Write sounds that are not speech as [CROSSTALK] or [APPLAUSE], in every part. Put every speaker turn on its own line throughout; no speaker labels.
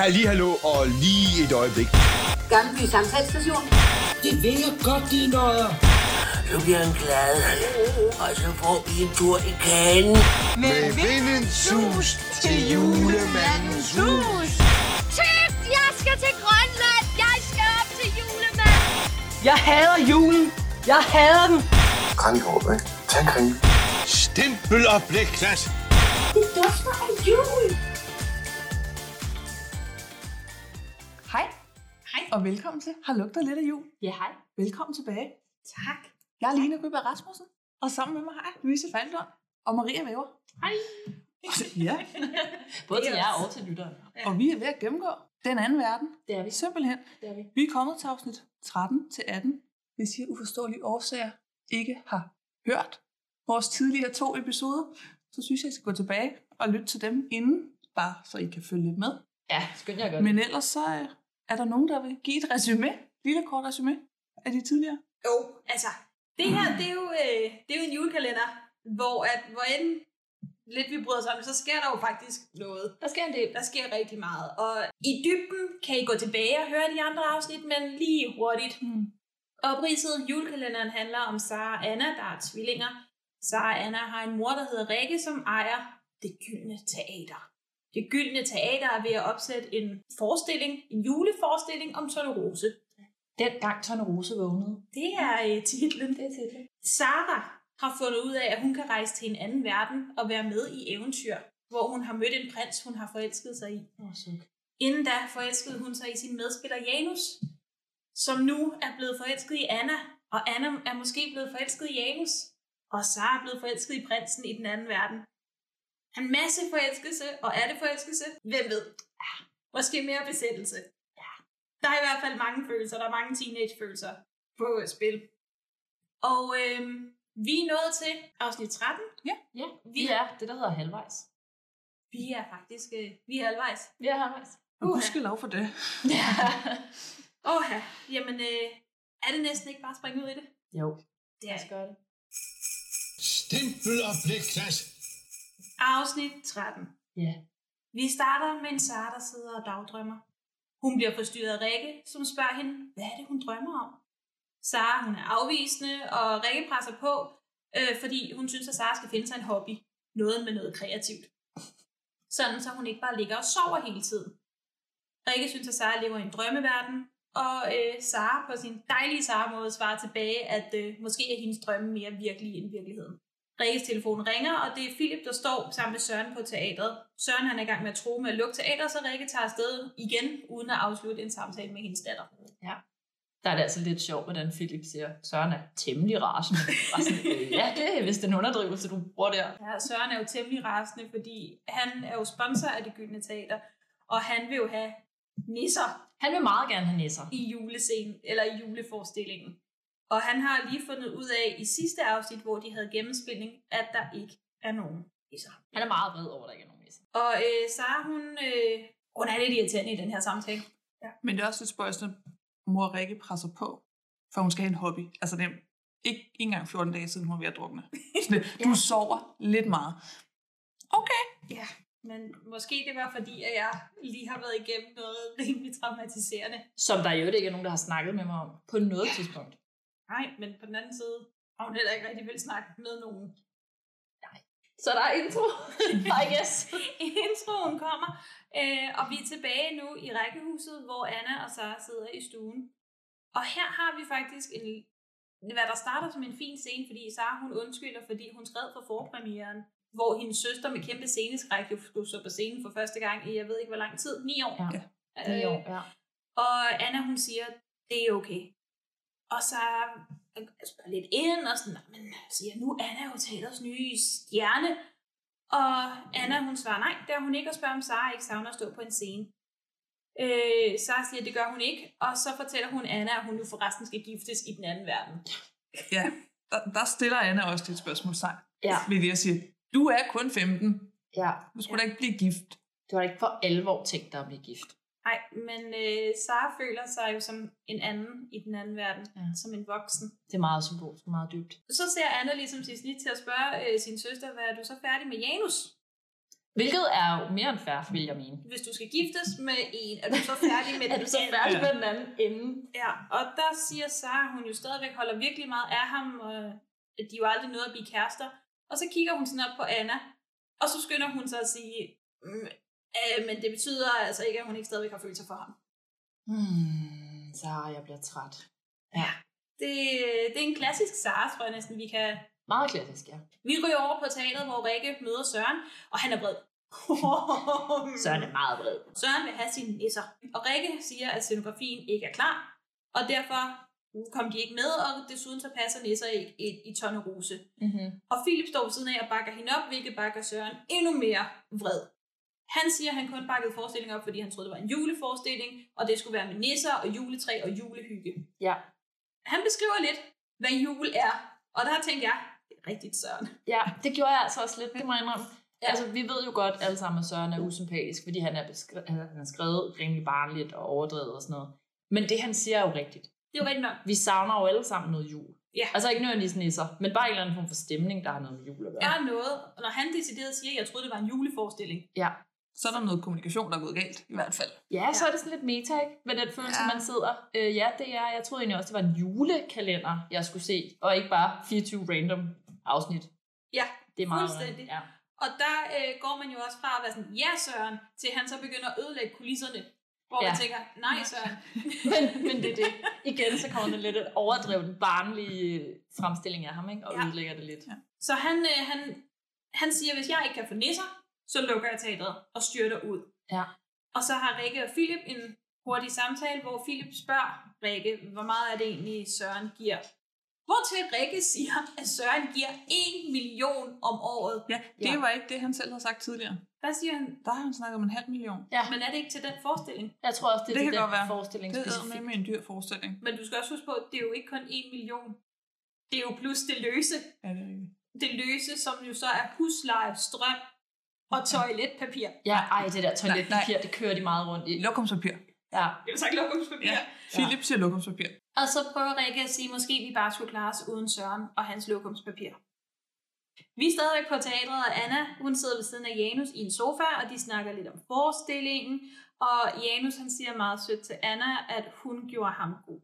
Halli, hallo og lige et øjeblik.
Gammelby Samtalsstation.
Det vil jeg godt, de nøjer.
Så bliver han glad, og så får vi en tur i kagen.
Med vindens sus til julemandens hus.
Tøft, jeg skal til Grønland. Jeg skal op til julemanden.
Jeg hader julen. Jeg hader den.
Kranjehåb, ikke? Tag en kranje.
Stempel og blikklat.
Det dufter af jul.
Hej. Hej. Og velkommen til Har lugtet lidt af jul.
Ja, hej.
Velkommen tilbage.
Tak.
Jeg er Lene Køber Rasmussen, og sammen med mig har jeg Louise Faldlund og Maria Væver.
Hej.
Ja,
Både til jer og til lytteren.
og vi er ved at gennemgå den anden verden.
Det er vi.
Simpelthen.
Det er vi.
Vi er kommet til afsnit 13 til 18. Hvis I af uforståelige årsager ikke har hørt vores tidligere to episoder, så synes jeg, I skal gå tilbage og lytte til dem inden, bare så I kan følge lidt med.
Ja, skynd jer godt.
Men ellers så øh, er der nogen, der vil give et resume, lille kort resume af de tidligere.
Jo, altså, det her, det er jo, øh, det er jo en julekalender, hvor at, hvor end lidt vi bryder os om, så sker der jo faktisk noget.
Der sker en del.
Der sker rigtig meget, og i dybden kan I gå tilbage og høre de andre afsnit, men lige hurtigt.
Hmm.
Mm.
Opridset julekalenderen handler om Sara og Anna, der er tvillinger. Sara og Anna har en mor, der hedder Rikke, som ejer det gyldne teater. Det gyldne teater er ved at opsætte en forestilling, en juleforestilling om Tone Rose.
Dengang Tone Rose vågnede.
Det er øh, titlen.
Det er titlen.
Sara har fundet ud af, at hun kan rejse til en anden verden og være med i eventyr, hvor hun har mødt en prins, hun har forelsket sig i.
Åh, oh, suk.
Inden da forelskede hun sig i sin medspiller Janus, som nu er blevet forelsket i Anna, og Anna er måske blevet forelsket i Janus, og Sara er blevet forelsket i prinsen i den anden verden. En masse forelskelse, og er det forelskelse? Hvem ved? Ah, Måske mere besættelse. Ja. Der er i hvert fald mange følelser, der er mange teenagefølelser på øh, spil. Og øhm, vi er nået til afsnit 13.
Ja, vi er det, der hedder halvvejs.
Vi er faktisk, øh, vi er halvvejs.
Vi er halvvejs.
Og
Uha.
gudskelov for det.
Ja.
Åh ja, jamen øh, er det næsten ikke bare at springe ud i det?
jo,
Det
lad
er
os gøre det.
Stempel og blikklat.
Afsnit 13.
Ja.
Vi starter med en Sara, der sidder og dagdrømmer. Hun bliver forstyrret af Rikke, som spørger hende, hvad er det, hun drømmer om? Sara, hun er afvisende, og Rikke presser på, øh, fordi hun synes, at Sara skal finde sig en hobby. Noget med noget kreativt. Sådan, så hun ikke bare ligger og sover hele tiden. Rikke synes, at Sara lever i en drømmeverden, og øh, Sara på sin dejlige Sara-måde svarer tilbage, at øh, måske er hendes drømme mere virkelige end virkeligheden. Rikkes telefon ringer, og det er Philip, der står sammen med Søren på teatret. Søren han er i gang med at tro med at lukke teatret, så Rikke tager afsted igen, uden at afslutte en samtale med hendes datter.
Der er det altså lidt sjovt, hvordan Philip siger, Søren er temmelig rasende. Bare sådan, øh, ja, det er vist en underdrivelse, du bruger der.
Ja, Søren er jo temmelig rasende, fordi han er jo sponsor af det gyldne teater, og han vil jo have nisser
Han vil meget gerne have nisser.
i julescenen, eller i juleforestillingen. Og han har lige fundet ud af i sidste afsnit, hvor de havde gennemspilning, at der ikke er nogen nisser.
Han er meget vred over, at der ikke er nogen nisser.
Og øh, Sara, hun, øh, hun er lidt irriterende i den her samtale.
Men det er også lidt spøjst, at mor Rikke presser på, for hun skal have en hobby. Altså det er ikke, ikke engang 14 dage siden, hun var ved at drukne.
[LAUGHS]
Sådan lidt, Du sover lidt meget. Okay.
Ja, men måske det var fordi, at jeg lige har været igennem noget rimelig traumatiserende.
Som der jo ikke er nogen, der har snakket med mig om på noget tidspunkt.
Nej, men på den anden side har hun heller ikke rigtig vil snakke med nogen.
Så der er
[LAUGHS]
intro, I guess.
Introen kommer, øh, og vi er tilbage nu i rækkehuset, hvor Anna og Sara sidder i stuen. Og her har vi faktisk en, hvad der starter som en fin scene, fordi Sara hun undskylder, fordi hun skred for forpremieren, hvor hendes søster med kæmpe sceneskræk jo skulle stå på scenen for første gang i, jeg ved ikke hvor lang tid, ni år.
Ja, Det er jo, ja.
Og Anna, hun siger, det er okay. Og så spørger lidt ind, og sådan, "Nå, men siger, nu er Anna jo teaters nye stjerne. Og Anna, hun svarer, nej, det er hun ikke, og spørger, om Sara ikke savner at stå på en scene. Øh, Sara siger, det gør hun ikke, og så fortæller hun Anna, at hun nu forresten skal giftes i den anden verden.
Ja, der, der stiller Anna også lidt spørgsmål sig.
Ja.
Ved det at sige, du er kun 15.
ja.
Du skulle da ikke blive gift.
Du har ikke for alvor tænkt dig at blive gift.
Nej, men øh, Sara føler sig jo som en anden i den anden verden,
Ja.
ja. som en voksen.
Det er meget symbolsk, meget dybt.
Så ser Anna ligesom sit snit til at spørge øh, sin søster, hvad er du så færdig med Janus?
Hvilket er jo mere end fair, vil jeg mene.
Hvis du skal giftes med en, er du så færdig med
[LAUGHS] Er du så
den
færdig
anden?
med den anden ende?
Ja, og der siger Sara, hun jo stadigvæk holder virkelig meget af ham, og at de jo aldrig nåede at blive kærester. Og så kigger hun sådan op på Anna, og så skynder hun sig at sige, mm, øh, men det betyder altså ikke, at hun ikke stadigvæk har følelser for ham.
Hmm, Sara, jeg bliver træt.
Det, øh, det er en klassisk Sara, tror jeg næsten, vi kan...
Meget klassisk, ja.
Vi ryger over på teateret, hvor Rikke møder Søren, og han er vred.
Søren er meget vred.
Søren vil have sine nisser, og Rikke siger, at scenografien ikke er klar, og derfor uh, kom de ikke med, og desuden så passer nisser ikke i, i Tonne Rose.
Mm-hmm.
Og Philip står ved siden af og bakker hende op, hvilket bakker Søren endnu mere vred. Han siger, at han kun bakkede forestillingen op, fordi han troede, det var en juleforestilling, og det skulle være med nisser og juletræ og julehygge.
Ja.
Han beskriver lidt, hvad jul er, og der tænker jeg, det er rigtigt, Søren.
ja, det gjorde jeg altså også lidt, det må jeg indrømme.
Ja.
Ja. Altså, vi ved jo godt alle sammen, at Søren er usympatisk, fordi han er, beskre- altså, han er skrevet rimelig barnligt og overdrevet og sådan noget. Men det, han siger, er jo rigtigt.
Det er jo rigtigt nok.
Vi savner jo alle sammen noget jul.
Ja.
Altså ikke nødvendigvis nisser, men bare en eller anden form for stemning, der har noget med jul at gøre.
Er noget, og når han decideret siger, at jeg troede, det var en juleforestilling,
ja.
Så er der noget kommunikation, der er gået galt, i hvert fald.
Ja, så er det sådan lidt meta, ikke? Med den følelse,
Ja.
ja. man sidder. Øh, ja, det er. Jeg troede egentlig også, det var en julekalender, jeg skulle se. Og ikke bare 24 random afsnit.
Ja,
det er meget
fuldstændig.
Ja.
Og der øh, går man jo også fra at være sådan, ja Søren, til han så begynder at ødelægge kulisserne. Hvor ja. man
Ja.
tænker, nej Søren.
Men, men det er det. Igen, så kommer det lidt et overdrevet barnlige øh, fremstilling af ham, ikke? Og
Ja.
ja. udlægger det lidt. Ja.
Så han, øh, han, han siger, hvis jeg ikke kan få nisser, så lukker jeg teatret og styrter ud.
Ja.
Og så har Rikke og Philip en hurtig samtale, hvor Philip spørger Rikke, hvor meget er det egentlig Søren giver? Hvortil Rikke siger, at Søren giver 1 million om året.
Ja, det
Ja.
var ikke det, han selv havde sagt tidligere.
Hvad siger han?
Der har han snakket om en halv million.
Men er det ikke til den forestilling?
Jeg tror også, det er
Det kan
det den
godt være.
forestilling
Det er
specifikt.
med en dyr forestilling.
Men du skal også huske på, at det er jo ikke kun 1 million. Det er jo plus det løse.
Ja, det er rigtigt.
Det løse, som jo så er husleje, strøm og toiletpapir.
Ja, ej, det der toiletpapir, det kører de meget rundt i.
Lokumspapir.
Ja.
Det er jo sagt lokumspapir.
Ja.
Ja.
Philip siger lokumspapir.
Og så prøver Rikke at sige, at måske vi bare skulle klare os uden Søren og hans lokumspapir. Vi er stadigvæk på teatret, og Anna, hun sidder ved siden af Janus i en sofa, og de snakker lidt om forestillingen. Og Janus, han siger meget sødt til Anna, at hun gjorde ham god.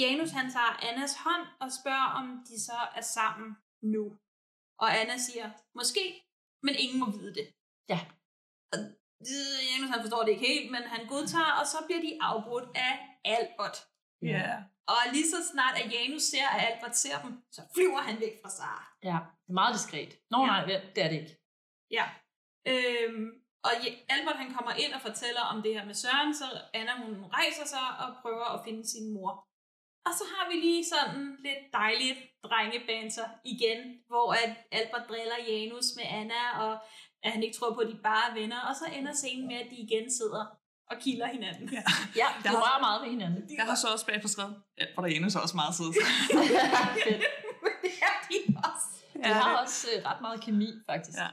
Janus, han tager Annas hånd og spørger, om de så er sammen nu. Og Anna siger, måske, men ingen må vide det.
Ja.
Og øh, Janus, han forstår det ikke helt, men han godtager, og så bliver de afbrudt af Albert.
Ja.
Og lige så snart, at Janus ser, at Albert ser dem, så flyver han væk fra Sara.
ja. Det er meget diskret. Nå
Ja.
nej, vent, det er det ikke.
Ja. Øhm, og Ja- Albert han kommer ind og fortæller om det her med Søren, så Anna hun rejser sig og prøver at finde sin mor. Og så har vi lige sådan lidt dejligt drengebanser igen, hvor at Albert driller Janus med Anna, og at han ikke tror på, at de bare er venner, og så ender scenen med, at de igen sidder og kilder hinanden. Ja.
Ja,
Jeg
de
har-
rører meget ved
[LAUGHS]
hinanden.
Jeg har så også bagefter skrevet, ja, for der er så også meget [LAUGHS] siddet.
Fedt.
[LAUGHS] det er de også.
De har også øh, ret meget kemi, faktisk.
Ja.
Ja.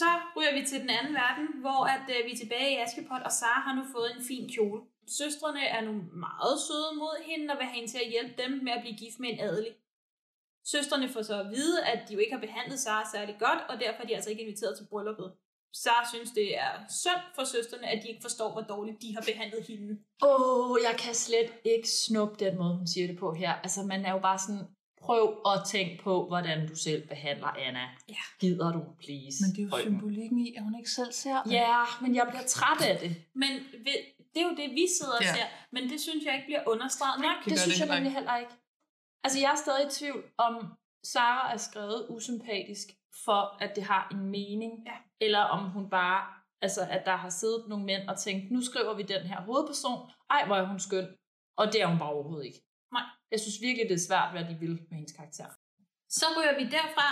Så ryger vi til den anden verden, hvor at, øh, vi er tilbage i Askepot, og Sara har nu fået en fin kjole. Søstrene er nu meget søde mod hende og vil have hende til at hjælpe dem med at blive gift med en adelig. Søstrene får så at vide, at de jo ikke har behandlet Sara særlig godt, og derfor er de altså ikke inviteret til brylluppet. Sara synes, det er synd for søstrene, at de ikke forstår, hvor dårligt de har behandlet hende.
Åh, oh, jeg kan slet ikke snuppe den måde, hun siger det på her. Altså, man er jo bare sådan, prøv at tænke på, hvordan du selv behandler Anna.
Ja.
Gider du, please?
Men det er jo
Prøv.
symbolikken i, at hun ikke selv ser det.
Ja, men jeg bliver træt af det.
Men ved, det er jo det, vi sidder og
Ja.
ser, men det synes jeg ikke bliver understreget nok.
Det,
gør
det synes
det
jeg
heller
nemlig heller ikke. Altså, jeg er stadig i tvivl om, Sara er skrevet usympatisk, for at det har en mening.
Ja.
Eller om hun bare, altså, at der har siddet nogle mænd og tænkt, nu skriver vi den her hovedperson. Ej, hvor er hun skøn. Og det er hun bare overhovedet ikke.
Nej.
Jeg synes virkelig, det er svært, hvad de vil med hendes karakter.
Så ryger vi derfra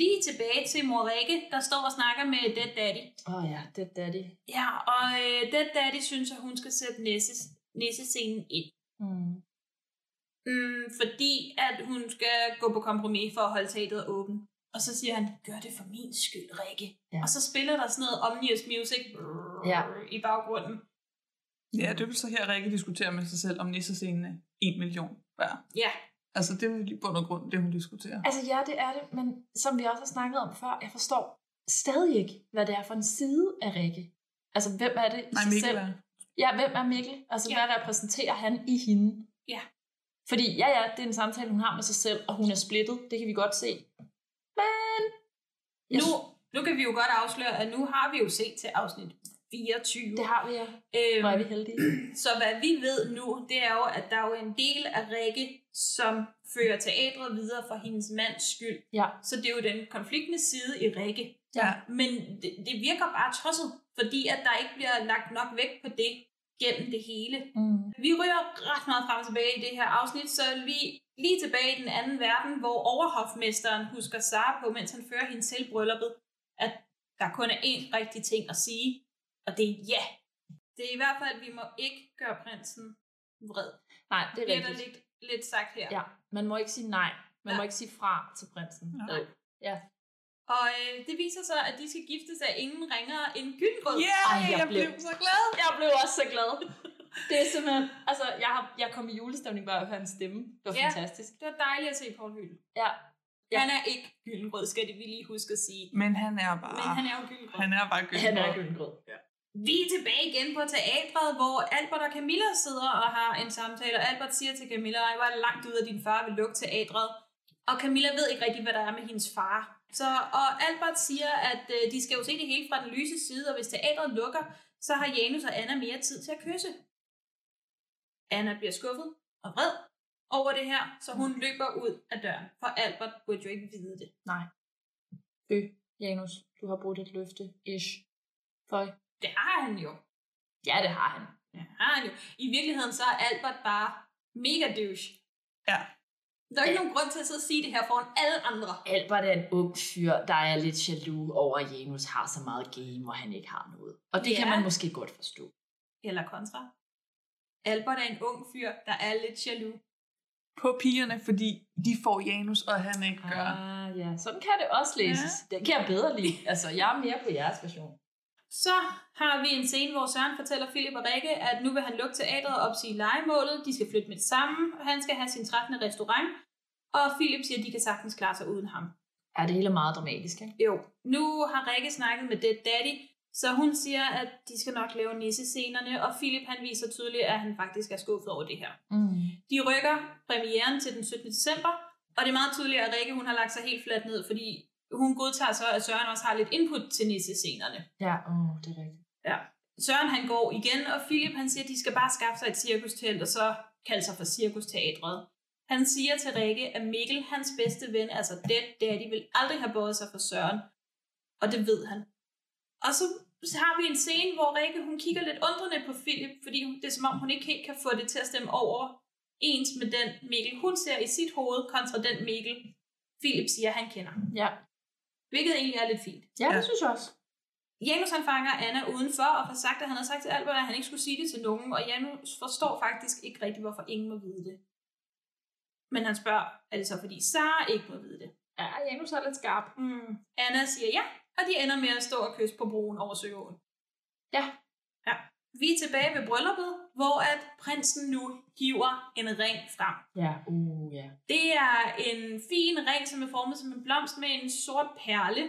lige tilbage til mor Rikke, der står og snakker med Dead Daddy.
Åh oh ja, det er daddy.
Ja, og øh, Dead Daddy synes, at hun skal sætte næse, næsescenen ind.
Mm.
Mm, fordi at hun skal gå på kompromis for at holde teateret åben. Og så siger han, gør det for min skyld, Rikke. Ja.
Ja.
Og så spiller der sådan noget Omnius Music
Ja.
i baggrunden.
Ja, det vil så her Rikke diskutere med sig selv, om nissescenen er 1 million hver.
Ja,
Altså, det er jo i bund og grund, det hun diskuterer.
Altså ja, det er det, men som vi også har snakket om før, jeg forstår stadig ikke, hvad det er for en side af Rikke. Altså, hvem er det i
Nej,
sig
Mikkel
selv?
er.
Ja, hvem er Mikkel? Altså, ja.
Ja.
hvad repræsenterer han i hende?
Ja.
Fordi, ja, ja, det er en samtale, hun har med sig selv, og hun er splittet. Det kan vi godt se. Men... Jeg
Nu,
synes-
nu kan vi jo godt afsløre, at nu har vi jo set til afsnit Øhm, 24.
Det har vi, ja. Hvor er vi heldige.
Så hvad vi ved nu, det er jo, at der er jo en del af Rikke, som fører teatret videre for hendes mands skyld.
Ja.
Så det er jo den konfliktende side i Rikke.
Ja.
Men det, det virker bare tosset, fordi at der ikke bliver lagt nok vægt på det gennem det hele.
Mm.
Vi ryger ret meget frem og tilbage i det her afsnit, så vi lige tilbage i den anden verden, hvor overhofmesteren husker Sara på, mens han fører hende til brylluppet, at der kun er én rigtig ting at sige, og det er ja. Det er i hvert fald, at vi må ikke gøre prinsen vred.
Nej, det er
Det er der
rigtigt.
lidt, lidt sagt her.
Ja, man må ikke sige nej. Man
Nej.
må ikke sige fra til prinsen.
Nej.
Ja.
Og øh, det viser sig, at de skal giftes af ingen ringere end Gyldenrød.
Yeah,
Ej, jeg
jeg, jeg blev
blev-
så glad.
Jeg blev også så
[LAUGHS]
glad. Det er simpelthen... Altså, jeg, har, jeg kom i julestemning bare af at høre hans stemme. Det var
Ja.
fantastisk.
Det var dejligt at se Paul Hyl.
Ja.
Ja. Han er ikke Gyldenrød, skal det vi lige huske at sige.
Men han er bare...
Men han er jo Gyldenrød.
han er bare
Ah. Han er
gyldenrød.
gyldengrød.
Vi er tilbage igen på teatret, hvor Albert og Camilla sidder og har en samtale, og Albert siger til Camilla, at var langt ud af din far vil lukke teatret. Og Camilla ved ikke rigtig, hvad der er med hendes far. Så, og Albert siger, at øh, de skal jo se det hele fra den lyse side, og hvis teatret lukker, så har Janus og Anna mere tid til at kysse. Anna bliver skuffet og vred over det her, så hun løber ud af døren, for Albert burde jo ikke vide det.
Nej. Ø, Janus, du har brudt et løfte. Ish. Føj.
Det har han jo.
Ja, det har han.
Ja, har han jo. I virkeligheden så er Albert bare mega douche.
Ja.
Der er ikke nogen grund til at sidde og sige det her foran alle andre.
Albert er en ung fyr, der er lidt jaloux over, at Janus har så meget game, og han ikke har noget. Og det ja. kan
Ja.
man måske godt forstå.
Eller kontra. Albert er en ung fyr, der er lidt jaloux.
På pigerne, fordi de får Janus, og han ikke gør.
Ah, ja. Sådan kan det også læses. Ja. Det kan jeg bedre lide. Altså, jeg er mere på jeres version.
Så har vi en scene, hvor Søren fortæller Philip og Rikke, at nu vil han lukke teatret og opsige legemålet. De skal flytte med det samme, og han skal have sin 13. restaurant. Og Philip siger, at de kan sagtens klare sig uden ham.
Ja, det hele er meget dramatisk, ikke?
Jo, nu har Rikke snakket med Dead Daddy, så hun siger, at de skal nok lave nissescenerne, og Philip han viser tydeligt, at han faktisk er skuffet over det her.
Mm.
De rykker premieren til den 17. december, og det er meget tydeligt, at Rikke hun har lagt sig helt fladt ned, fordi hun godtager så, at Søren også har lidt input til nissescenerne.
Ja, åh, det er rigtigt.
Søren han går igen, og Philip han siger, at de skal bare skaffe sig et cirkustelt, og så kalde sig for cirkusteatret. Han siger til Rikke, at Mikkel, hans bedste ven, altså Dead Daddy, vil aldrig have båret sig for Søren. Og det ved han. Og så så har vi en scene, hvor Rikke hun kigger lidt undrende på Philip, fordi hun- det er som om, hun ikke helt kan få det til at stemme over ens med den Mikkel, hun ser i sit hoved, kontra den Mikkel, Philip siger, han kender.
Ja.
Hvilket egentlig er lidt fint.
ja, det
Ja.
synes jeg også.
Janus han fanger Anna udenfor og får sagt, at han har sagt til Albert, at han ikke skulle sige det til nogen, og Janus forstår faktisk ikke rigtigt, hvorfor ingen må vide det. Men han spørger, er det så fordi Sara ikke må vide det?
Ja, Janus er lidt skarp.
Mm. Anna siger ja, og de ender med at stå og kysse på broen over Søåen.
Ja.
ja. Vi er tilbage ved brylluppet, hvor at prinsen nu hiver en ring frem.
Ja, uh, ja.
Det er en fin ring, som er formet som en blomst med en sort perle.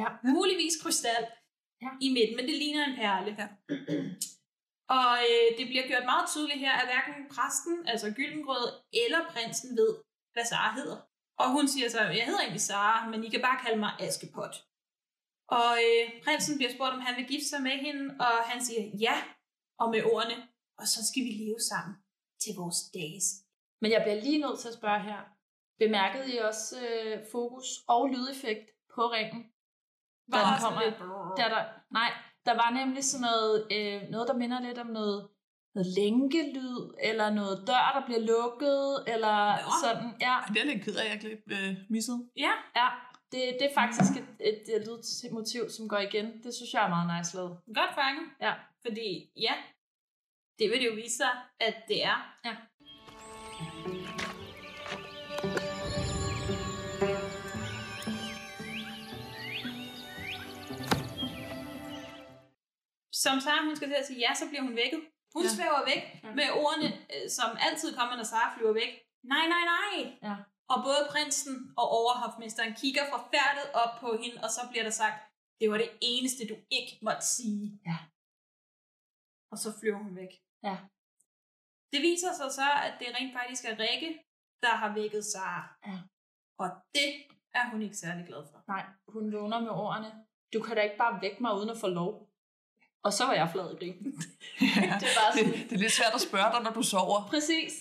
Ja.
Muligvis krystal
Ja.
ja. i midten, men det ligner en perle.
Ja.
[CLEARS THROAT] Og øh, det bliver gjort meget tydeligt her, at hverken præsten, altså Gyldengrød, eller prinsen ved, hvad Sara hedder. Og hun siger så, jeg hedder egentlig Sara, men I kan bare kalde mig Askepot. Og øh, prinsen bliver spurgt, om han vil gifte sig med hende, og han siger ja, og med ordene, og så skal vi leve sammen til vores dages
Men jeg bliver lige nødt til at spørge her. Bemærkede I også øh, fokus og lydeffekt på ringen?
Var
Da
der
den
også
kommer-
lidt...
Der, der, nej, der var nemlig sådan noget, øh, noget, der minder lidt om noget, noget lænkelyd, eller noget dør, der bliver lukket, eller
Nå.
sådan. Ja,
Ej, Det er jeg lidt ked af, jeg glip, øh, missede.
Ja,
ja. Det, det er faktisk et, et, et lydmotiv, som går igen. Det synes jeg er meget nice lavet.
godt fanget.
Ja.
Fordi ja, det vil det jo vise sig, at det er.
Ja.
Som Sara, hun skal til at sige ja, så bliver hun vækket. Hun
Ja.
ja. svæver væk
Ja.
med ordene, øh, som altid kommer, når Sara flyver væk. Nej, nej, nej!
Ja.
Og både prinsen og overhofmesteren kigger forfærdet op på hende, og så bliver der sagt, Det var det eneste, du ikke måtte sige.
Ja.
Og så flyver hun væk.
Ja.
Det viser sig så, at det rent faktisk er Rikke, der har vækket Sara.
Ja.
Og det er hun ikke særlig glad for.
Nej, hun vågner med ordene. Du kan da ikke bare vække mig uden at få lov. Og så var jeg flad i grin.
Ja,
[LAUGHS] Det er bare
det,
sådan.
[LAUGHS] det er lidt svært at spørge dig, når du sover.
Præcis.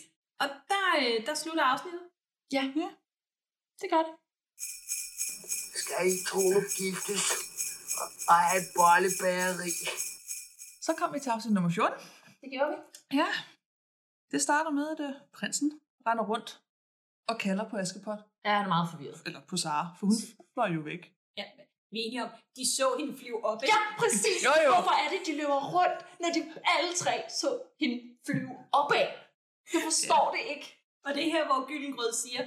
Og der, øh, der slutter afsnittet.
Ja. ja. Det gør det.
Skal I to giftes og have et bollebæreri?
Så kom vi til afsnit nummer 14.
Det gjorde vi.
Ja. Det starter med, at øh, prinsen render rundt og kalder på Askepot.
Ja, han er meget forvirret.
Eller på Sara, for hun fløj jo væk.
Ja, vi er enige om, de så hende flyve op.
Ja, præcis.
Jo, jo.
Hvorfor er det, de løber rundt, når de alle tre så hende flyve opad? Jeg forstår det ikke.
Og det er her, hvor Gyllengrød siger,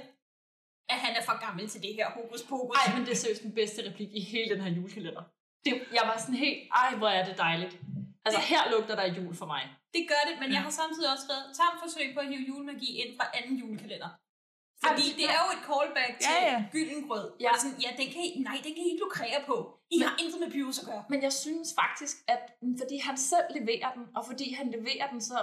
at han er for gammel til det her hokus pokus.
Ej, men det er seriøst den bedste replik i hele den her julekalender. Det, jeg var sådan helt, ej, hvor er det dejligt. Altså, her lugter der jul for mig.
Det gør det, men jeg har samtidig også skrevet tamt forsøg på at hive julemagi ind fra anden julekalender. Fordi
Ej, men-
det er jo et callback til
Ja,
ja,
ja.
ja. Gyldengrød.
Ja.
Ja. Sådan, ja, den kan I, nej, den kan I ikke lukrere på. I har intet med Pyrus at gøre.
Men jeg synes faktisk, at fordi han selv leverer den, og fordi han leverer den så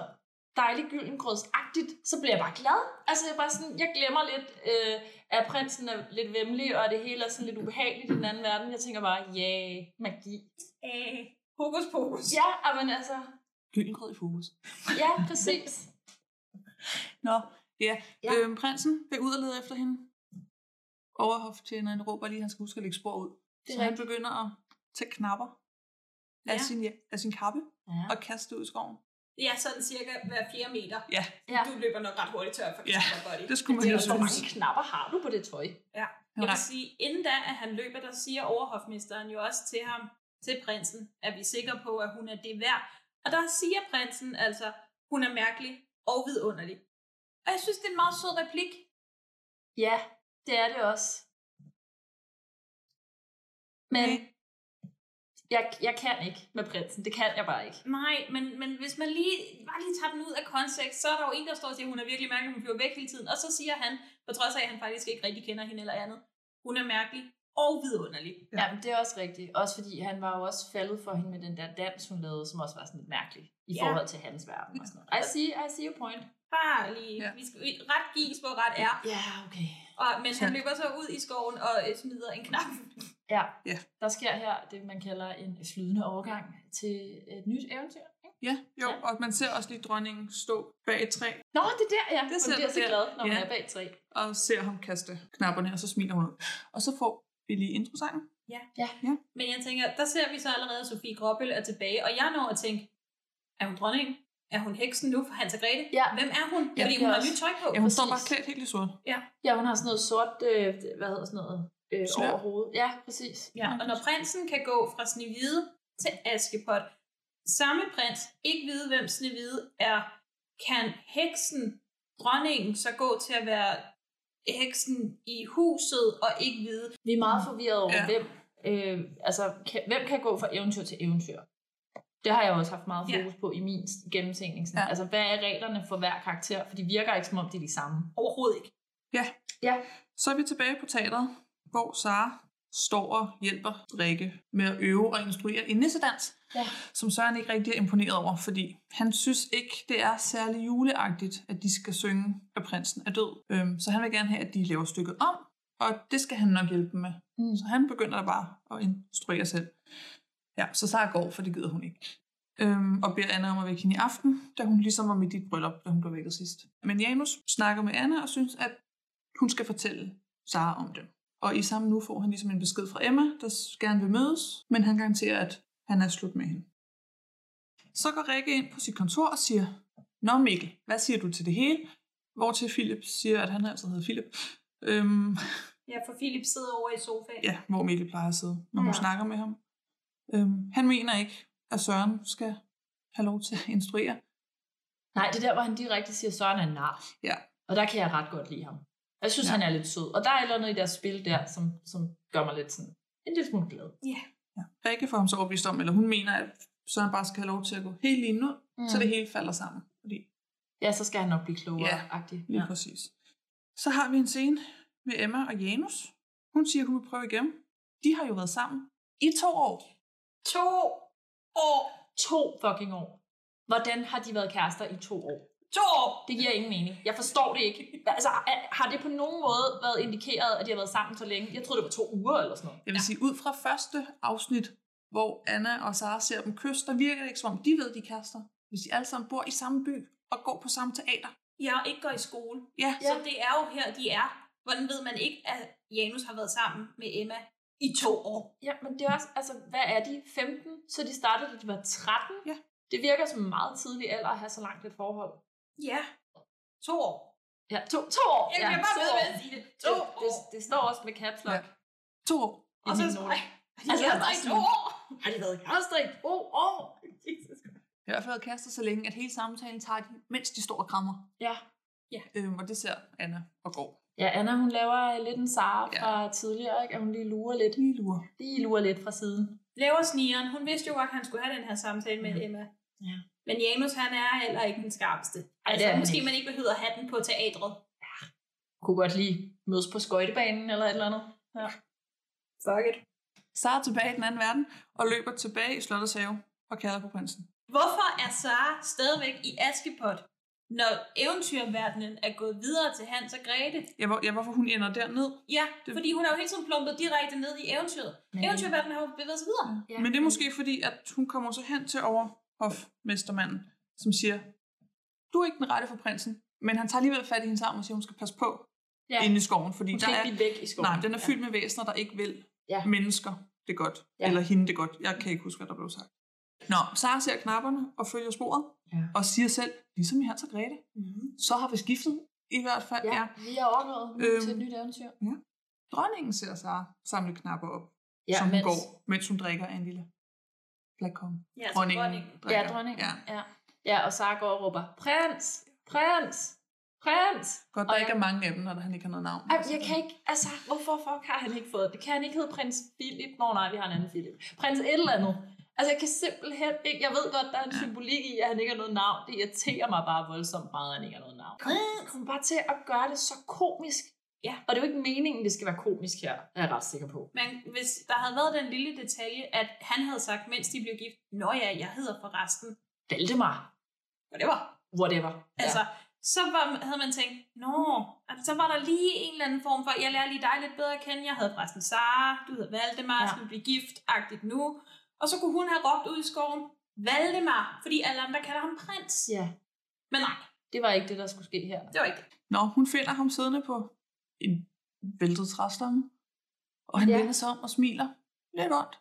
dejligt gyldengrødsagtigt, så bliver jeg bare glad. Altså, jeg, er bare sådan, jeg glemmer lidt, øh, at prinsen er lidt vemmelig, og det hele er sådan lidt ubehageligt i den anden verden. Jeg tænker bare, ja, yeah, magi.
Øh, hokus pokus.
Ja, men altså,
Gyldengrød i fokus.
ja, præcis.
Nå, ja.
Ja.
ja. Øhm, prinsen vil ud og lede efter hende. Overhoftjeneren råber lige, at han skal huske at lægge spor ud.
Det
Det
er
så han begynder at tage knapper af,
Ja.
sin, af sin kappe
Ja.
og kaste det ud i skoven.
Det er sådan cirka hver fjerde meter.
Ja,
Ja.
Du løber nok ret hurtigt tør for
Ja.
Christopher Buddy.
det skulle man
Det er
jo
også, hvor
synes.
mange knapper har du på det tøj?
Ja. Jeg vil sige, inden da, at han løber, der siger overhofmesteren jo også til ham, til prinsen, at vi er sikre på, at hun er det værd. Og der siger prinsen altså, hun er mærkelig og vidunderlig. Og jeg synes, det er en meget sød replik.
Ja, det er det også. Men
Okay.
jeg, jeg kan ikke med prinsen. Det kan jeg bare ikke.
Nej, men, men hvis man lige, bare lige tager den ud af kontekst, så er der jo en, der står og siger, at hun er virkelig mærkelig, hun flyver væk hele tiden. Og så siger han, på trods af, at han faktisk ikke rigtig kender hende eller andet, hun er mærkelig og vidunderlig.
Ja. Jamen, det er også rigtigt. Også fordi han var jo også faldet for hende med den der dans, hun lavede, som også var sådan lidt mærkelig i
Ja.
forhold til hans verden og sådan noget. I see, I see your point.
Bare lige,
Ja.
ja. vi skal ret gives, hvor ret er.
Ja, okay.
Og, men han
Sandt.
løber så ud i skoven og øh, smider en knap.
Ja.
Ja.
Der sker her det, man kalder en flydende overgang til et nyt eventyr. ikke?
Ja, jo,
Ja.
og man ser også lige dronningen stå bag et træ
Nå, det er der, ja.
Det
Det
ser
hun bliver
du
så
der.
glad, når hun
Ja.
er bag et træ.
og ser ham kaste knapperne, og så smiler hun ud. Og så får vi lige introsangen.
Men jeg tænker, der ser vi så allerede, at Sofie Gråbøl er tilbage, og jeg når at tænke, er hun dronning? Er hun heksen nu for Hans og Grete?
Ja.
Hvem er hun?
Ja,
Fordi
det
hun
er
har
også-
nyt tøj på.
Ja, hun står
præcis.
bare klædt helt i sort.
Ja, hun har sådan noget sort, øh, hvad hedder sådan noget, øh,
Slør.
over hovedet. Ja, præcis.
Ja, og når prinsen kan gå fra Snevide til Askepot, samme prins, ikke vide, hvem Snevide er, kan heksen, dronningen, så gå til at være heksen i huset og ikke vide.
Vi er meget forvirrede over,
Mm. Ja.
ja. hvem, øh, altså, kan, hvem kan gå fra eventyr til eventyr. Det har jeg også haft meget
Ja.
fokus på i min s- gennemtænkning. Sådan.
Ja.
Ja. Altså, hvad er reglerne for hver karakter? For de virker ikke, som om de er de samme.
Overhovedet ikke.
Så er vi tilbage på teateret, hvor Sara står og hjælper Rikke med at øve og instruere en nissedans,
Ja.
som Søren ikke rigtig er imponeret over, fordi han synes ikke, det er særlig juleagtigt, at de skal synge, at prinsen er død. Øhm, så han vil gerne have, at de laver stykket om, og det skal han nok hjælpe dem med.
Mm.
Så han begynder da bare at instruere selv. Ja, så Sara går, for det gider hun ikke. Øhm, og beder Anna om at vække hende i aften, da hun ligesom var midt i et bryllup, da hun blev vækket sidst. Men Janus snakker med Anna og synes, at hun skal fortælle Sara om det. Og i samme nu får han ligesom en besked fra Emma, der s- gerne vil mødes, men han garanterer, at han er slut med hende. Så går Rikke ind på sit kontor og siger, Nå Mikkel, hvad siger du til det hele? Hvortil Philip siger, at han altid hedder Philip. Øhm,
Ja, for Philip sidder over i sofaen.
ja, hvor Mikkel plejer at sidde, når hun
Ja.
ja. snakker med ham. Øhm, han mener ikke, at Søren skal have lov til at instruere.
Nej, det er der, hvor han direkte siger, at Søren er en nar.
Ja.
Og der kan jeg ret godt lide ham. Jeg synes,
Ja.
ja. han er lidt sød. Og der er et eller andet i deres spil der, som, som gør mig lidt sådan en lille smule glad.
Ja. Rikke får ham så overbevist om, eller hun mener, at Søren bare skal have lov til at gå helt lige ud, mm. så det hele falder sammen. Fordi,
Ja, så skal han nok blive klogere.
Ja.
agtig.
lige ja. præcis. Så har vi en scene med Emma og Janus. Hun siger, at hun vil prøve igen. De har jo været sammen I to år.
To år. To fucking år. Hvordan har de været kærester i to år? To år! Det giver ingen mening. Jeg forstår det ikke. Altså, er- har det på nogen måde været indikeret, at de har været sammen så længe? Jeg troede, det var to uger eller sådan noget.
Jeg vil sige, ud fra første afsnit, hvor Anna og Sara ser dem kysse, der virker det ikke som om, de ved, de er kærester. Hvis de alle sammen bor i samme by og går på samme teater.
Jeg ikke går i skole.
Ja,
Ja. Så det er jo her, de er. Hvordan ved man ikke, at Janus har været sammen med Emma i to år?
Ja, men det er også, altså, hvad er de? 15? Så de startede, da de var 13?
Ja.
Det virker som en meget tidlig alder at have så langt et forhold.
Ja. To år.
Ja, to, to år.
Jeg
ja,
bliver bare
to
ved med
år.
at sige det.
Det,
To
det,
år.
det, står også med caps lock.
Ja. to år.
i
Og så
mine
er
noter.
jeg,
Altså,
altså,
jeg
jeg
er bare
i
sådan-
to år.
Har de været kærester i to år? Jesus
Jeg har i hvert fald været kærester så længe, at hele samtalen tager de, mens de står og krammer.
Ja.
Øhm, og det ser Anna og går.
Ja, Anna, hun laver øh, lidt en Sara
Ja.
fra tidligere, ikke? At hun lige lurer lidt.
Lige lurer.
Lige lurer lidt fra siden.
Laver snigeren. Hun vidste jo godt, at han skulle have den her samtale med Emma.
Ja.
Men Janus, han er heller ikke den skarpeste. Altså,
det er han
måske
ikke.
man ikke behøver at have den på teatret.
Kunne godt lige mødes på skøjtebanen eller et eller andet. Ja. Fuck it.
Sara er tilbage i den anden verden og løber tilbage i slottets have og kalder på prinsen.
Hvorfor er Sara stadigvæk i Askepot, når eventyrverdenen er gået videre til Hans og Grete?
Ja, hvor, ja, hvorfor hun ender derned.
Ja,
Det-
fordi hun er jo hele tiden plumpet direkte ned i eventyret.
Men-
Eventyrverdenen har jo bevæget sig videre.
Ja.
Men det er måske fordi, at hun kommer så hen til overhofmestermanden, som siger, du er ikke den rette for prinsen. Men han tager alligevel fat i hende sammen og siger, hun skal passe på
Ja.
ja. inde i skoven. Fordi
Hun
der
skal
er,
ikke blive væk i skoven.
nej, den er fyldt med væsener, der ikke vil
Ja.
mennesker det godt.
Ja.
Ja. Eller hende det godt. Jeg kan ikke huske, hvad der blev sagt. Nå, Sara ser knapperne og følger sporet.
Ja. Mhm.
Og siger selv, ligesom i Hans og Grete, mm-hmm. så har vi skiftet i hvert fald.
Ja,
Ja.
vi er over noget øhm.
Øhm.
til et nyt eventyr.
Dronningen ser Sara samle knapper op,
Ja,
ja, som hun
mens-
går, mens hun drikker af en lille flakom.
Ja, altså
Dronningen
dronningen.
drikker.
Ja, dronningen.
Ja.
Ja. ja, og Sara går og råber, prins, prins, prins.
Godt,
Og
der
jeg-
ikke er mange af dem, når han ikke har noget navn.
Ej, jeg kan ikke, altså, hvorfor fuck har han ikke fået det? Kan han ikke hedde prins Philip? Nå nej, vi har en anden Philip. Prins et eller andet. Altså, jeg kan simpelthen ikke, jeg ved godt, der er en symbolik i, at han ikke har noget navn. Det irriterer mig bare voldsomt meget, at han ikke har noget navn. Han kommer bare til at gøre det så komisk. Ja, og det er jo ikke meningen, det skal være komisk her, er jeg ret sikker på.
Men hvis der havde været den lille detalje, at han havde sagt, mens de blev gift, Nå ja, jeg hedder forresten.
Valdemar,
Whatever.
whatever.
Altså, så var, havde man tænkt, Nå, altså, så var der lige en eller anden form for, jeg lærer lige dig lidt bedre at kende. Jeg havde forresten Sara, du hedder Valdemar,
Ja.
ja. skal vi blive gift-agtigt nu. Og så kunne hun have råbt ud i skoven, Valdemar, fordi alle andre kalder ham prins.
ja. ja,
Men nej,
det var ikke det, der skulle ske her.
det var ikke det.
Nå, hun finder ham siddende på en væltet træstamme, og han
Ja.
ja. vender sig om og smiler. Lidt ondt,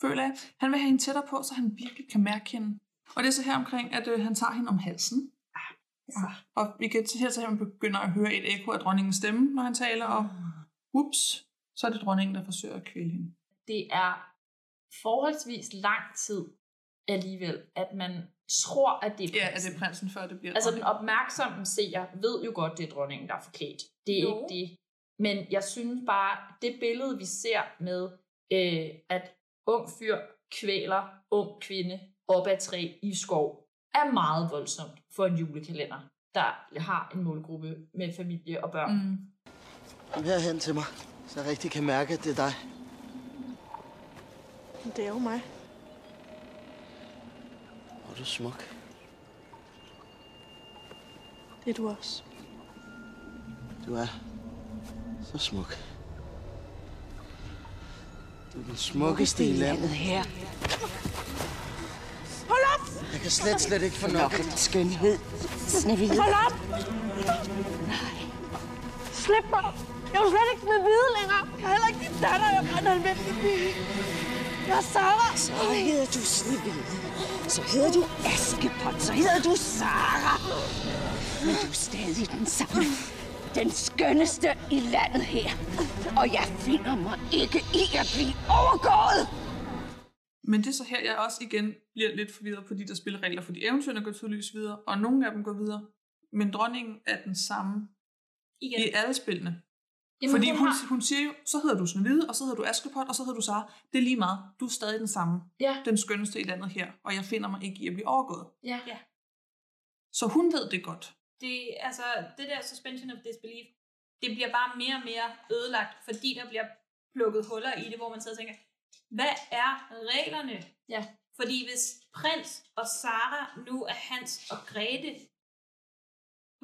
føler jeg. Han vil have hende tættere på, så han virkelig kan mærke hende. Og det er så her omkring, at øh, han tager hende om halsen.
Ah,
Ja. Og vi kan til her så han begynder at høre et ekko af dronningens stemme, når han taler, og
Ah.
ups, så er det dronningen, der forsøger at kvæle hende.
det er forholdsvis lang tid alligevel, at man tror, at det er
Ja, er
prinsen.
det prinsen, før det bliver
Altså den
dronningen?
opmærksomme seer ved jo godt, det er dronningen, der er forklædt. Det er
Jo.
ikke det. Men jeg synes bare, det billede, vi ser med, øh, at ung fyr kvæler ung kvinde op ad træ i skov, er meget voldsomt for en julekalender, der har en målgruppe med familie og børn.
Mm.
Kom herhen til mig, så jeg rigtig kan mærke, at det er dig.
Det er jo mig.
Og du er smuk.
Det er du også.
Du er så smuk. Du er den smukkeste i landet.
her.
Jeg kan slet, slet ikke få nok. af dig.
Skønhed. Snevide. Hold op! Slip mig. Jeg vil slet ikke med vide længere. Jeg er heller ikke din datter. Jeg er bare en almindelig pige. Jeg er Sara. Så hedder du Snevide. Så hedder du Askepot. Så hedder du Sara. Men du er stadig den samme. Den skønneste i landet her. Og jeg finder mig ikke i at blive overgået.
Men det er så her, jeg også igen bliver lidt forvirret på de der spilleregler, fordi eventyrene går tydeligvis videre, og nogle af dem går videre. Men dronningen er den samme
Igen.
ja. i alle spillene. Jamen, fordi hun, hun, hun siger jo, så hedder du Snevide, og så hedder du Askepot, og så hedder du Sara. Det er lige meget. Du er stadig den samme.
Ja.
Den skønneste i landet her, og jeg finder mig ikke i at blive overgået.
Ja.
Ja.
Så hun ved det godt.
det, altså, det der suspension of disbelief, det bliver bare mere og mere ødelagt, fordi der bliver plukket huller i det, hvor man sidder og tænker, Hvad er reglerne?
Ja.
Fordi hvis prins og Sara nu er Hans og Grete,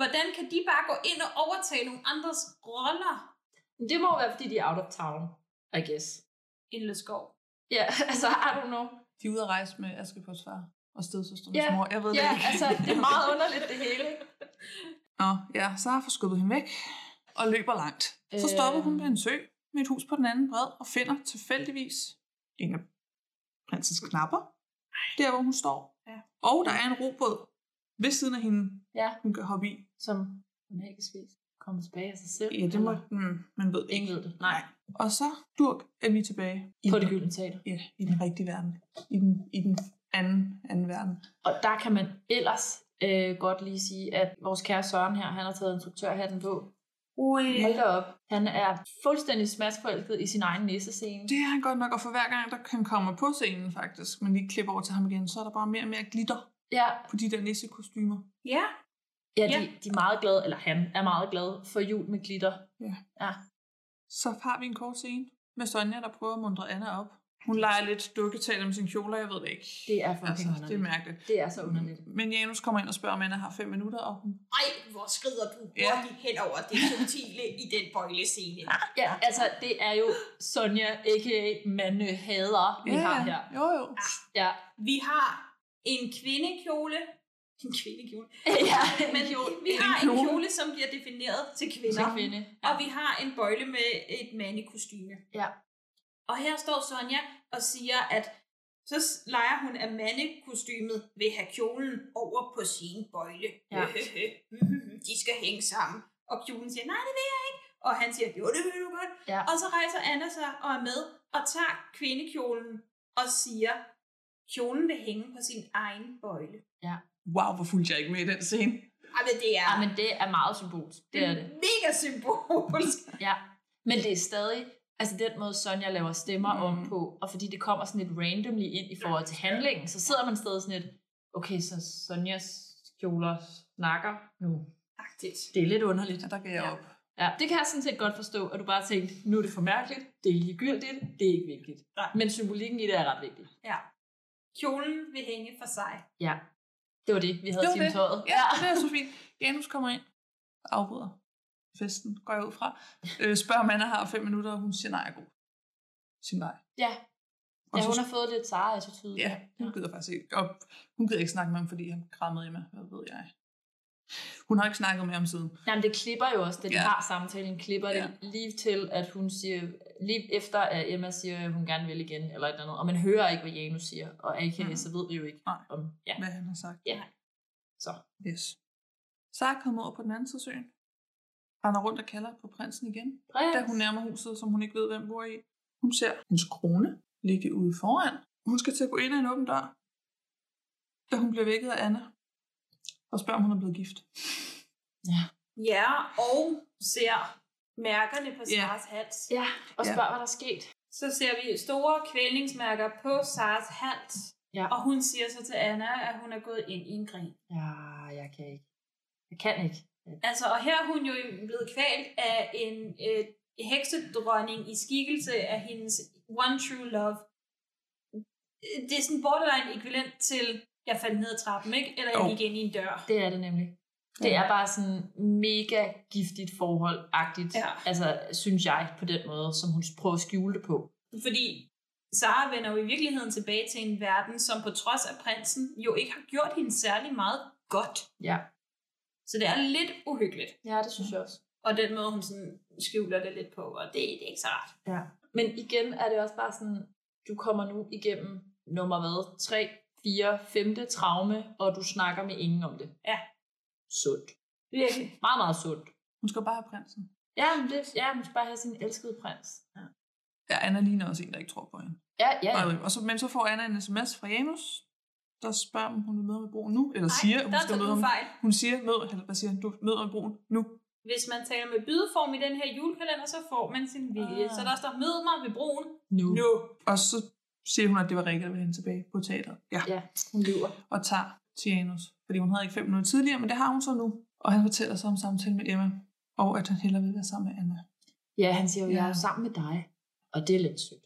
hvordan kan de bare gå ind og overtage nogle andres roller?
Men Det må være, fordi de er out of town, I guess.
Indløskov.
Ja, [LAUGHS] altså, I don't know.
De er ude at rejse med Askepotts far og stedsøsterens
Ja,
mor. Jeg ved
ja
det ikke.
altså, det er meget underligt det hele. ikke?
[LAUGHS] Nå, ja, så har jeg forskubbet hende væk og løber langt. Så
Øh.
stopper hun ved en sø med et hus på den anden bred og finder tilfældigvis en af prinsens knapper, der hvor hun står.
Ja.
Og der er en robåd ved siden af hende,
Ja,
hun kan hoppe i.
som magisk vis kommer tilbage af sig selv.
Ja, det må mm, man ved ikke.
Ingen ved det. Nej.
Og så, Durk, er vi tilbage i,
På det
den-
gyldne teater.
ja, i den rigtige verden. I den, i den anden, anden verden.
Og der kan man ellers øh, godt lige sige, at vores kære Søren her, han har taget instruktørhatten på.
Ui.
Hold da op. Han er fuldstændig smadsforelsket i sin egen næsescene.
Det er han godt nok, og for hver gang, der han kommer på scenen faktisk, men lige klipper over til ham igen, så er der bare mere og mere glitter
Ja,
på de der nissekostymer.
Ja.
ja,
Ja.
de, de er meget glade, eller han er meget glad for jul med glitter.
Ja.
ja.
Så har vi en kort scene med Sonja, der prøver at mundre Anna op. Hun leger lidt dukketale med sin kjoler, jeg ved det ikke.
Det er fucking
altså, det er
underligt.
mærkeligt.
Det er så underligt.
Men Janus kommer ind og spørger, om Anna har fem minutter, og hun...
Ej, hvor skrider du
Ja.
hurtigt hen over det subtile i den bøjlescene.
Ja, altså, det er jo Sonja, a.k.a. mandehader, vi har her.
Jo, jo.
Ja, [LAUGHS]
Vi har en kvindekjole. En kvindekjole.
ja.
Men
men jul.
vi har en
kjole.
kjole, som bliver defineret til kvinder.
Til kvinde.
Og vi har en bøjle med et mandekostyme.
Ja.
Og her står Sonja og siger, at så s- leger hun, at mandekostymet vil have kjolen over på sin bøjle.
Ja.
Mhm, De skal hænge sammen. Og kjolen siger, nej, det vil jeg ikke. Og han siger, jo, det vil du godt.
Ja.
Og så rejser Anna sig og er med og tager kvindekjolen og siger, kjolen vil hænge på sin egen bøjle.
Wow, hvor fulgte jeg ikke med i den scene.
Ej, men det er,
ja, men det er meget symbolsk. Det er det.
mega symbolsk.
Ja, men det er stadig, altså den måde Sonja laver stemmer mm. om på, og fordi det kommer sådan lidt randomly ind i forhold til handlingen, så sidder man stadig sådan lidt, okay, så Sonjas kjoler snakker nu.
Agtigt.
Det er lidt underligt.
Ja, der gav jeg
Ja.
ja. op.
Ja, det kan jeg sådan set godt forstå, at du bare tænkte, nu er det for mærkeligt, det er ligegyldigt, det er ikke vigtigt.
Nej.
Men symbolikken i det er ret vigtig.
Ja. Kjolen vil hænge for sig.
Ja, det var det, vi havde
Det var
til tøjet.
Ja, det er så fint. Janus kommer ind og afbryder festen, går jeg ud fra. Øh, spørger, om Anna har fem minutter, og hun siger, nej, jeg er god. Sin vej.
Ja.
Og
ja,
så
hun har fået lidt Sara-attitude.
Ja, hun gider faktisk ikke. Og hun gider ikke snakke med ham, fordi han krammede Emma. Hvad ved jeg. Hun har ikke snakket med ham siden.
Nej, men det klipper jo også, da de
Ja.
ja. har samtalen, klipper ja. det lige til, at hun siger, lige efter at Emma siger, at hun gerne vil igen, eller et eller andet, og man hører ikke, hvad Janus siger, og AK,
Mm.
mm. så ved vi jo ikke,
Nej.
om, ja,
Hvad han har sagt.
Ja. Så.
Yes. Så er kommet over på den anden side af søen. Render rundt og kalder på prinsen igen.
Prins.
Da hun nærmer huset, som hun ikke ved, hvem bor i. Hun ser hendes krone ligge ude foran. Hun skal til at gå ind ad en åben dør. Da hun bliver vækket af Anna. Og spørger, om hun er blevet gift.
Ja, og ser mærkerne på Saras hals.
ja, og
Ja.
spørger, hvad der er sket.
Så ser vi store kvælningsmærker på Saras hals.
Ja.
Og hun siger så til Anna, at hun er gået ind i en gren.
Ja, jeg kan ikke. Jeg kan ikke.
Altså, og her er hun jo blevet kvalt af en øh, heksedronning i skikkelse af hendes one true love. Det er sådan borderline ekvivalent til, jeg faldt ned ad trappen, ikke? Eller jeg
Jo.
gik ind i en dør.
Det er det nemlig. Det
Ja.
er bare sådan mega giftigt forhold-agtigt,
Ja.
altså, synes jeg, på den måde, som hun prøver at skjule det på.
Fordi Sara vender jo i virkeligheden tilbage til en verden, som på trods af prinsen jo ikke har gjort hende særlig meget godt.
Ja,
Så det er lidt uhyggeligt.
ja det synes jeg også.
Og den måde, hun sådan skjuler det lidt på, og det, det er ikke så rart.
Ja. Men igen er det også bare sådan, du kommer nu igennem nummer hvad? 3, 4, 5. traume, og du snakker med ingen om det.
Ja.
Sundt.
Virkelig.
Meget, meget sundt.
Hun skal bare have prinsen.
Ja, men det, ja, man skal bare have sin elskede prins. Ja,
Ja, Anna ligner også en, der ikke tror på hende.
ja. ja.
Ja. Og så, men så får Anna en sms fra Janus, der spørger, om hun vil møde med broen nu, eller siger, at hun
der
skal
tog
møde
du
ham.
fejl.
Hun siger, mød, eller hvad siger han? du, møder med broen nu.
Hvis man taler med bydeform i den her julekalender, så får man sin vilje.
Ah.
Så der står, mød mig ved broen.
Nu.
Nu.
Og så siger hun, at det var Rikke, der ville hende tilbage på teateret. Ja.
Ja, hun lyver.
Og tager til Janus, fordi hun havde ikke fem minutter tidligere, men det har hun så nu. Og han fortæller så om samtalen med Emma, og at han hellere vil være sammen med Anna.
Ja, han siger jo, jeg er
Ja.
jo sammen med dig. Og det er lidt sødt.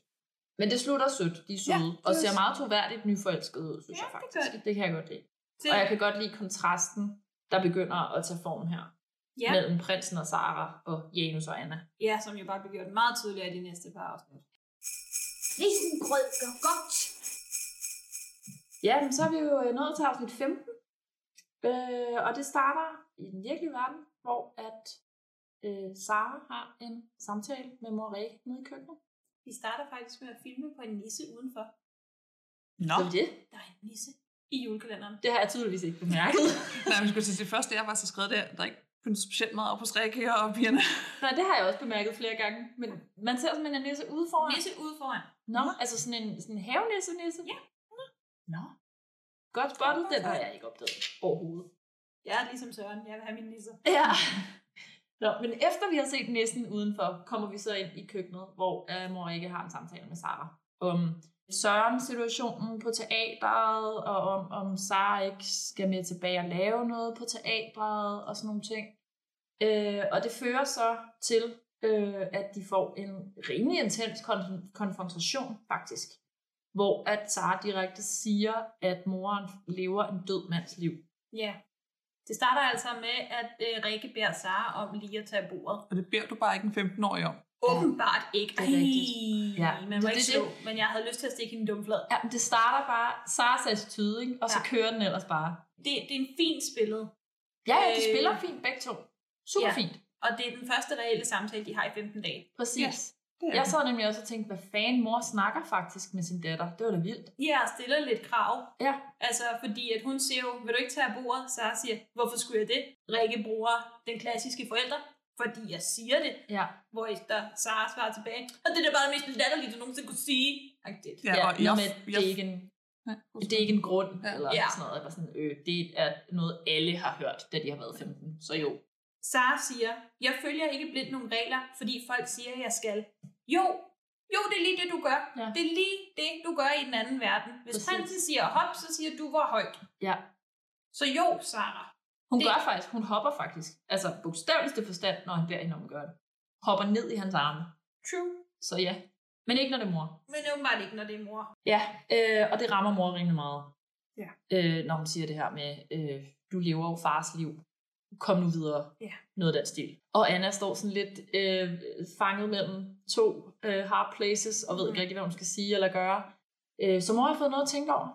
Men det slutter sødt. De er søde. Ja,
det
og
er
ser
sødt.
meget troværdigt nyforelskede ud, synes
Ja,
jeg
det
faktisk.
gør
Det, det kan jeg godt lide.
Det-
Og jeg kan godt lide kontrasten, der begynder at tage form her.
Ja.
Mellem prinsen og Sara og Janus og Anna.
Ja, som jo bare bliver gjort meget tydeligere i de næste par afsnit.
Risengrød gør godt.
Ja, men så er vi jo øh, nået til afsnit 15. Øh, og det starter i den virkelige verden, hvor at øh, Sara har en samtale med mor Rikke nede i køkkenet.
Vi starter faktisk med at filme på en nisse udenfor.
Nå.
Så det,
Der er en nisse i julekalenderen.
det har jeg tydeligvis ikke [LAUGHS] bemærket.
Nej, men skulle til det første, jeg var så skrevet der, der er ikke pyntet specielt meget op hos Rikke og pigerne.
Nej, det har jeg også bemærket flere gange. Men man ser simpelthen en nisse ude foran.
Nisse ude foran.
Nå, altså sådan en, sådan en havenisse-nisse?
Ja.
Nå. Godt spottet,
Godt
den har
spottet.
jeg ikke opdaget overhovedet.
Jeg er ligesom Søren. Jeg vil have min nisse.
Ja. Nå, men efter vi har set næsten udenfor, kommer vi så ind i køkkenet, hvor uh, mor ikke har en samtale med Sara. Om Søren-situationen på teatret, og om, om Sara ikke skal med tilbage og lave noget på teatret, og sådan nogle ting. Øh, og det fører så til, øh, at de får en rimelig intens kon- konfrontation, faktisk. Hvor at Sara direkte siger, at moren lever en død mands liv.
Ja. Det starter altså med, at øh, Rikke beder Sara om lige at tage bordet.
Og det beder du bare ikke en 15-årig om.
Åbenbart ikke.
det
Ej,
er rigtigt. Ja,
man
det
må
er
ikke
det,
slå,
det-
men jeg havde lyst til at stikke hende i dumflad.
Ja, men det starter bare Saras attitude, ikke? og så
Ja.
kører den ellers bare.
Det, det er en fin spillet,
Ja, ja, de
Øh.
spiller fint begge to. Super
Ja.
fint.
og det er den første reelle samtale, de har i 15 dage.
Præcis.
Det er
Jeg
det.
sad nemlig også og tænkte, hvad fanden mor snakker faktisk med sin datter. Det var da vildt.
Ja, og stiller lidt krav.
Ja,
Altså, fordi at hun siger jo, vil du ikke tage af bordet? Sara siger, hvorfor skulle jeg det? Rikke bruger den klassiske forælder, fordi jeg siger det.
ja.
Hvorefter Sara svarer tilbage, og det er da bare det mest latterlige, du nogensinde kunne sige. Agtigt.
Ja, og
noget
jeg,
med,
jeg,
det, er ikke en, det er ikke en grund, ja. eller
Ja.
sådan noget. Eller sådan, øh, det er noget, alle har hørt, da de har været 15. Så jo.
Sara siger, jeg følger ikke blindt nogle regler, fordi folk siger, at jeg skal. Jo, jo, det er lige det, du gør.
Ja.
Det er lige det, du gør i den anden verden. Hvis
Præcis.
prinsen siger hop, så siger du, hvor højt.
Ja.
Så jo, Sara.
Hun det...
Det-
gør faktisk, hun hopper faktisk. Altså bogstaveligste forstand, når han beder hende om at gøre det. Hopper ned i hans arme.
True.
Så ja. Men ikke når det er mor.
Men åbenbart ikke, når det er mor.
Ja, øh, og det rammer mor rimelig meget.
Ja.
Øh, når hun siger det her med, øh, du lever jo fars liv. Kom nu videre.
Ja.
Noget af den stil. Og Anna står sådan lidt øh, fanget mellem to øh, hard places, og ved ikke
Mhm.
rigtig, hvad hun skal sige eller gøre. Øh, så mor har fået noget at tænke over.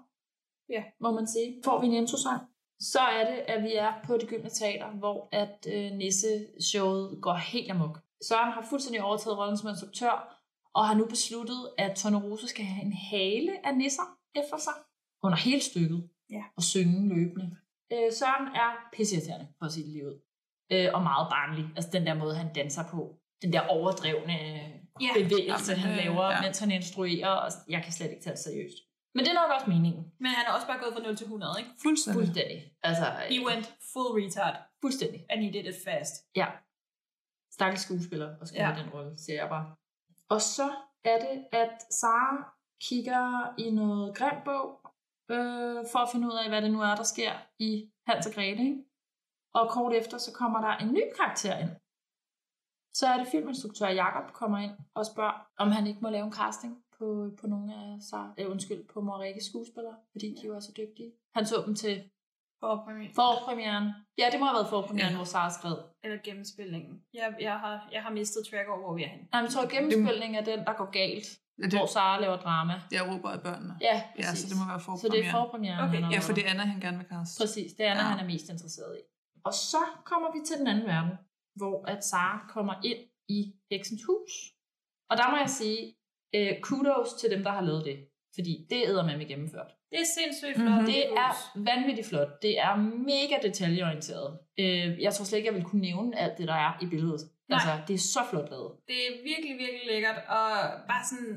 Ja.
Må man sige. Får vi en introsang? Så er det, at vi er på det gyldne teater, hvor at øh, Nisse-showet går helt amok. Søren har fuldstændig overtaget rollen som instruktør, og har nu besluttet, at Tone Rose skal have en hale af nisser efter sig under hele stykket
Ja.
og synge løbende. Øh, Søren er pisseirriterende, for at sige det lige ud. Øh, og meget barnlig. Altså den der måde, han danser på. Den der overdrevne
Ja.
ja, bevægelse,
Jamen,
han
øh,
laver,
ja.
ja. mens han instruerer. Og jeg kan slet ikke tage det seriøst. Men det er nok også meningen.
Men han er også bare gået fra 0 til 100, ikke?
fuldstændig.
Fuldstændig. Altså,
He went full retard,
fuldstændig.
and he did it fast.
Ja. Stakkels skuespiller og spille
Ja.
ja. den rolle, siger jeg bare. Og så er det, at Sara kigger i noget grimt bog, øh, for at finde ud af, hvad det nu er, der sker i Hans og Grete. Ikke? Og kort efter, så kommer der en ny karakter ind. Så er det filminstruktør Jakob kommer ind og spørger, om han ikke må lave en casting på, på nogle af Sara, øh, undskyld, på Morikkes skuespillere, fordi de jo er så dygtige. Han så dem til
For,
forpremieren. Ja, det må have været forpremieren,
Ja.
hvor Sara skrev.
eller gennemspilningen. Jeg, jeg, har, jeg har mistet track over, hvor vi er henne.
Nej, men jeg tror, at gennemspilningen er den, der går galt,
Ja, det,
hvor Sara laver drama.
jeg råber af børnene.
Ja,
Ja,
præcis.
så det må være
så det er
forpremieren.
forpremieren,
Okay,
han har
Ja,
lavet.
for det er Anna, han gerne vil kaste.
Præcis, det er, når
Ja.
han er mest interesseret i. Og så kommer vi til den anden verden, hvor at Sara kommer ind i heksens hus. Og der må jeg sige, øh, kudos til dem, der har lavet det. Fordi det æder man med gennemført.
Det er sindssygt
Mhm.
flot.
Det er vanvittigt flot. Det er mega detaljeorienteret. Øh, jeg tror slet ikke, jeg vil kunne nævne alt det, der er i billedet.
Nej.
Altså, det er så flot lavet.
Det er virkelig, virkelig lækkert, og bare sådan,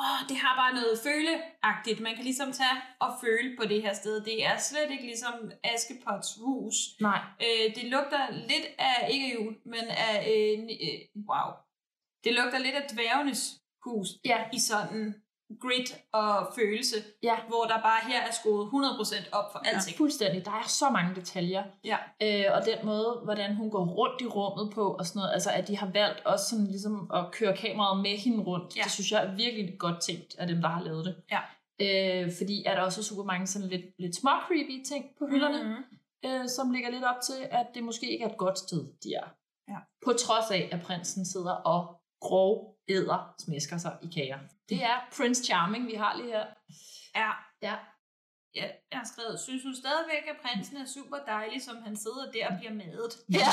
åh, det har bare noget føleagtigt. Man kan ligesom tage og føle på det her sted. Det er slet ikke ligesom Askepots hus.
Nej,
Øh, det lugter lidt af, ikke af jul, men af, øh, n- øh, wow. Det lugter lidt af dværgenes hus
ja,
i sådan grit og følelse,
ja.
hvor der bare her er skruet 100% op for alting.
Ja, fuldstændig. Der er så mange detaljer.
Ja.
Øh, og den måde, hvordan hun går rundt i rummet på og sådan noget, altså at de har valgt også sådan ligesom at køre kameraet med hende rundt, ja. det synes jeg er virkelig godt tænkt af dem, der har lavet det.
Ja.
Øh, fordi er der også super mange sådan lidt, lidt små creepy ting på hylderne,
Mhm.
øh, som ligger lidt op til, at det måske ikke er et godt sted, de er.
Ja.
På trods af, at prinsen sidder og grov æder smæsker sig i kager. Det er Prince Charming, vi har lige her.
Ja.
Ja.
Ja, jeg har skrevet, synes hun stadigvæk, at prinsen er super dejlig, som han sidder der og bliver madet.
Ja,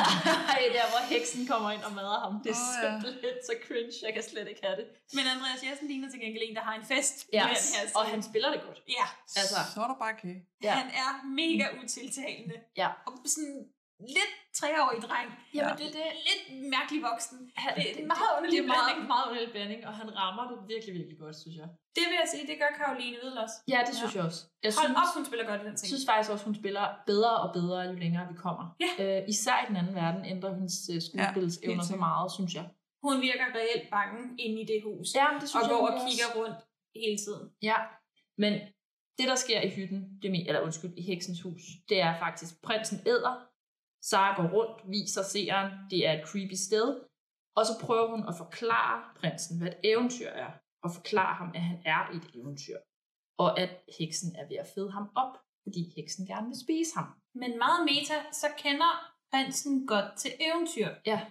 ej, der hvor heksen kommer ind og mader ham. Det er
Åh,
oh,
ja.
simpelthen så cringe, jeg kan slet ikke have det.
Men Andreas Jessen ligner til gengæld en, der har en fest.
Ja,
i den her
og
scene.
han spiller det godt.
Ja,
Altså,
Så er der bare kage.
ja.
han er mega utiltalende.
ja.
Og sådan lidt treårig dreng.
Jamen,
det, det er lidt mærkelig voksen.
Han,
Det er en meget underlig
det er meget,
blanding.
meget underlig blanding, og han rammer det virkelig, virkelig godt, synes jeg.
Det vil jeg sige, det gør Karoline Vedel også.
Ja, det synes ja. jeg også. Jeg
Hold
synes,
op, hun spiller godt i den
Jeg
ting.
synes faktisk også, hun spiller bedre og bedre, jo længere vi kommer.
Ja.
Øh, især i den anden verden ændrer hendes øh, skuespilsevner
helt
så
sikkert.
meget, synes jeg.
Hun virker reelt bange inde i det hus.
Ja,
og
det synes jeg
går og
nemlig også.
kigger rundt hele tiden.
Ja, men det, der sker i hytten, det me- eller undskyld, i heksens hus, det er faktisk, prinsen æder, Sara går rundt, viser seeren, det er et creepy sted, og så prøver hun at forklare prinsen, hvad et eventyr er, og forklare ham, at han er et eventyr, og at heksen er ved at fede ham op, fordi heksen gerne vil spise ham.
Men meget meta, så kender prinsen godt til eventyr.
Ja,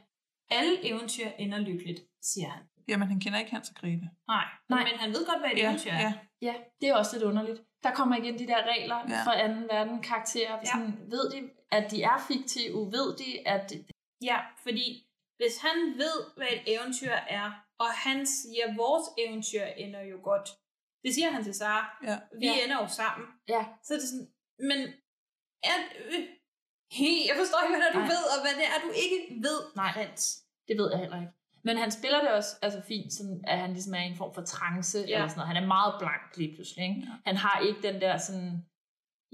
Alle eventyr ender lykkeligt, siger han.
Jamen, han kender ikke Hans og Grete.
Nej,
Nej.
men han ved godt, hvad et eventyr er.
ja.
ja det er også lidt underligt. Der kommer igen de der regler
Ja.
ja. fra anden verden karakterer.
Ja.
Ja. Sådan, ved de, at de er fiktive? Ved de, at
Ja, fordi hvis han ved, hvad et eventyr er, og han siger, at vores eventyr ender jo godt. Det siger han til Sara.
Ja.
Vi
Ja.
ja. ender jo sammen.
Ja.
Så er det sådan, men er, øh, hey, jeg forstår ikke, hvad det er, du
Nej.
ved, og hvad det er, du ikke ved,
Nej.
Hans.
Det ved jeg heller ikke. Men han spiller det også altså fint, sådan, at han ligesom er i en form for trance. Ja. Eller sådan noget. Han er meget blank lige pludselig. Ikke? Ja. Han har ikke den der sådan...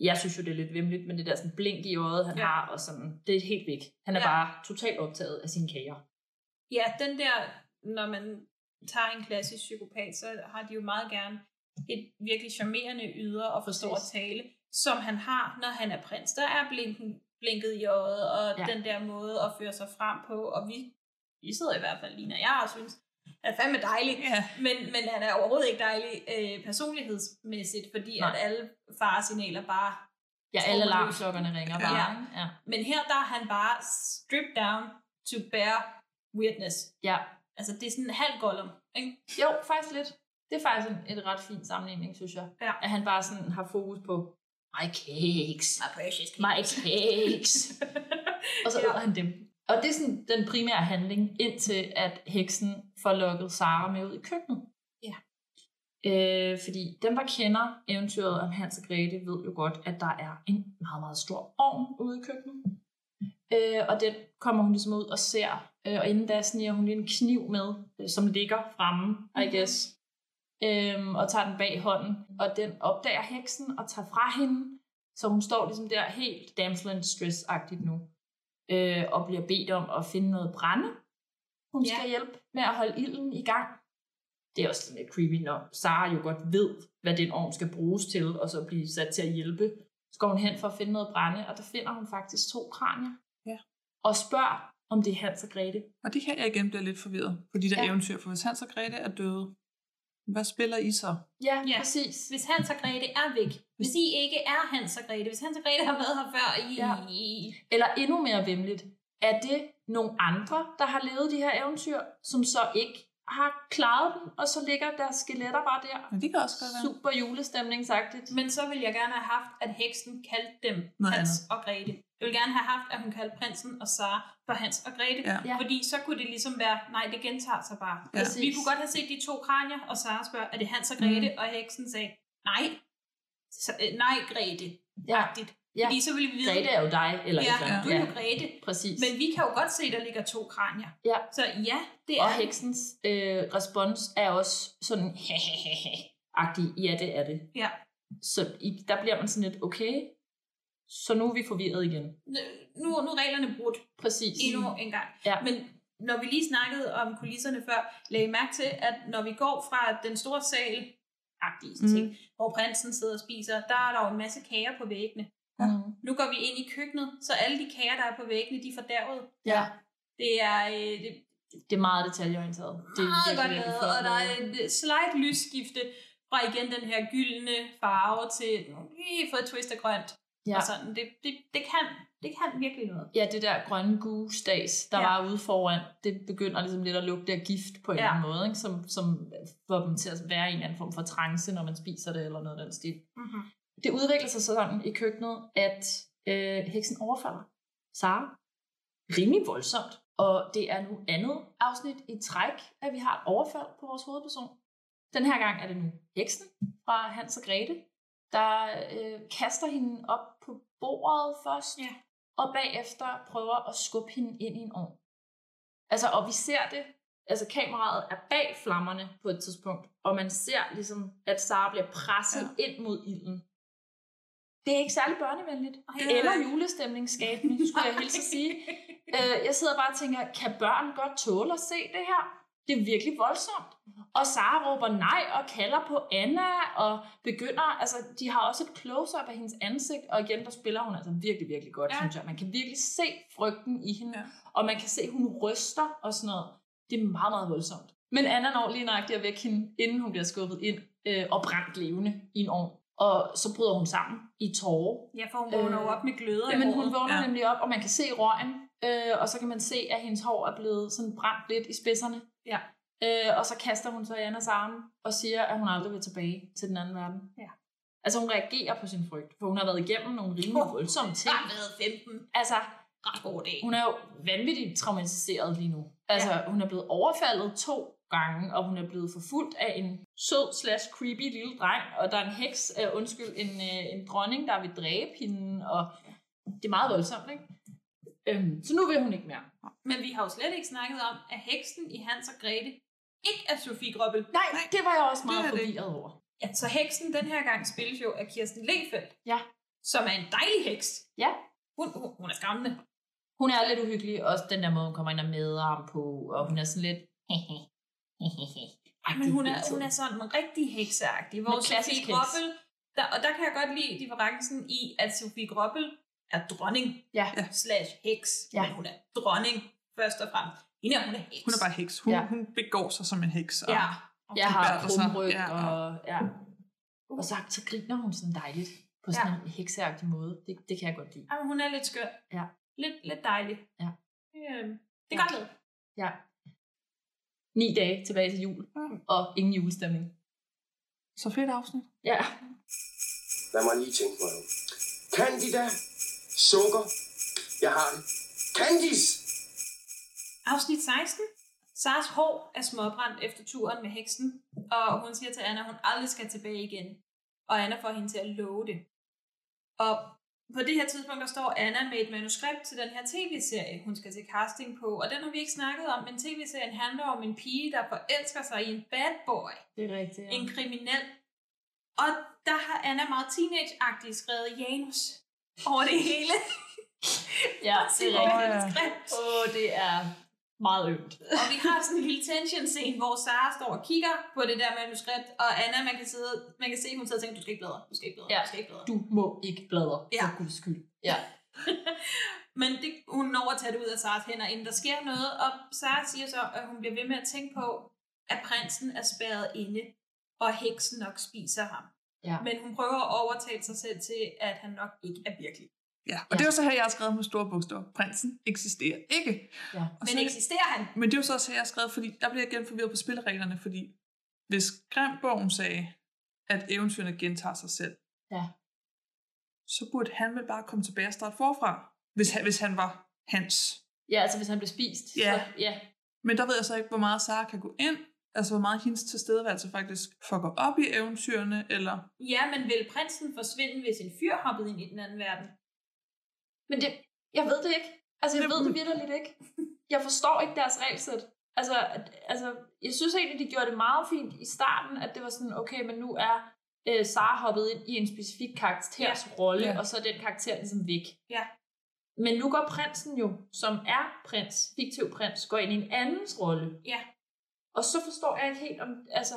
Jeg synes jo, det er lidt vimligt, men det der sådan blink i øjet, han
Ja.
ja. har, og sådan, det er helt væk. Han er
Ja.
ja. bare totalt optaget af sine kager.
Ja, den der, når man tager en klassisk psykopat, så har de jo meget gerne et virkelig charmerende ydre og forstår at
Præcis.
tale, som han har, når han er prins. Der er blinken, blinket i øjet, og ja.
Ja.
den der måde at føre sig frem på, og vi, vi sidder i hvert fald, Lina og jeg, og synes, han er fandme dejlig,
Ja.
men, men han er overhovedet ikke dejlig øh, personlighedsmæssigt, fordi Nej.
Nej.
at alle faresignaler bare...
Ja,
Tror
alle
man løs.
alarmklokkerne ringer bare.
Ja.
Ja. Ja.
Men her, der er han bare stripped down to bare weirdness.
ja.
Altså, det er sådan en halv gollum, ikke?
Jo, faktisk lidt. Det er faktisk en, et ret fin sammenligning, synes jeg.
Ja.
At han bare sådan har fokus på my cakes,
My precious
my cakes. Og så
Ja.
æder han dem. Og det er sådan den primære handling, indtil at heksen får lukket Sara med ud i køkkenet.
Ja.
Øh, fordi dem, der kender eventyret om Hans og Grete, ved jo godt, at der er en meget, meget stor ovn ude i køkkenet. Øh, og den kommer hun ligesom ud og ser. Øh, og inden da sniger hun lige en kniv med, øh, som ligger fremme,
Mhm.
I guess. Øhm, og tager den bag hånden. Og den opdager heksen og tager fra hende. Så hun står ligesom der helt damsel in distress-agtigt nu øh, og bliver bedt om at finde noget brænde. Hun
Ja.
ja. skal hjælpe med at holde ilden i gang. Det er også sådan lidt creepy, når Sara jo godt ved, hvad den ovn skal bruges til, og så blive sat til at hjælpe. Så går hun hen for at finde noget brænde, og der finder hun faktisk to kranier.
Ja.
Og spørger, om det er Hans og Grete.
Og det her, jeg igen bliver lidt forvirret på de der
Ja.
ja. eventyr, for hvis Hans og Grete er døde, hvad spiller I så?
Ja,
Ja.
ja. præcis.
Hvis Hans og Grete er væk, hvis I ikke er Hans og Grete, hvis Hans og Grete har været her før, I...
Ja. Eller endnu mere vemmeligt, er det nogle andre, der har levet de her eventyr, som så ikke har klaret dem, og så ligger deres skeletter bare der.
Men det kan også godt være.
Super julestemningsagtigt.
Men så vil jeg gerne have haft, at heksen kaldte dem
Noget
Hans og Grete. Jeg vil gerne have haft, at hun kaldte prinsen og Sara for Hans og Grete.
Ja.
Ja.
Fordi så kunne det ligesom være, nej, det gentager sig bare.
Ja.
Vi kunne godt have set de to kranier, og Sara spørger, er det Hans og Grete? Mm. Og heksen sagde, nej, så, øh, nej Grete.
Ja.
Agtigt.
Ja.
Fordi så ville vi vide,
Grete er jo dig, eller
ja,
et eller andet.
du er jo Grete.
præcis.
Men vi kan jo godt se, der ligger to kranier.
Ja.
Så ja, det
Og
er
heksens øh, respons er også sådan [LAUGHS] agtig, ja det er det.
Ja.
Så i, der bliver man sådan lidt, okay, så nu er vi forvirret igen.
Nu, nu er reglerne brudt
Præcis.
endnu en gang.
Ja.
Men når vi lige snakkede om kulisserne før, lagde I mærke til, at når vi går fra den store sal agtige mm. ting, hvor prinsen sidder og spiser, der er der jo en masse kager på væggene. Mm.
Ja.
Nu går vi ind i køkkenet, så alle de kager, der er på væggene, de er fordærvet.
Ja.
Det er, øh, det,
Det er meget detaljeorienteret.
det er meget godt
virkelig
lavet,
flot
og der er et øh, slight lysskifte fra igen den her gyldne farve til lige fået et twist af grønt.
Ja.
Ja. Og sådan. Det, det, det, kan, det kan virkelig noget.
Ja, det der grønne gusdags, der ja.
Ja.
var ude foran, det begynder ligesom lidt at lugte af gift på en
Ja.
ja. eller anden måde, ikke? Som, som får dem til at være i en eller anden form for trance, når man spiser det, eller noget af den stil.
Mm-hmm.
Det udvikler sig sådan i køkkenet, at øh, heksen overfalder Sara rimelig voldsomt. Og det er nu andet afsnit i træk, at vi har et overfald på vores hovedperson. Den her gang er det nu heksen fra Hans og Grete, der øh, kaster hende op på bordet først,
Ja.
og bagefter prøver at skubbe hende ind i en ovn. Altså, og vi ser det, altså kameraet er bag flammerne på et tidspunkt, og man ser ligesom, at Sara bliver presset ja. ind mod ilden. Det er ikke særlig børnevenligt,
Ej.
eller julestemningsskabende, skulle jeg helst sige. [LAUGHS] Øh, jeg sidder bare og tænker, kan børn godt tåle at se det her? Det er virkelig voldsomt. Og Sara råber nej og kalder på Anna og begynder, altså de har også et close-up af hendes ansigt, og igen, der spiller hun altså virkelig, virkelig godt,
Ja.
ja. synes jeg. Man kan virkelig se frygten i hende,
Ja.
ja. og man kan se, at hun ryster og sådan noget. Det er meget, meget voldsomt. Men Anna når lige nøjagtigt at vække hende, inden hun bliver skubbet ind øh, og brændt levende i en ovn. Og så bryder hun sammen i tårer
[LAUGHS] Ja, for hun vågner øh,
Øh,
op med gløder i
Jamen hun
håret.
vågner
Ja.
ja. nemlig op, og man kan se røgen, øh, og så kan man se, at hendes hår er blevet sådan brændt lidt i spidserne.
Ja.
Øh, og så kaster hun så i Annas arme og siger, at hun aldrig vil tilbage til den anden verden.
Ja.
Altså hun reagerer på sin frygt, for hun har været igennem nogle rimelig
Åh,
voldsomme ting.
Har været 15.
Altså,
Ret god dag.
hun er jo vanvittigt traumatiseret lige nu. Altså, ja. hun er blevet overfaldet to gange, og hun er blevet forfulgt af en sød slash creepy lille dreng, og der er en heks, øh, undskyld, en, øh, en dronning, der vil dræbe hende, og det er meget voldsomt, ikke? Øhm, så nu vil hun ikke mere.
Men vi har jo slet ikke snakket om, at heksen i Hans og Grete ikke er Sofie Grobbel.
Nej, Nej, det var jeg også
det
meget
er det.
forvirret over.
Ja, så heksen den her gang spilles jo af Kirsten Lefeldt.
Ja.
Som er en dejlig heks.
Ja,
Hun, hun, hun er skræmmende.
hun er lidt uhyggelig, også den der måde, hun kommer ind og mæder ham på, og hun er sådan lidt... [LAUGHS]
Ej, men hun er, hun er sådan en rigtig hekseagtig. Hvor
Men klassisk
Sofie
heks.
Grobbel, der, og der kan jeg godt lide differencen i, at Sofie Grobbel er dronning
Ja.
slash heks.
Ja.
Men hun er dronning først og fremmest. Hende er hun er heks.
Hun er bare heks. Hun, ja.
Ja.
hun begår sig som en heks. Og,
Ja.
Jeg har
bærer sig.
krumryg,
Ja, og-
og, ja. og så, så griner hun sådan dejligt på sådan
Ja.
en hekseagtig måde. Det, det kan jeg godt lide.
Jamen, hun er lidt skør.
Ja.
Lidt, lidt dejlig.
Ja.
Øhm, det er
Ja.
godt lavet.
Ja. Ni dage tilbage til jul, og ingen julestemning.
Så fedt afsnit.
Ja,
Lad mig lige tænke mig om. Candida. Sukker. Jeg har det. Candice.
Afsnit 16. Sars hår er småbrændt efter turen med heksen, og hun siger til Anna, at hun aldrig skal tilbage igen. Og Anna får hende til at love det. Og på det her tidspunkt, der står Anna med et manuskript til den her tv-serie, hun skal til casting på. Og den har vi ikke snakket om, men tv-serien handler om en pige, der forelsker sig i en bad boy.
det er rigtigt.
en kriminel. Og der har Anna meget teenage-agtigt skrevet Janus over det hele.
Ja,
[LAUGHS]
det er rigtigt.
ja.
rigtigt.
Åh, det er meget ømt.
Og vi har sådan en lille tension-scene, hvor Sara står og kigger på det der manuskript, og Anna, man kan, sidde, man kan se, hun sidder og tænker, du skal ikke bladre, du skal ikke bladre,
Ja.
du skal ikke bladre. [LAUGHS]
Du må ikke bladre,
Ja.
for guds skyld. Ja.
Men det, hun når at tage det ud af Saras hænder, inden der sker noget, og Sara siger så, at hun bliver ved med at tænke på, at prinsen er spærret inde, og heksen nok spiser ham.
Ja.
Men hun prøver at overtale sig selv til, at han nok ikke er virkelig.
Ja. Og ja. det er jo så her, jeg har skrevet med store bogstaver. Prinsen eksisterer ikke.
ja.
Og
Men
så-
eksisterer han?
Men det er jo så også her, jeg har skrevet, fordi der bliver jeg igen forvirret på spillereglerne, fordi hvis Grimbogen sagde, at eventyrene gentager sig selv,
Ja.
så burde han vel bare komme tilbage og starte forfra, hvis han, hvis han var hans.
ja, altså hvis han bliver spist.
Ja.
Så, ja.
Men der ved jeg så ikke, hvor meget Sara kan gå ind, altså hvor meget hendes tilstedeværelse faktisk fucker op i eventyrene, eller...
Ja, men vil prinsen forsvinde, hvis en fyr hoppede ind i den anden verden?
Men det, jeg ved det ikke. Altså, jeg ved det virkelig ikke. Jeg forstår ikke deres regelsæt. Altså, at- altså, jeg synes egentlig, de gjorde det meget fint i starten, at det var sådan, okay, men nu er øh, Sara hoppet ind i en specifik karakters ja. rolle,
Ja.
ja. og så er den karakter ligesom væk.
Ja.
Men nu går prinsen jo, som er prins, fiktiv prins, går ind i en andens rolle.
Ja.
Og så forstår jeg ikke helt, om, altså,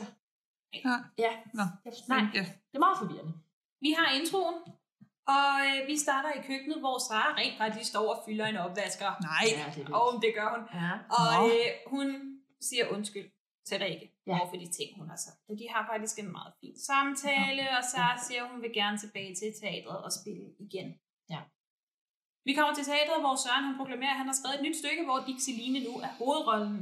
Ja.
ja.
Nå.
Nej,
Ja.
det er meget forvirrende.
Vi har introen, og øh, vi starter i køkkenet, hvor Sara rent faktisk står og fylder en opvasker.
Nej.
ja, det, og det gør hun.
Ja.
Og
Nå.
øh, hun siger undskyld til Rikke
Ja.
ja. over for de ting, hun har sagt. Og de har faktisk en meget fin samtale, og Sara siger, at hun vil gerne tilbage til teatret og spille igen.
Ja.
Vi kommer til teatret, hvor Søren han proklamerer, at han har skrevet et nyt stykke, hvor Dixeline nu er hovedrollen.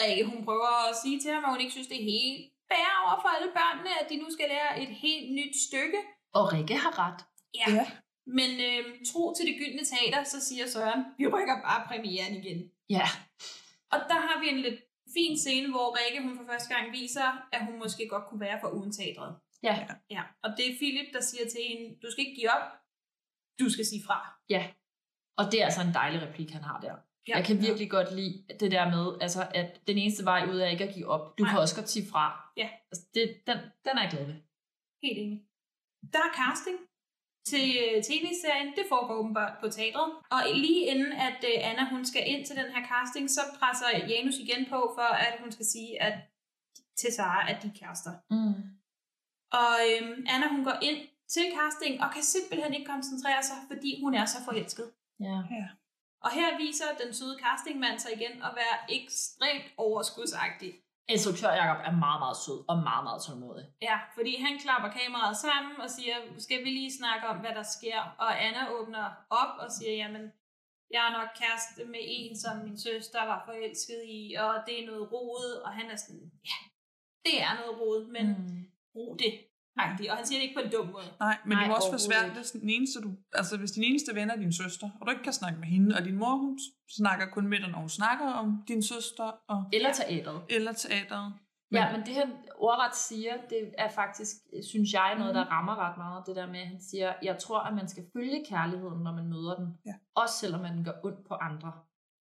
Rikke, hun prøver at sige til ham, at hun ikke synes, det er helt fair over for alle børnene, at de nu skal lære et helt nyt stykke.
Og Rikke har ret.
Ja. ja. Men øh, tro til det gyldne teater, så siger Søren, vi rykker bare premieren igen.
Ja.
Og der har vi en lidt fin scene, hvor Rikke hun for første gang viser, at hun måske godt kunne være for uden teatret.
Ja.
Ja. Og det er Philip, der siger til hende, du skal ikke give op, du skal sige fra.
Ja. Og det er altså en dejlig replik, han har der. Ja,
Ja.
jeg kan virkelig ja. godt lide det der med, altså, at den eneste vej ud er ikke at give op. Du Nej.
Nej.
kan også godt sige fra.
Ja.
Altså, det, den, den er jeg glad ved.
Helt enig. Der er casting til øh, tv-serien. Det foregår åbenbart på teatret. Og lige inden, at øh, Anna hun skal ind til den her casting, så presser Janus igen på, for at hun skal sige at, til Sara, at de er kærester.
Mm.
Og øhm, Anna hun går ind til casting og kan simpelthen ikke koncentrere sig, fordi hun er så forelsket.
Ja.
Ja.
Og her viser den søde castingmand sig igen at være ekstremt overskudsagtig.
Instruktør Jacob er meget, meget sød og meget, meget tålmodig.
Ja, fordi han klapper kameraet sammen og siger, skal vi lige snakke om, hvad der sker? Og Anna åbner op og siger, jamen, jeg er nok kæreste med en, som min søster var forelsket i, og det er noget rodet, og han er sådan, ja, det er noget rodet, men
Mm.
brug det. agtigt." Og han siger det ikke på en dum måde.
Nej, men Nej,
Nej,
det må også være
overhovedet
svært, hvis den eneste, du, altså, hvis din eneste ven er din søster, og du ikke kan snakke med hende, og din mor, hun snakker kun med dig, når hun snakker om din søster, og,
Eller teatret.
eller teateret.
Ja, men det han ordret siger, det er faktisk, synes jeg, noget,
Mhm.
der rammer ret meget. Det der med, at han siger, jeg tror, at man skal følge kærligheden, når man møder den.
Ja.
Også selvom man gør ondt på andre.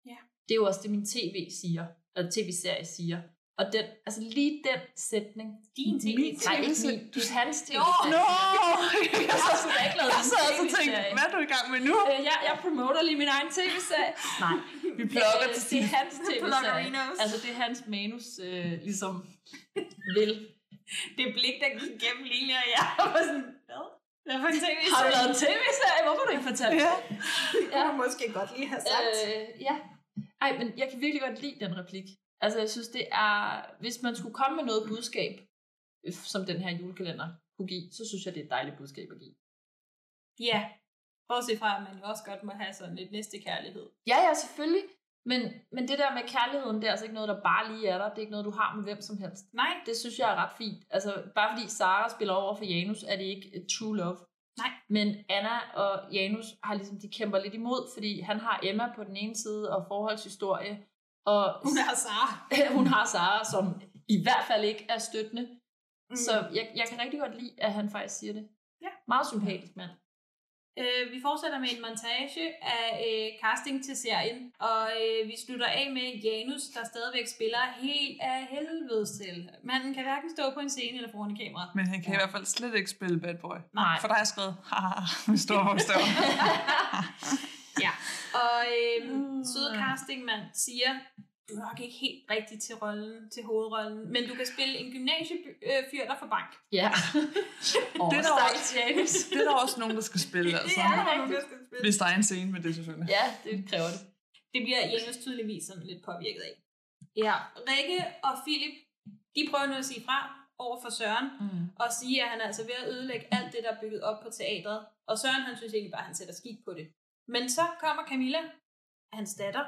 Ja.
Det er jo også det, min tv siger, eller tv-serie siger. Og den, altså lige den sætning.
Din tv-serie?
Nej, ikke min.
tv-serie.
Det er hans tv
Nå!
Jeg har sgu da ikke lavet
[LAUGHS] Jeg
en
sad også og tænkte,
tv-serie.
hvad er du i gang med nu?
Øh, jeg, jeg promoter lige min egen tv-serie. Nej.
Vi plukker
Øh,
til
Det
sidst.
er
[LAUGHS]
hans tv-serie.
Pluggerinos.
Altså, det er hans manus, øh, ligesom vil.
Det blik, der gik gennem Lille og jeg, var sådan, hvad? Hvad for en tv
Har du lavet en tv-serie? Hvorfor har du ikke fortalt
Ja.
Jeg kunne måske godt lige have sagt. Øh,
Øh, ja. Ej, men jeg kan virkelig godt lide den replik. Altså, jeg synes, det er... Hvis man skulle komme med noget budskab, øh, som den her julekalender kunne give, så synes jeg, det er et dejligt budskab at give.
ja, bortset fra, at man jo også godt må have sådan lidt næste kærlighed.
Ja, ja, selvfølgelig. Men, men det der med kærligheden, det er altså ikke noget, der bare lige er der. Det er ikke noget, du har med hvem som helst.
Nej,
Det synes jeg er ret fint. Altså, bare fordi Sara spiller over for Janus, er det ikke øh, true love.
Nej.
Men Anna og Janus har ligesom, de kæmper lidt imod, fordi han har Emma på den ene side og forholdshistorie. Og
hun er Sara.
[LAUGHS] hun har Sara, som i hvert fald ikke er støttende. Mm.
Mm.
Så jeg, jeg kan rigtig godt lide, at han faktisk siger det.
Ja.
Meget sympatisk mand.
Øh, vi fortsætter med en montage af øh, casting til serien, og øh, vi slutter af med Janus, der stadigvæk spiller helt af helvede til. Manden kan hverken stå på en scene eller foran et kamera.
Men han kan i hvert fald slet ikke spille bad boy.
Nej.
For der har jeg skrevet, haha, med store bogstaver.
[LAUGHS] Ja, og øhm, søde castingmand siger, du er nok ikke helt rigtig til rollen, til hovedrollen, men du kan spille en gymnasiefyr, øh, der får bank.
[LAUGHS] Ja. og
Det
det
er
er
der
stakkels Janus.
[LAUGHS] det er der også nogen, der skal spille, altså.
der skal spille.
Hvis der er en scene med det, selvfølgelig.
Ja, det kræver det.
Det bliver Janus tydeligvis sådan lidt påvirket af. Ja, Rikke og Philip, de prøver nu at sige fra over for Søren,
Mm.
og sige, at han er altså ved at ødelægge alt det, der er bygget op på teatret. Og Søren, han synes egentlig bare, at han sætter skik på det. Men så kommer Camilla, hans datter,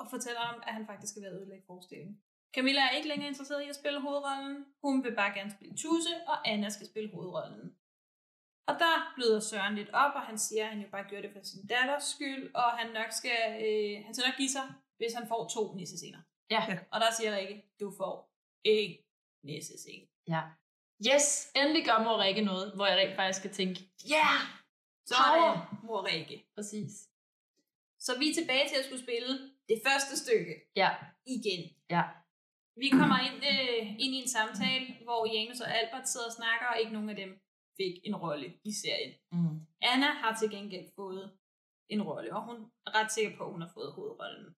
og fortæller ham, at han faktisk er ved at ødelægge forestillingen. Camilla er ikke længere interesseret i at spille hovedrollen. Hun vil bare gerne spille Tusse, og Anna skal spille hovedrollen. Og der bløder Søren lidt op, og han siger, at han jo bare gjorde det for sin datters skyld, og han nok skal, øh, han skal nok give sig, hvis han får to nissescener.
Ja.
Og der siger Rikke, du får en nissescene.
ja. Yes, endelig gør mor Rikke noget, hvor jeg rent faktisk skal tænke, ja, yeah!
Sådan, mor Rikke.
præcis.
Så vi er tilbage til at skulle spille det første stykke
Ja,
igen.
ja.
Vi kommer ind, øh, ind i en samtale, hvor Janus og Albert sidder og snakker, og ikke nogen af dem fik en rolle i serien.
Mm.
Anna har til gengæld fået en rolle, og hun er ret sikker på, at hun har fået hovedrollen.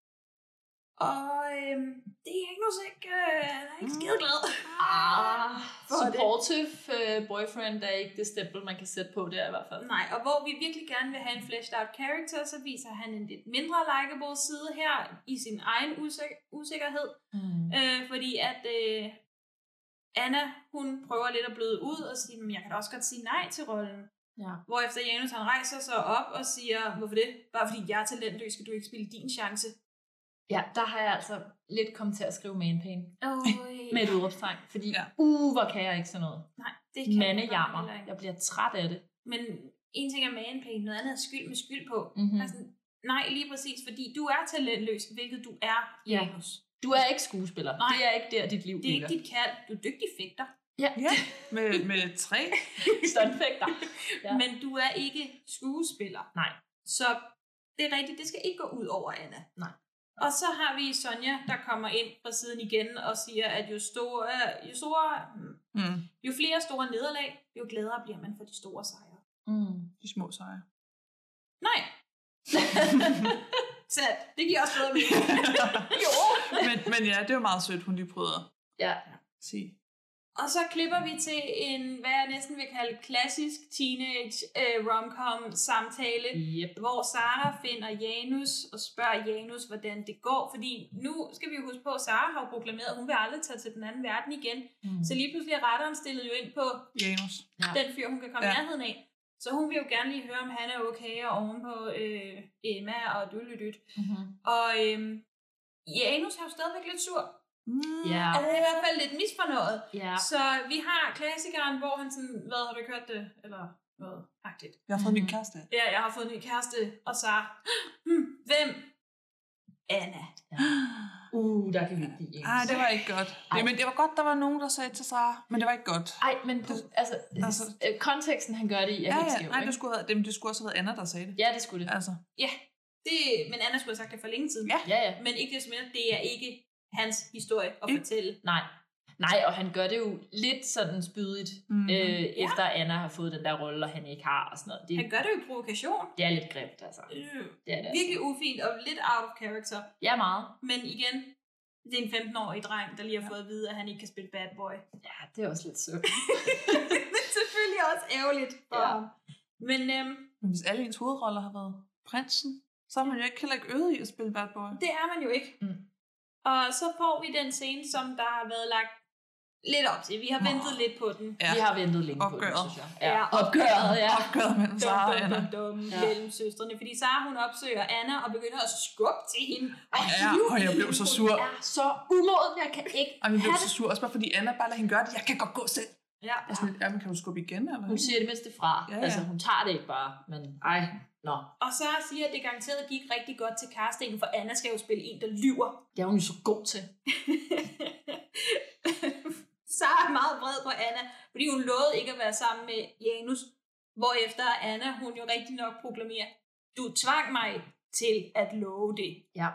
Og øhm, det er ikke nu sikkert, øh, han er ikke skide glad.
Ah,
for det.
supportive uh, boyfriend er ikke det stempel, man kan sætte på der i hvert fald.
Nej, og hvor vi virkelig gerne vil have en fleshed out character, så viser han en lidt mindre likeable side her i sin egen usik- usikkerhed.
Mm.
Øh, fordi at øh, Anna, hun prøver lidt at bløde ud og sige, "Men jeg kan da også godt sige nej til rollen.
Ja.
Hvorefter Janus han rejser sig op og siger, hvorfor det? Bare fordi jeg er talentløs, skal du ikke spille din chance.
ja, der har jeg altså lidt kommet til at skrive manpain
[LAUGHS] Oh,
med et udråbstegn, fordi ja. uh, hvor kan jeg ikke sådan noget.
Nej, det kan
Mandejammer.
jeg ikke.
Jeg bliver træt af det.
Men en ting er manplan, noget andet er skyld med skyld på.
Mhm.
Altså, nej, lige præcis, fordi du er talentløs, hvilket du er,
Ja.
Janus.
Du er ikke skuespiller. Nej. Det er ikke der, dit liv
Det er ikke dit kald. Du er dygtig fægter.
Ja.
ja. Med, med tre.
Stuntfægter.
Ja. Men du er ikke skuespiller.
Nej.
Så det er rigtigt, det skal ikke gå ud over Anna.
Nej.
Og så har vi Sonja, der kommer ind fra siden igen og siger, at jo, store, jo, store,
Mm.
jo flere store nederlag, jo gladere bliver man for de store sejre.
Mm.
De små sejre.
Nej. [LAUGHS] så det giver også bedre mening. jo.
Men, men ja, det var meget sødt, hun lige prøvede at
Ja.
sige.
Og så klipper vi til en, hvad jeg næsten vil kalde klassisk teenage øh, romcom samtale,
Yep.
hvor Sara finder Janus og spørger Janus, hvordan det går. Fordi nu skal vi jo huske på, at Sara har jo proklameret, at hun vil aldrig tage til den anden verden igen.
Mm.
Så lige pludselig er retteren stillet jo ind på
Janus.
Ja.
den fyr, hun kan komme ja.
Ja.
i nærheden af. Så hun vil jo gerne lige høre, om han er okay, og ovenpå øh, Emma og dylydyt.
Mm-hmm.
Og øhm, Janus er jo stadigvæk lidt sur.
Mm.
Ja.
Altså, han er i hvert fald lidt misfornøjet.
Ja.
Så vi har klassikeren, hvor han sådan, hvad har du ikke hørt det? Eller noget agtigt.
Jeg har fået en ny kæreste.
Ja, jeg har fået en ny kæreste, og så, hmm, hvem? Anna.
Uh, der kan vi ikke lide
Nej, Ah, det var ikke godt. Ja, men det var godt, der var nogen, der sagde til Sara, men det var ikke godt.
Ej, men du, altså, altså,
Altså-
konteksten han gør det i
Ja,
er helt
ja,
skæv,
nej,
ikke?
det skulle, have, dem, det skulle også have været Anna, der sagde det.
Ja, det skulle det.
Altså,
Ja, det, men Anna skulle have sagt det for længe siden.
Ja.
Ja, ja.
Men ikke desto mindre, det er ikke hans historie at
Ikke.
fortælle.
Nej. Nej, og han gør det jo lidt sådan spydigt,
Mhm.
mm-hmm. øh, efter Anna har fået den der rolle, og han ikke har og sådan noget. Det,
Han gør det jo i provokation.
det er lidt grimt, altså.
Øh,
Det er det.
Virkelig ufint og lidt out of character.
Ja, meget.
Men igen, det er en 15-årig dreng, der lige har fået at vide, at han ikke kan spille bad boy.
Ja, det er også lidt sødt.
[LAUGHS] det er selvfølgelig også ærgerligt for
Ja.
ham. Men øhm,
men hvis alle ens hovedroller har været prinsen, så har man jo ikke heller ikke øvet i at spille bad boy.
det er man jo ikke.
Mm.
Og så får vi den scene, som der har været lagt lidt op til. Vi har ventet lidt på den.
Ja.
Vi har ventet længe på
Opgøret.
det, synes jeg. Ja,
Ja.
opgøret, ja.
Opgøret mellem
Dum,
Sara og
dum,
Anna.
dum, dum,
Ja.
mellem søstrene. Fordi Sara, hun opsøger Anna og begynder at skubbe til hende. Og
Ja,
hive
og jeg
i
blev
hende
så
på-
sur.
Er så umoden, jeg kan ikke
Og vi blev
have
så
det.
sur, også bare fordi Anna bare lader hende gøre det. Jeg kan godt gå selv.
Ja.
Og sådan lidt, ja, men kan du skubbe igen, eller?
Hun siger det mindste fra.
Ja, ja.
Altså, hun tager det ikke bare, men ej, nå.
Og så siger, at det garanteret gik rigtig godt til castingen, for Anna skal jo spille en, der lyver.
Det er hun jo så god til.
[LAUGHS] Sara er meget vred på Anna, fordi hun lovede ikke at være sammen med Janus. Hvorefter Anna, hun jo rigtig nok proklamerer, du tvang mig til at love det.
Ja.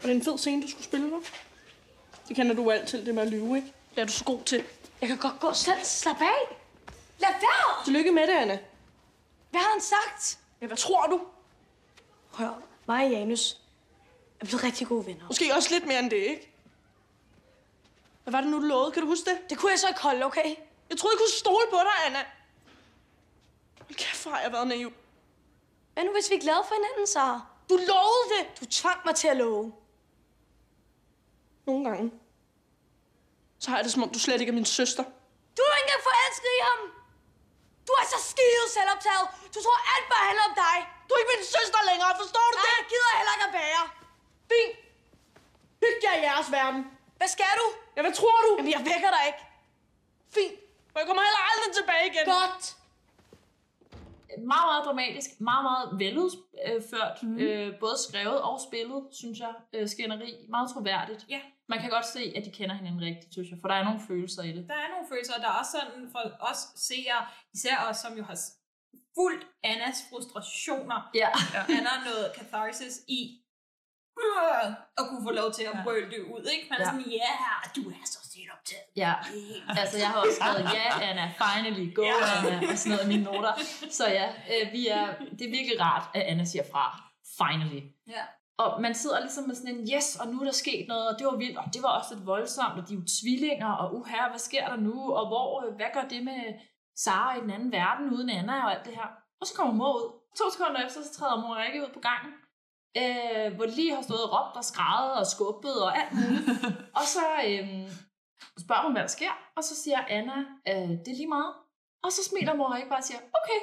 Var det en fed scene, du skulle spille, hva'? Det kender du alt til, det med at lyve, ikke? Det er du så god til.
Jeg kan godt gå selv. Slap af. Lad være.
Tillykke med det, Anna.
Hvad har han sagt?
Ja, hvad tror du?
Hør, mig og Janus er blevet rigtig gode venner.
Måske også lidt mere end det, ikke? Hvad var det nu, du lovede? Kan du huske det?
Det kunne jeg så ikke holde, okay?
Jeg troede, jeg kunne stole på dig, Anna. Hold kæft, hvor har jeg været naiv.
Hvad nu, hvis vi er glade for hinanden, Sara?
Du lovede det!
Du tvang mig til at love.
Nogle gange. Så har jeg det, som om du slet ikke er min søster.
Du er ikke engang forelsket i ham! Du er så skide selvoptaget! Du tror alt bare handler om dig!
Du er ikke min søster længere, forstår du
Nej,
det?
jeg gider heller ikke at være!
Fint. Hyg jer i jeres verden.
Hvad skal du?
Ja, hvad tror du?
Jamen, jeg vækker dig ikke.
Fint. Og jeg kommer heller aldrig tilbage igen.
Godt.
Meget, meget dramatisk. Meget, meget veludført.
Mhm.
Mm. Øh, både skrevet og spillet, synes jeg. Øh, skænderi. Meget troværdigt.
Ja.
Man kan godt se, at de kender hinanden rigtigt, synes jeg. For der er nogle følelser i det.
Der er nogle følelser, og der er også sådan for os seere, især os, som jo har s- fulgt Annas frustrationer.
Ja.
[LAUGHS] Anna noget catharsis i øh, at kunne få lov til at brøle det ud, ikke? Man er
Ja.
sådan, ja, du er så selvoptaget.
Ja. Altså, jeg har også skrevet, ja, Anna, finally, go,
Ja.
Anna, og sådan noget i mine noter. Så ja, øh, vi er, det er virkelig rart, at Anna siger fra. Finally.
Ja.
Og man sidder ligesom med sådan en, yes, og nu er der sket noget, og det var vildt, og det var også lidt voldsomt, og de er jo tvillinger, og uherre, hvad sker der nu, og hvor, øh, hvad gør det med Sara i den anden verden uden Anna og alt det her. Og så kommer mor ud. To sekunder efter, så træder mor Rikke ud på gangen, øh, hvor de lige har stået og råbt og skrædet og skubbet og alt muligt. og så øh, spørger hun, hvad der sker, og så siger Anna, øh, det er lige meget. Og så smiler mor Rikke bare og siger, okay,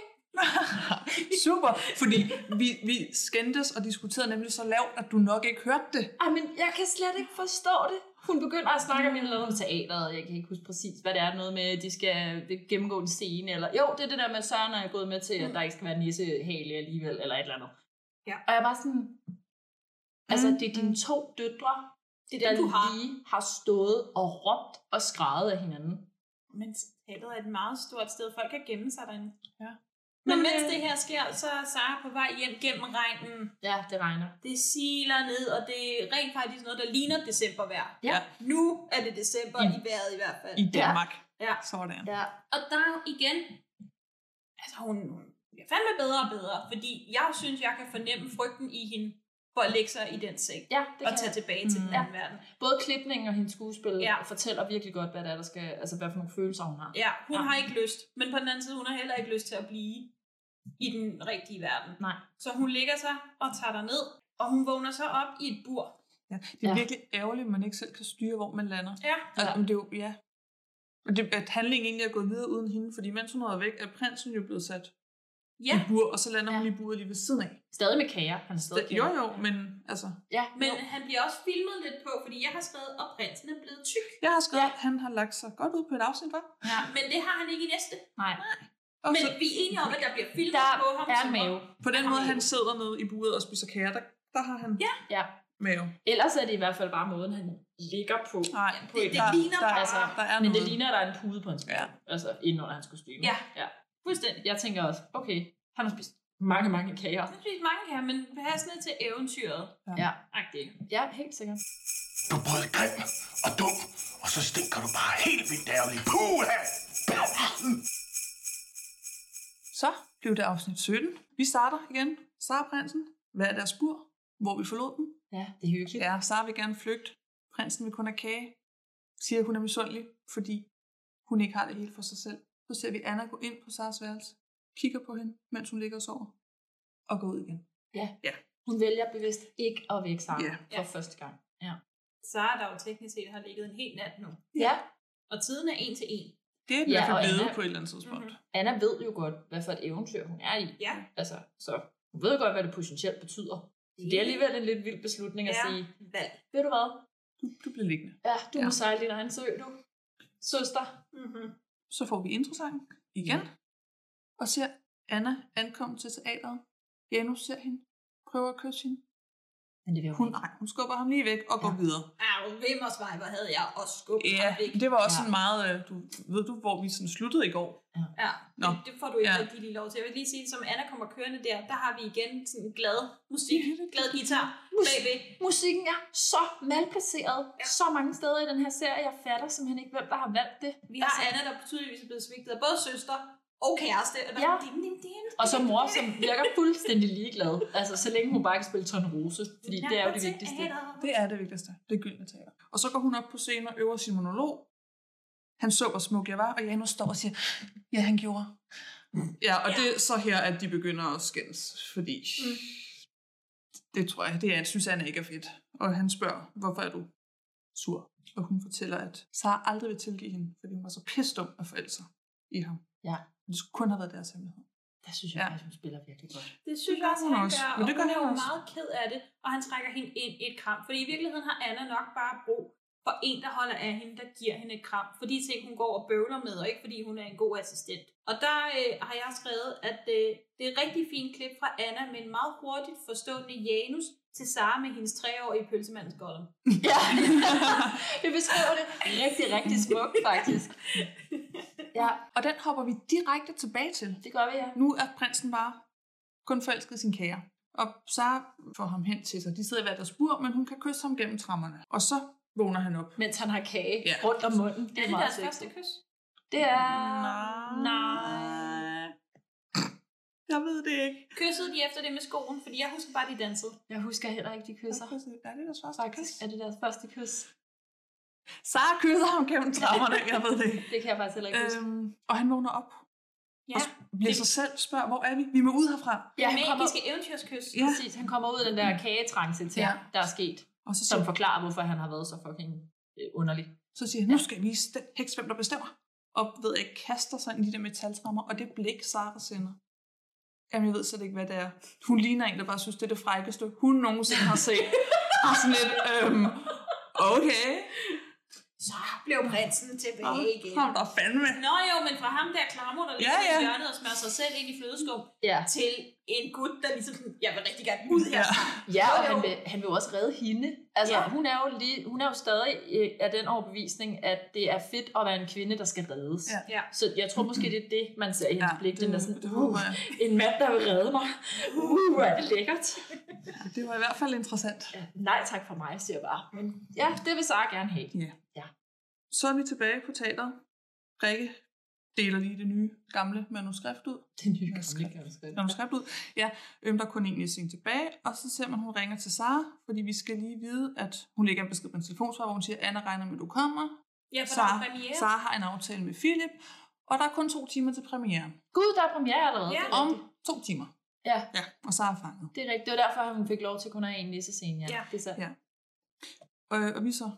Super, fordi vi, vi skændtes og diskuterede nemlig så lavt, at du nok ikke hørte det.
Ej, men jeg kan slet ikke forstå det. Hun begynder at snakke om et eller andet teateret. Jeg kan ikke huske præcis, hvad det er. Noget med, at de skal gennemgå en scene. Eller... Jo, det er det der med, at Søren er gået med til, at der ikke skal være nissehale alligevel. Eller et eller andet.
Mm. Ja.
Og jeg var sådan... Altså, det er dine to døtre, det
er
der
dem, du har.
lige har stået og råbt og skrevet af hinanden.
Men teateret er et meget stort sted. Folk kan gemme sig derinde.
Ja.
Men
øh,
mens det her sker, så er Sara på vej hjem gennem regnen.
Ja, det regner.
Det siler ned, og det er rent faktisk noget, der ligner decembervejr.
Ja.
Nu er det december i, vejret i hvert fald.
I Danmark.
Ja.
Sådan.
Ja.
Og der igen, altså hun, hun bliver fandme bedre og bedre, fordi jeg synes, jeg kan fornemme frygten i hende for at lægge sig i den seng
Ja, det
og
kan
tage
jeg.
tilbage til
Mm.
den anden verden.
Både klipningen og hendes skuespil
Ja.
ja. fortæller virkelig godt, hvad det er, der skal... Altså, hvad for nogle følelser hun har.
Ja, hun ja. har ikke lyst, men på den anden side, hun har heller ikke lyst til at blive i den rigtige verden.
Nej.
Så hun ligger sig og tager dig ned, og hun vågner så op i et bur.
Ja, det er
Ja.
ja. virkelig ærgerligt, at man ikke selv kan styre, hvor man lander.
Ja.
Altså, men det er jo, ja. Men det, at handlingen egentlig er gået videre uden hende, fordi mens hun har været væk, er prinsen jo blevet sat
ja.
i bur, og så lander ja. hun i buret lige ved siden af.
Stadig med kager. Han er stadig
Jo,
kager.
jo, men altså...
Ja,
Men han bliver også filmet lidt på, fordi jeg har skrevet, at prinsen er blevet tyk.
Jeg har skrevet, ja. at han har lagt sig godt ud på et afsnit, var?
Ja.
Men det har han ikke Ah, i næste.
Nej.
Og
Men
så-
vi er enige om, at der bliver filmet
Der
på ham.
er
som om-
mave.
På den
Han har
måde,
mave.
han sidder nede i buret og spiser kager, der, der har han
Ja.
Ja.
mave.
Ellers er det i hvert fald bare måden, han ligger på.
Nej,
på et-
der, der,
Ah,
altså,
der er
men
noget.
det ligner, at der er en pude på hans
Ja.
Altså, inden under hans kostyme.
Ja.
ja. Fuldstændig. Jeg tænker også, okay, han har spist mange, mange kager.
Han har spist mange kager, men passende til eventyret.
Ja.
Agtigt.
Ja, helt sikkert.
Du er både grim og dum, og så stinker du bare helt vildt ærgerligt. Puha!
Så blev det afsnit 17. Vi starter igen. Sara og prinsen. Hvad er deres bur? Hvor vi forlod dem?
Ja, det er hyggeligt.
Ja, Sara vil gerne flygte. Prinsen vil kun have kage. Siger, at hun er misundelig, fordi hun ikke har det hele for sig selv. Så ser vi Anna gå ind på Saras værelse, kigger på hende, mens hun ligger og sover, og går ud igen.
Ja.
Ja.
Hun vælger bevidst ikke at vække sig
Ja.
for første gang. Ja.
Sara, der jo teknisk set har ligget en hel nat nu.
ja.
Og tiden er en til en.
Det er i
Ja,
hvert
og
fald blevet
Anna-
på et eller andet tidspunkt.
Mhm.
Anna ved jo godt, hvad for et eventyr hun er i.
Ja.
Altså, så hun ved godt, hvad det potentielt betyder. Så det er alligevel en lidt vild beslutning at
Ja.
sige,
Valg.
ved du hvad,
Du, du bliver liggende.
ja, du må
Ja.
sejle din egen sø, du. Søster.
Mm-hmm.
Så får vi introsangen igen, og ser Anna ankomme til teateret. Janus ser hende, prøver at kysse hende.
Men det vil
Hun, nej, hun skubber ham lige væk og går videre.
Ah, og Vimmersvejber havde jeg også skubbet
Ja,
ham væk.
det var også
Ja.
ja. sådan meget, øh, du, ved du, hvor vi sådan sluttede i går?
Ja,
Nå.
men det får du ikke
Ja.
rigtig lige lov til. Jeg vil lige sige, som Anna kommer kørende der, der har vi igen sådan en glad musik, glad guitar bagved.
Musikken er så malplaceret ja. så mange steder i den her serie. Jeg fatter simpelthen ikke, hvem der har valgt det.
Vi har Anna, der tydeligvis er blevet svigtet af både søster og kæreste. Og der
Ja.
ja. ding, ding, ding.
Og så mor, som virker fuldstændig ligeglad. Altså, så længe hun bare kan spille Ton Rose. Fordi det er jo det vigtigste.
Det er det vigtigste. Det er gyldne teater. Og så går hun op på scenen og øver sin monolog. Han så, hvor smuk jeg var, og Janus står og siger, ja, han gjorde. Ja, og ja. det er så her, at de begynder at skændes, fordi mm. det tror jeg, det er, synes han ikke er fedt. Og han spørger, hvorfor er du sur? Og hun fortæller, at Sara aldrig vil tilgive hende, fordi hun var så pissed om at forelske sig i ham.
Ja,
Det skulle kun have været deres hemmelighed.
der synes jeg
Ja.
faktisk, hun spiller virkelig godt.
Det synes jeg også,
hun
han
også.
gør,
Men det gør
og hun
han
er jo
også.
meget ked af det, og han trækker hende ind i et kram. Fordi i virkeligheden har Anna nok bare brug for en, der holder af hende, der giver hende et kram. For de ting, hun går og bøvler med, og ikke fordi hun er en god assistent. Og der øh, har jeg skrevet, at øh, det er et rigtig fint klip fra Anna med en meget hurtigt forstående Janus til Sara med hendes treårige pølsemandens golden.
[LAUGHS] Ja, det beskriver det rigtig, rigtig smukt,
[LAUGHS]
faktisk. Ja,
Og den hopper vi direkte tilbage til.
det gør vi, ja.
Nu er prinsen bare kun forelsket i sin kære. Og Sara får ham hen til sig. De sidder i hver deres bur, men hun kan kysse ham gennem trammerne. Og så vågner han op.
Mens han har kage
Ja.
rundt om munden.
Er det
meget
deres
sexet.
første kys?
Det er...
Nej.
Jeg ved det ikke.
Kyssede de efter det med skoen? Fordi jeg husker bare, de dansede.
Jeg husker heller ikke, de kysser.
Er det deres første
Faktisk er det deres første kys.
Sara kysser ham gennem trapperne, jeg ved det ikke.
Det kan jeg faktisk heller ikke huske.
Øhm, og han vågner op.
Ja.
Og bliver sig selv spørger, hvor er vi? Vi må ud herfra.
Ja, han kommer,
Magiske eventyrskys.
ja. Præcis, han kommer ud af den der kagetrance til,
Ja.
ja. der er sket.
Og så
som
siger-
forklarer, hvorfor han har været så fucking øh, underlig.
Så siger han, nu skal jeg vise den heks, hvem der bestemmer. Og ved ikke, kaster sig ind i de der metaltrammer, og det blik, Sara sender. Jamen, jeg ved slet ikke, hvad det er. Hun ligner en, der bare synes, det er det frækkeste, hun nogensinde har
[LAUGHS]
set. og sådan lidt, øhm, okay.
Så blev prinsen tilbage igen.
Ham der fandme.
Nå jo, men fra ham der klammer, der ligger
Ja,
ja,
ja.
i hjørnet og smører sig selv ind i flødeskum,
Ja.
til en gut, der ligesom sådan, jeg vil rigtig gerne ud her.
Ja, og han vil, han vil jo også redde hende. Altså,
Ja.
ja. hun, er jo lige, hun er jo stadig øh, af den overbevisning, at det er fedt at være en kvinde, der skal reddes.
Ja. Ja.
Så jeg tror måske, det er det, man ser i hendes ja, blik. Den er sådan, uh,
håber jeg.
en mand, der vil redde mig. Uh, hvor er det lækkert.
Det var i hvert fald interessant.
Ja, nej tak for mig, siger jeg bare. Men ja, det vil Sara gerne have.
Ja.
ja.
Så er vi tilbage på teateret. Rikke deler lige det nye gamle manuskript ud.
Det nye gamle manuskript.
manuskript ud. Ja, øhm, der er kun en scene tilbage, og så ser man, hun ringer til Sara, fordi vi skal lige vide, at hun lægger en besked på en telefonsvar, hvor hun siger, Anna regner med, at du kommer.
Ja, for der
Sara,
er premiere.
Sara har en aftale med Philip, og der er kun to timer til premieren.
Gud, der er premiere allerede.
Ja.
Om to timer.
ja.
Ja, og Sara er fanget.
Det er rigtigt. Det var derfor, hun fik lov til kun at have en nissescene. Ja.
Ja.
ja. Det er sandt.
Ja. Øh, og vi er så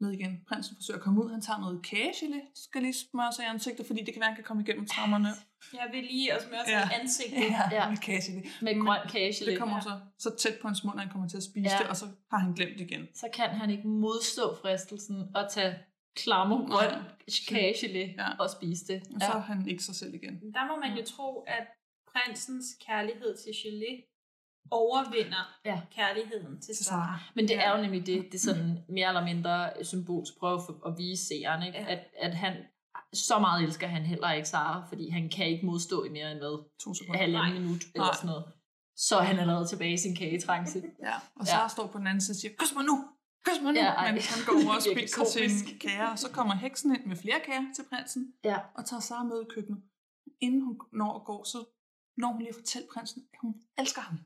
ned igen. Prinsen forsøger at komme ud. Han tager noget kagegelé, skal lige smøre sig i ansigtet, fordi det kan være, han kan komme igennem
[LAUGHS]
trammerne.
Jeg vil lige også smøre sig
Ja.
i ansigtet.
Ja,
Ja.
med kagegelé.
Med
Men
grøn kage.
Det kommer så, så tæt på hans mund, at han kommer til at spise
Ja.
det, og så har han glemt igen.
så kan han ikke modstå fristelsen og tage klamme grøn kagegelé
Ja.
ja. og spise det.
Og så er han ikke sig selv igen.
Der må man jo tro, at prinsens kærlighed til Gelé overvinder
Ja.
kærligheden til
Til
Sara.
Sara.
Men det er jo nemlig det, det er sådan mere eller mindre symbolsk prøve for at vise seerne, ikke?
Ja.
At, at han så meget elsker han heller ikke Sara, fordi han kan ikke modstå i mere end hvad,
To sekunder.
halvanden
Nej.
minut eller
Nej.
sådan noget. Så han er lavet tilbage i sin kagetrance.
Ja. Og Sara står på den anden side og siger, kys mig nu! Kys mig nu!
Ja,
Ja,
ej.
Men han går over og
Virkelig
spiser sin
komisk.
kage, og så kommer heksen ind med flere kager til prinsen,
Ja.
og tager Sara med i køkkenet. Inden hun når at gå, så når hun lige at fortælle prinsen, at hun elsker ham.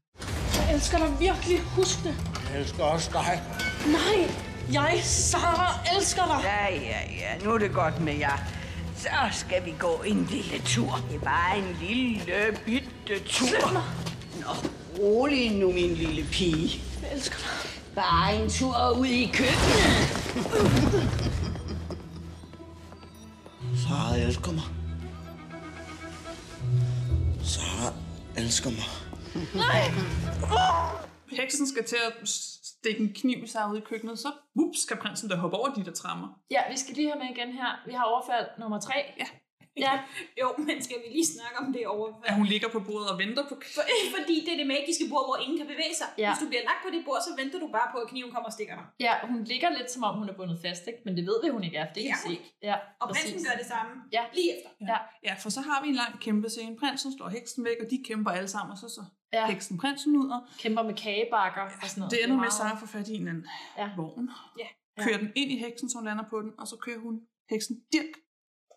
Jeg elsker dig virkelig. Husk det.
Jeg elsker også dig.
Nej, jeg, Sara, elsker dig.
Ja, ja, ja. Nu er det godt med jer. Så skal vi gå en lille tur. Det er bare en lille bitte tur. Nå, rolig nu, min lille pige.
Jeg elsker dig.
Bare en tur ud i køkkenet.
Sara elsker mig. Sara elsker mig.
Heksen skal til at stikke en kniv i Sara ud i køkkenet, så whoops, skal prinsen da hoppe over de der trammer.
ja, vi skal lige have med igen her. Vi har overfald nummer tre.
Ja.
Ja,
Jo, men skal vi lige snakke om det overfor?
At hun ligger på bordet og venter på
For, øh, fordi det er det magiske bord, hvor ingen kan bevæge sig.
Ja.
Hvis du bliver lagt på det bord, så venter du bare på, at kniven kommer og stikker dig.
ja, hun ligger lidt som om, hun er bundet fast, ikke? men det ved vi, hun ikke er, for det kan
Ja.
vi se. Ja,
Og
præcis.
prinsen gør det samme.
Ja.
Lige efter.
Ja.
Ja, for så har vi en lang kæmpe scene. Prinsen slår heksen væk, og de kæmper alle sammen, og så så
Ja.
ja. heksen prinsen ud, og
Kæmper med kagebakker og sådan noget.
det ender med, at
meget-
Sara får fat i en anden
Ja.
vogn.
Ja.
Kører den ind i heksen, så hun lander på den, og så kører hun heksen dirk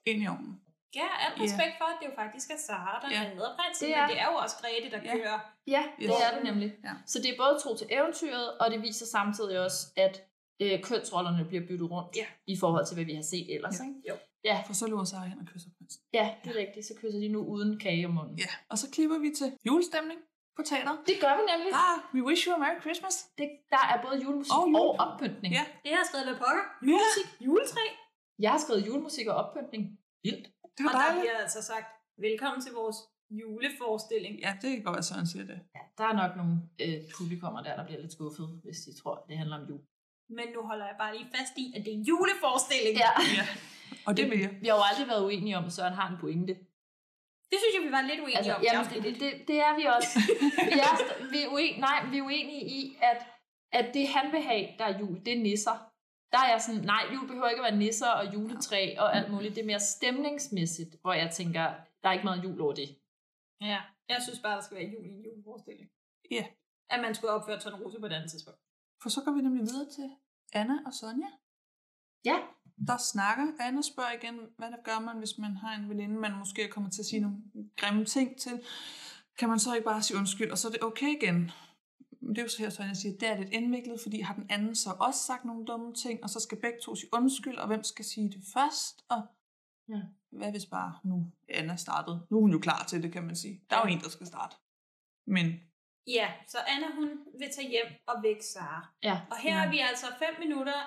ind i ovnen.
Ja, alt respekt for, at det jo faktisk er Sara, der
Ja.
ja. redder prinsen,
Det
det
er-
men det er jo også Grete, der
Ja.
kører.
Ja,
Yes.
yes. det er det nemlig.
Ja.
Ja. Så det er både tro til eventyret, og det viser samtidig også, at øh, kønsrollerne bliver byttet rundt
Ja.
i forhold til, hvad vi har set ellers.
Ja.
Ja, ikke?
Jo.
ja,
For så løber Sara hen og kysser prinsen.
ja det er rigtigt. Så kysser de nu uden kage i munden.
Ja. Og så klipper vi til julestemning på teateret.
Det gør vi nemlig.
Ah, we wish you a Merry Christmas.
Det, der er både julemusik
Og
og,
jule-
og oppyntning.
Ja.
Det har jeg skrevet med pokker.
Ja,
Juletræ.
Jeg har skrevet julemusik og oppyntning. Vildt.
det
Og
var
der
dejligt.
bliver altså sagt, velkommen til vores juleforestilling.
Ja, det kan godt være, Søren siger det.
Ja, der er nok nogle øh, publikummer der, der bliver lidt skuffet, hvis de tror, at det handler om jul.
Men nu holder jeg bare lige fast i, at det er en juleforestilling.
Ja.
Ja. Og det vil jeg.
[LAUGHS] Vi har jo aldrig været uenige om, at Søren har en pointe.
Det synes jeg, vi var lidt uenige
Altså,
om.
jamen,
Jeg-
det, det, det, det er vi også. vi, er, st- vi, er uen, nej, vi er uenige i, at, at det han vil have, der er jul, det er nisser. Der er jeg sådan, nej, jul behøver ikke at være nisser og juletræ og alt muligt. Det er mere stemningsmæssigt, hvor jeg tænker, der er ikke meget jul over det.
Ja, jeg synes bare, der skal være jul i en juleforestilling.
Ja.
At man skulle opføre Tone Rose på et andet tidspunkt.
For så går vi nemlig videre til Anna og Sonja.
Ja.
der snakker. Anna spørger igen, hvad der gør man, hvis man har en veninde, man måske kommer til at sige nogle grimme ting til. kan man så ikke bare sige undskyld, og så er det okay igen? Men Det er jo så her, så jeg siger, det er lidt indviklet, fordi har den anden så også sagt nogle dumme ting, og så skal begge to sige undskyld, og hvem skal sige det først? Og
Ja.
hvad hvis bare nu Anna startede? Nu er hun jo klar til det, kan man sige. Der er jo en, der skal starte. Men
Ja, så Anna hun vil tage hjem og vække Sara.
Ja.
Og her er vi altså 5 minutter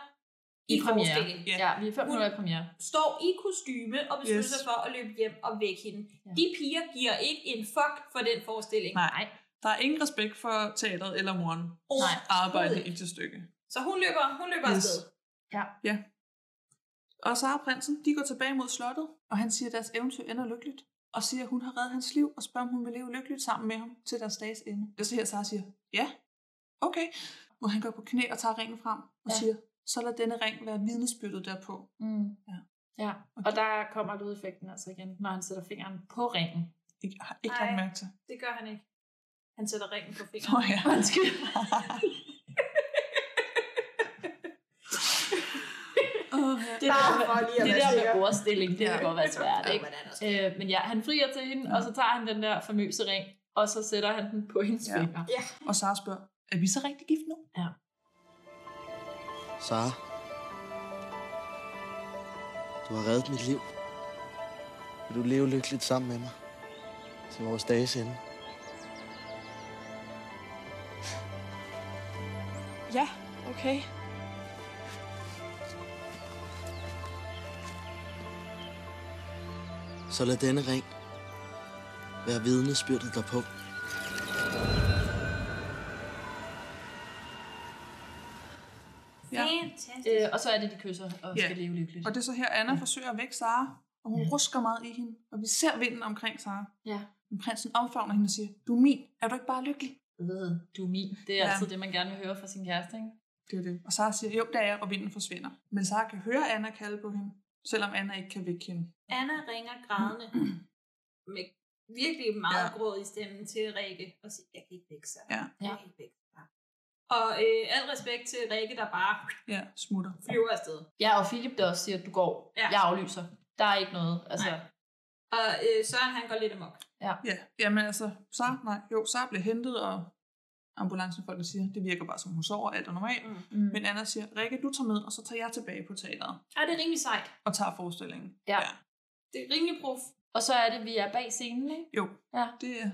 i,
I premiere.
forestillingen.
Ja, vi er fem
Hun
minutter i premiere.
står i kostyme og beslutter
Yes.
sig for at løbe hjem og vække hende. Ja. De piger giver ikke en fuck for den forestilling.
nej, der er ingen respekt for teateret eller moren
Nej.
arbejde i det stykke.
Så hun løber, hun løber yes.
Yes.
afsted.
Ja.
Ja. Og Sara og prinsen, de går tilbage mod slottet, og han siger, at deres eventyr ender lykkeligt, og siger, at hun har reddet hans liv, og spørger, om hun vil leve lykkeligt sammen med ham til deres dages ende. Det er så her, Sara siger, ja, okay. Hvor han går på knæ og tager ringen frem, og
Ja.
ja. siger, så lad denne ring være vidnesbyrdet derpå.
Mm.
Ja.
ja. Og der kommer lydeffekten altså igen, når han sætter fingeren på ringen.
Ikke, har ikke lagt
Ej.
mærke til.
Det gør han ikke. Han sætter ringen på fingeren.
Nå
[LAUGHS]
ja.
Undskyld.
Oh,
Det der, med, det der med ordstilling, det kan godt være svært,
Ja,
ikke?
men han er
Øh, men ja, han frier til hende,
Mm.
og så tager han den der famøse ring, og så sætter han den på hendes
Ja.
finger.
Ja.
Og Sara spørger, er vi så rigtig gift nu?
Ja.
Sara. Du har reddet mit liv. Vil du leve lykkeligt sammen med mig? Til vores dages ende.
Ja, okay.
Så lad denne ring være vidnesbyrdet derpå.
Ja.
Fantastisk.
Øh, og så er det, de kysser og
Ja.
skal leve lykkeligt.
Og det er så her, Anna ja. forsøger at vække Sara, og hun ja. rusker meget i hende, og vi ser vinden omkring Sara.
Ja.
Men prinsen omfavner hende og siger, du er min, er du ikke bare lykkelig?
Ved, du er min. Det er
Ja.
altid det, man gerne vil høre fra sin kæreste, ikke?
Det er det. Og Sara siger, jo det er jeg, og vinden forsvinder. Men Sara kan høre Anna kalde på hende, selvom Anna ikke kan vække hende.
Anna ringer
[CLEARS THROAT]
grædende med virkelig meget ja. gråd i stemmen til Rikke og siger, jeg kan ikke vække sig.
Ja.
Jeg kan ikke vække sig. Og øh, al respekt til Rikke, der bare
Ja, smutter.
flyver afsted.
Ja, og Philip der også siger, at du går.
Ja.
Jeg aflyser. Der er ikke noget. Altså,
Og øh, Søren, han går lidt amok.
ja.
Ja, jamen altså, Sara, nej, jo, Sara bliver hentet, og ambulancefolkene siger, det virker bare som hun sover, alt er normalt.
Mm.
Men Anna siger, Rikke, du tager med, og så tager jeg tilbage på teateret
Ej, det er rimelig sejt.
og tager forestillingen.
ja.
Det er rimelig prof.
Og så er det, vi er bag scenen, ikke?
Jo,
Ja.
det er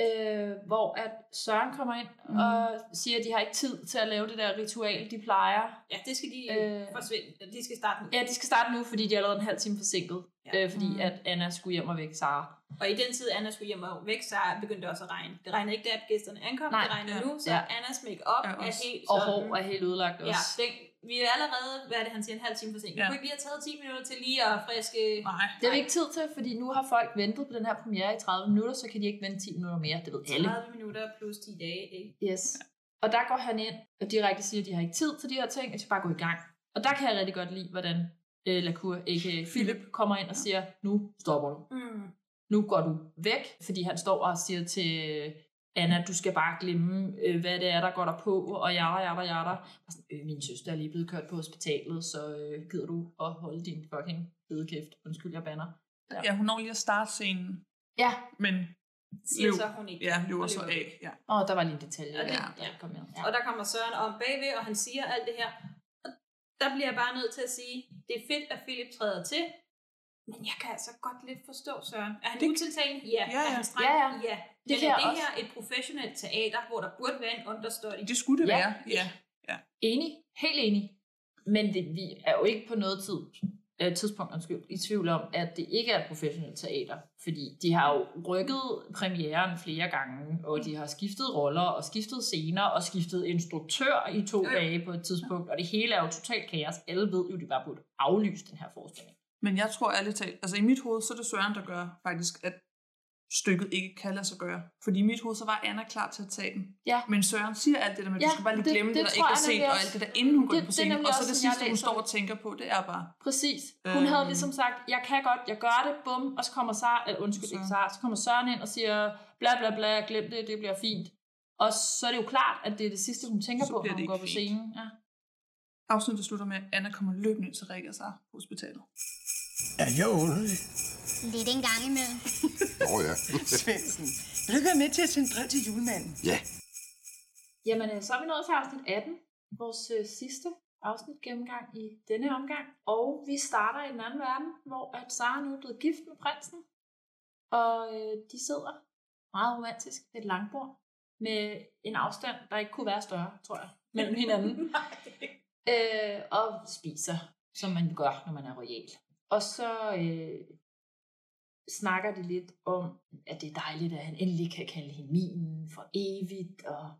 Øh, hvor at Søren kommer ind mm. og siger, at de har ikke tid til at lave det der ritual, de plejer.
Ja, det skal de øh,
Øh.
forsvinde. De skal starte nu.
Ja, de skal starte nu, fordi de er allerede en halv time forsinket.
Ja.
Ja. Øh, fordi
Mm.
mm. at Anna skulle hjem og vække Sara.
Og i den tid, Anna skulle hjem og væk, så begyndte det også at regne. Det regnede ikke, da gæsterne ankom, Nej,
Nej,
det regnede
ja.
nu, så ja.
Ja.
Annas make-up
Ja,
er,
også.
helt
Og
sådan.
hår er helt ødelagt
Ja,
også.
den, vi er allerede, hvad er det, han siger, en halv time forsinket. Ja.
Ja.
Kunne ikke lige have taget 10 minutter til lige at friske...
Nej.
Det har vi ikke tid til, fordi nu har folk ventet på den her premiere i 30 minutter, så kan de ikke vente 10 minutter mere, det ved alle.
30 minutter plus 10 dage, ikke?
Yes. Og der går han ind og direkte siger, at de har ikke tid til de her ting, at de skal bare gå i gang. Og der kan jeg rigtig godt lide, hvordan øh, Lacour, a.k.a. Philip, kommer ind og siger, nu stopper du.
Mm.
Nu går du væk, fordi han står og siger til øh, Anna, du skal bare glemme, øh, hvad det er, der går der på, og jatter, jatter, jatter. Og sådan, øh, min søster er lige blevet kørt på hospitalet, så øh, gider du at holde din fucking fede kæft. Undskyld, jeg banner.
Ja. ja, hun når lige at starte scenen,
Ja,
men
Siger så, hun ikke
ja,
kan,
løber
og
så
løber
af. Ja.
og der var lige en detalje,
Og det-
der, der kom med. Ja.
Og der kommer Søren om bagved, og han siger alt det her. Og der bliver jeg bare nødt til at sige, det er fedt, at Philip træder til, men jeg kan altså godt lidt forstå Søren. Er han det... utiltalende? Ja.
Ja,
Er
ja.
han streng?
Ja, ja.
ja.
Det
Men
kan
er
jeg
det
også.
her et professionelt teater, hvor der burde være en understudy?
Det skulle det
Ja.
være. Ja.
Enig, helt enig. Men det, vi er jo ikke på noget tid, øh, tidspunkt undskyld, i tvivl om, at det ikke er et professionelt teater. Fordi de har jo rykket premieren flere gange, og de har skiftet roller, og skiftet scener, og skiftet instruktør i to dage på et tidspunkt. Og det hele er jo totalt kaos. Alle ved jo, de var burde aflyse den her forestilling.
Men jeg tror ærligt talt, altså i mit hoved, så er det Søren, der gør faktisk, at stykket ikke kan lade sig gøre. Fordi i mit hoved, så var Anna klar til at tage den.
Ja.
Men Søren siger alt det der med, at
Ja,
du skal bare lige
det-
glemme det,
det
det der ikke
tror jeg
er
nemlig
set, og
også.
alt det der, inden hun går
Det-
ind på
det er
scenen.
nemlig
Og så
også
det
sådan, jeg
sidste, hun
læser
står
det.
og tænker på, det er bare,
Præcis. Hun øhm.
Øhm.
havde ligesom sagt, jeg kan godt, jeg gør det, bum. Og så kommer Sar, eller undskyld, ikke Sar, så kommer Søren ind og siger, bla bla bla, glem det, det bliver fint. Og så er det jo klart, at det er det sidste, hun tænker
Så
på,
bliver
når
det
hun går
ikke
på
fint.
scenen. Ja.
afsnittet slutter med, at Anna kommer løbende ind til Rikke og sig på hospitalet.
Er jeg underlig?
Lidt en gang imellem.
Nå ja.
Svendsen,
Vil du ikke være med til at sende brev til julemanden?
Ja.
Jamen, øh, så er vi nået til afsnit 18, vores øh, sidste afsnit gennemgang i denne omgang. Og vi starter i den anden verden, hvor at Sara nu er blevet gift med prinsen. Og øh, de sidder meget romantisk ved et langbord med en afstand, der ikke kunne være større, tror jeg, mellem hinanden. øh, og spiser, som man gør, når man er royal. Og så øh, snakker de lidt om, at det er dejligt, at han endelig kan kalde hende minen for evigt, og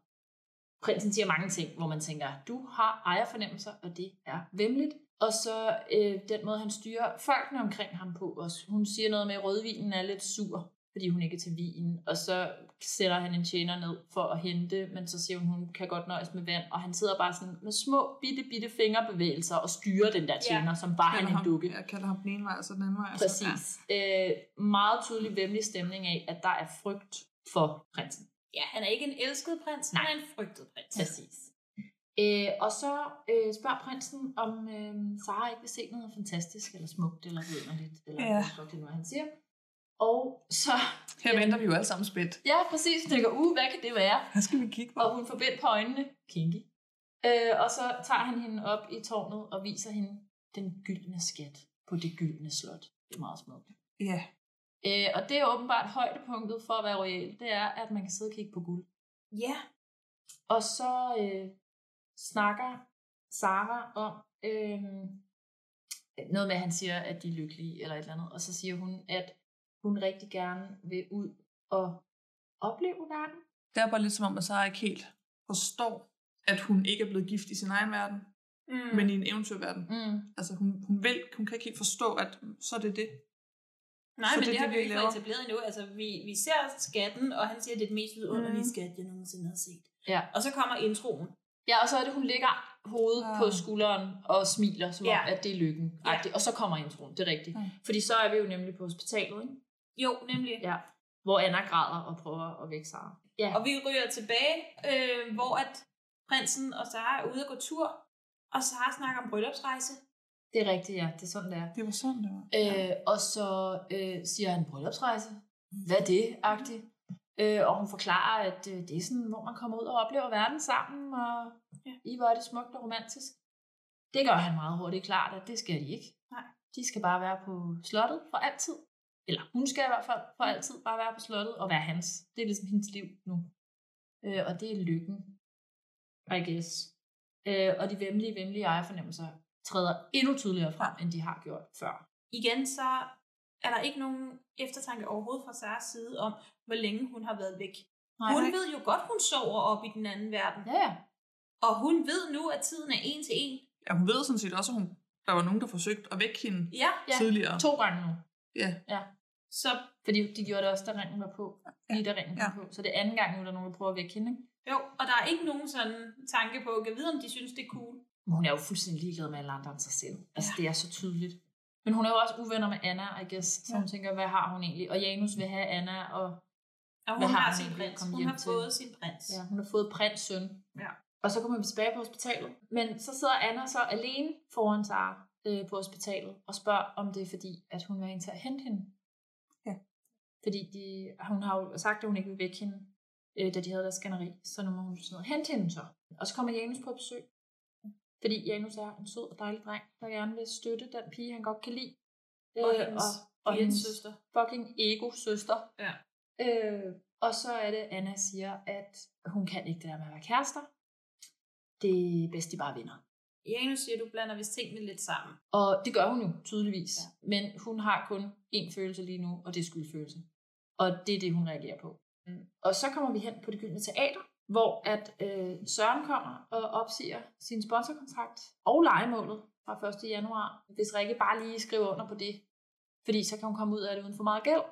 prinsen siger mange ting, hvor man tænker, du har ejerfornemmelser, og det er vemmeligt. Og så øh, den måde, han styrer folkene omkring ham på også. Hun siger noget med, at rødvinen er lidt sur, fordi hun ikke er til vinen. Og så sætter han en tjener ned for at hente, men så siger hun, hun kan godt nøjes med vand. Og han sidder bare sådan med små, bitte, bitte fingerbevægelser og styrer den der tjener, ja. som bare han
Kalder
er en
ham-
dukke.
Jeg kalder ham den ene vej, og så den anden vej.
Altså,
og så-
Præcis. Ja. Øh, meget tydelig vemmelig stemning af, at der er frygt for prinsen.
Ja, han er ikke en elsket prins, Nej. han er en frygtet prins.
Præcis. Øh, og så øh, spørger prinsen, om øh, Sara ikke vil se noget fantastisk, eller smukt, eller vidunderligt, eller
Ja.
ja. hvad det nu er, han siger. Og så, [LAUGHS]
Her venter vi jo alle sammen spændt.
ja præcis, tænker, uh, hvad kan det være?
Hvad skal vi kigge på?
Og hun får bind på øjnene, kinky. Øh, og så tager han hende op i tårnet og viser hende den gyldne skat på det gyldne slot. Det er meget smukt.
Ja.
Øh, og det er åbenbart højdepunktet for at være royal, det er, at man kan sidde og kigge på guld.
Ja.
Og så øh, snakker Sara om øh, noget med, at han siger, at de er lykkelige eller et eller andet. Og så siger hun, at hun rigtig gerne vil ud og opleve verden.
Det er bare lidt som om, at Sara ikke helt forstår, at hun ikke er blevet gift i sin egen verden,
Mm.
men i en eventyrverden.
Mm.
Altså hun, hun, vil, hun kan ikke helt forstå, at så er det det.
Nej,
så
men det, det har vi jo ikke
laver.
fået etableret endnu. Altså, vi, vi ser skatten, og han siger, at det er den mest vidunderlige
Mm.
skat, jeg nogensinde har set.
Ja.
Og så kommer introen.
Ja, og så er det, hun lægger hovedet
Ah.
på skulderen og smiler, som
Ja.
om, at det er lykken. Ja. Og så kommer introen, det er rigtigt.
Mm.
Fordi så er vi jo nemlig på hospitalet, ikke?
Jo, nemlig.
Ja. Hvor Anna græder og prøver at vække Sara. Ja.
Og vi ryger tilbage, øh, hvor at prinsen og Sara er ude at gå tur, og Sara snakker om bryllupsrejse.
Det er rigtigt, ja. Det er sådan, det er.
Det var sådan, det var.
Øh, og så øh, siger han bryllupsrejse. Hvad er det? Agtigt. Øh, og hun forklarer, at øh, det er sådan, hvor man kommer ud og oplever verden sammen, og ja. I hvor er det smukt og romantisk. Det gør han meget hurtigt klart, at det skal de ikke.
Nej.
De skal bare være på slottet for altid. Eller hun skal i hvert fald for altid bare være på slottet og være hans. Det er ligesom hendes liv nu. Øh, og det er lykken, I guess. Øh, og de vemmelige, vemmelige ejerfornemmelser træder endnu tydeligere frem, end de har gjort før.
Igen, så er der ikke nogen eftertanke overhovedet fra Saras side om, hvor længe hun har været væk.
Nej.
Nej, hun ved jo godt, hun sover op i den anden verden.
Ja, ja.
Og hun ved nu, at tiden er en til en.
Ja, hun ved sådan set også, at hun, der var nogen, der forsøgte at vække hende
Ja,
Ja,
tidligere.
to gange nu.
Ja.
Ja.
Så,
fordi de gjorde det også, da ringen var på. Lige da ringen ja. var på. Så det er anden gang nu, der er nogen, der prøver at vække hende. ikke?
Jo, og der er ikke nogen sådan tanke på, at vide, om de synes, det er cool.
Men hun er jo fuldstændig ligeglad med alle andre end sig selv. Altså, ja. det er så tydeligt. Men hun er jo også uvenner med Anna, I guess. Så ja. hun tænker, hvad har hun egentlig? Og Janus vil have Anna, og...
Og hun
hvad
har
hun
sin
egentlig
prins.
at komme
Hun
hjem
har fået sin prins.
Ja, hun har fået prins søn.
Ja.
Og så kommer vi tilbage på hospitalet. Men så sidder Anna så alene foran Sara øh, på hospitalet og spørger, om det er fordi, at hun vil have en til at hente hende.
Ja.
Fordi de, hun har jo sagt, at hun ikke vil vække hende, øh, da de havde deres skænderi. Så nu må hun sådan noget, hente hende så. Og så kommer Janus på besøg. Fordi Janus er en sød og dejlig dreng, der gerne vil støtte den pige, han godt kan lide. Øh,
Og hendes
søster. fucking ego-søster.
Ja.
Øh, og så er det, Anna siger, at hun kan ikke det der med at være kærester. Det er bedst, de bare vinder.
Janus siger, du blander vist tingene lidt sammen.
Og det gør hun jo tydeligvis. Ja. Men hun har kun én følelse lige nu, og det er skyldfølelse. Og det er det, hun reagerer på. Mm. Og så kommer vi hen på det gyldne teater, hvor at øh, Søren kommer og opsiger sin sponsorkontrakt og legemålet fra 1. januar, hvis Rikke bare lige skriver under på det. Fordi så kan hun komme ud af det uden for meget gæld.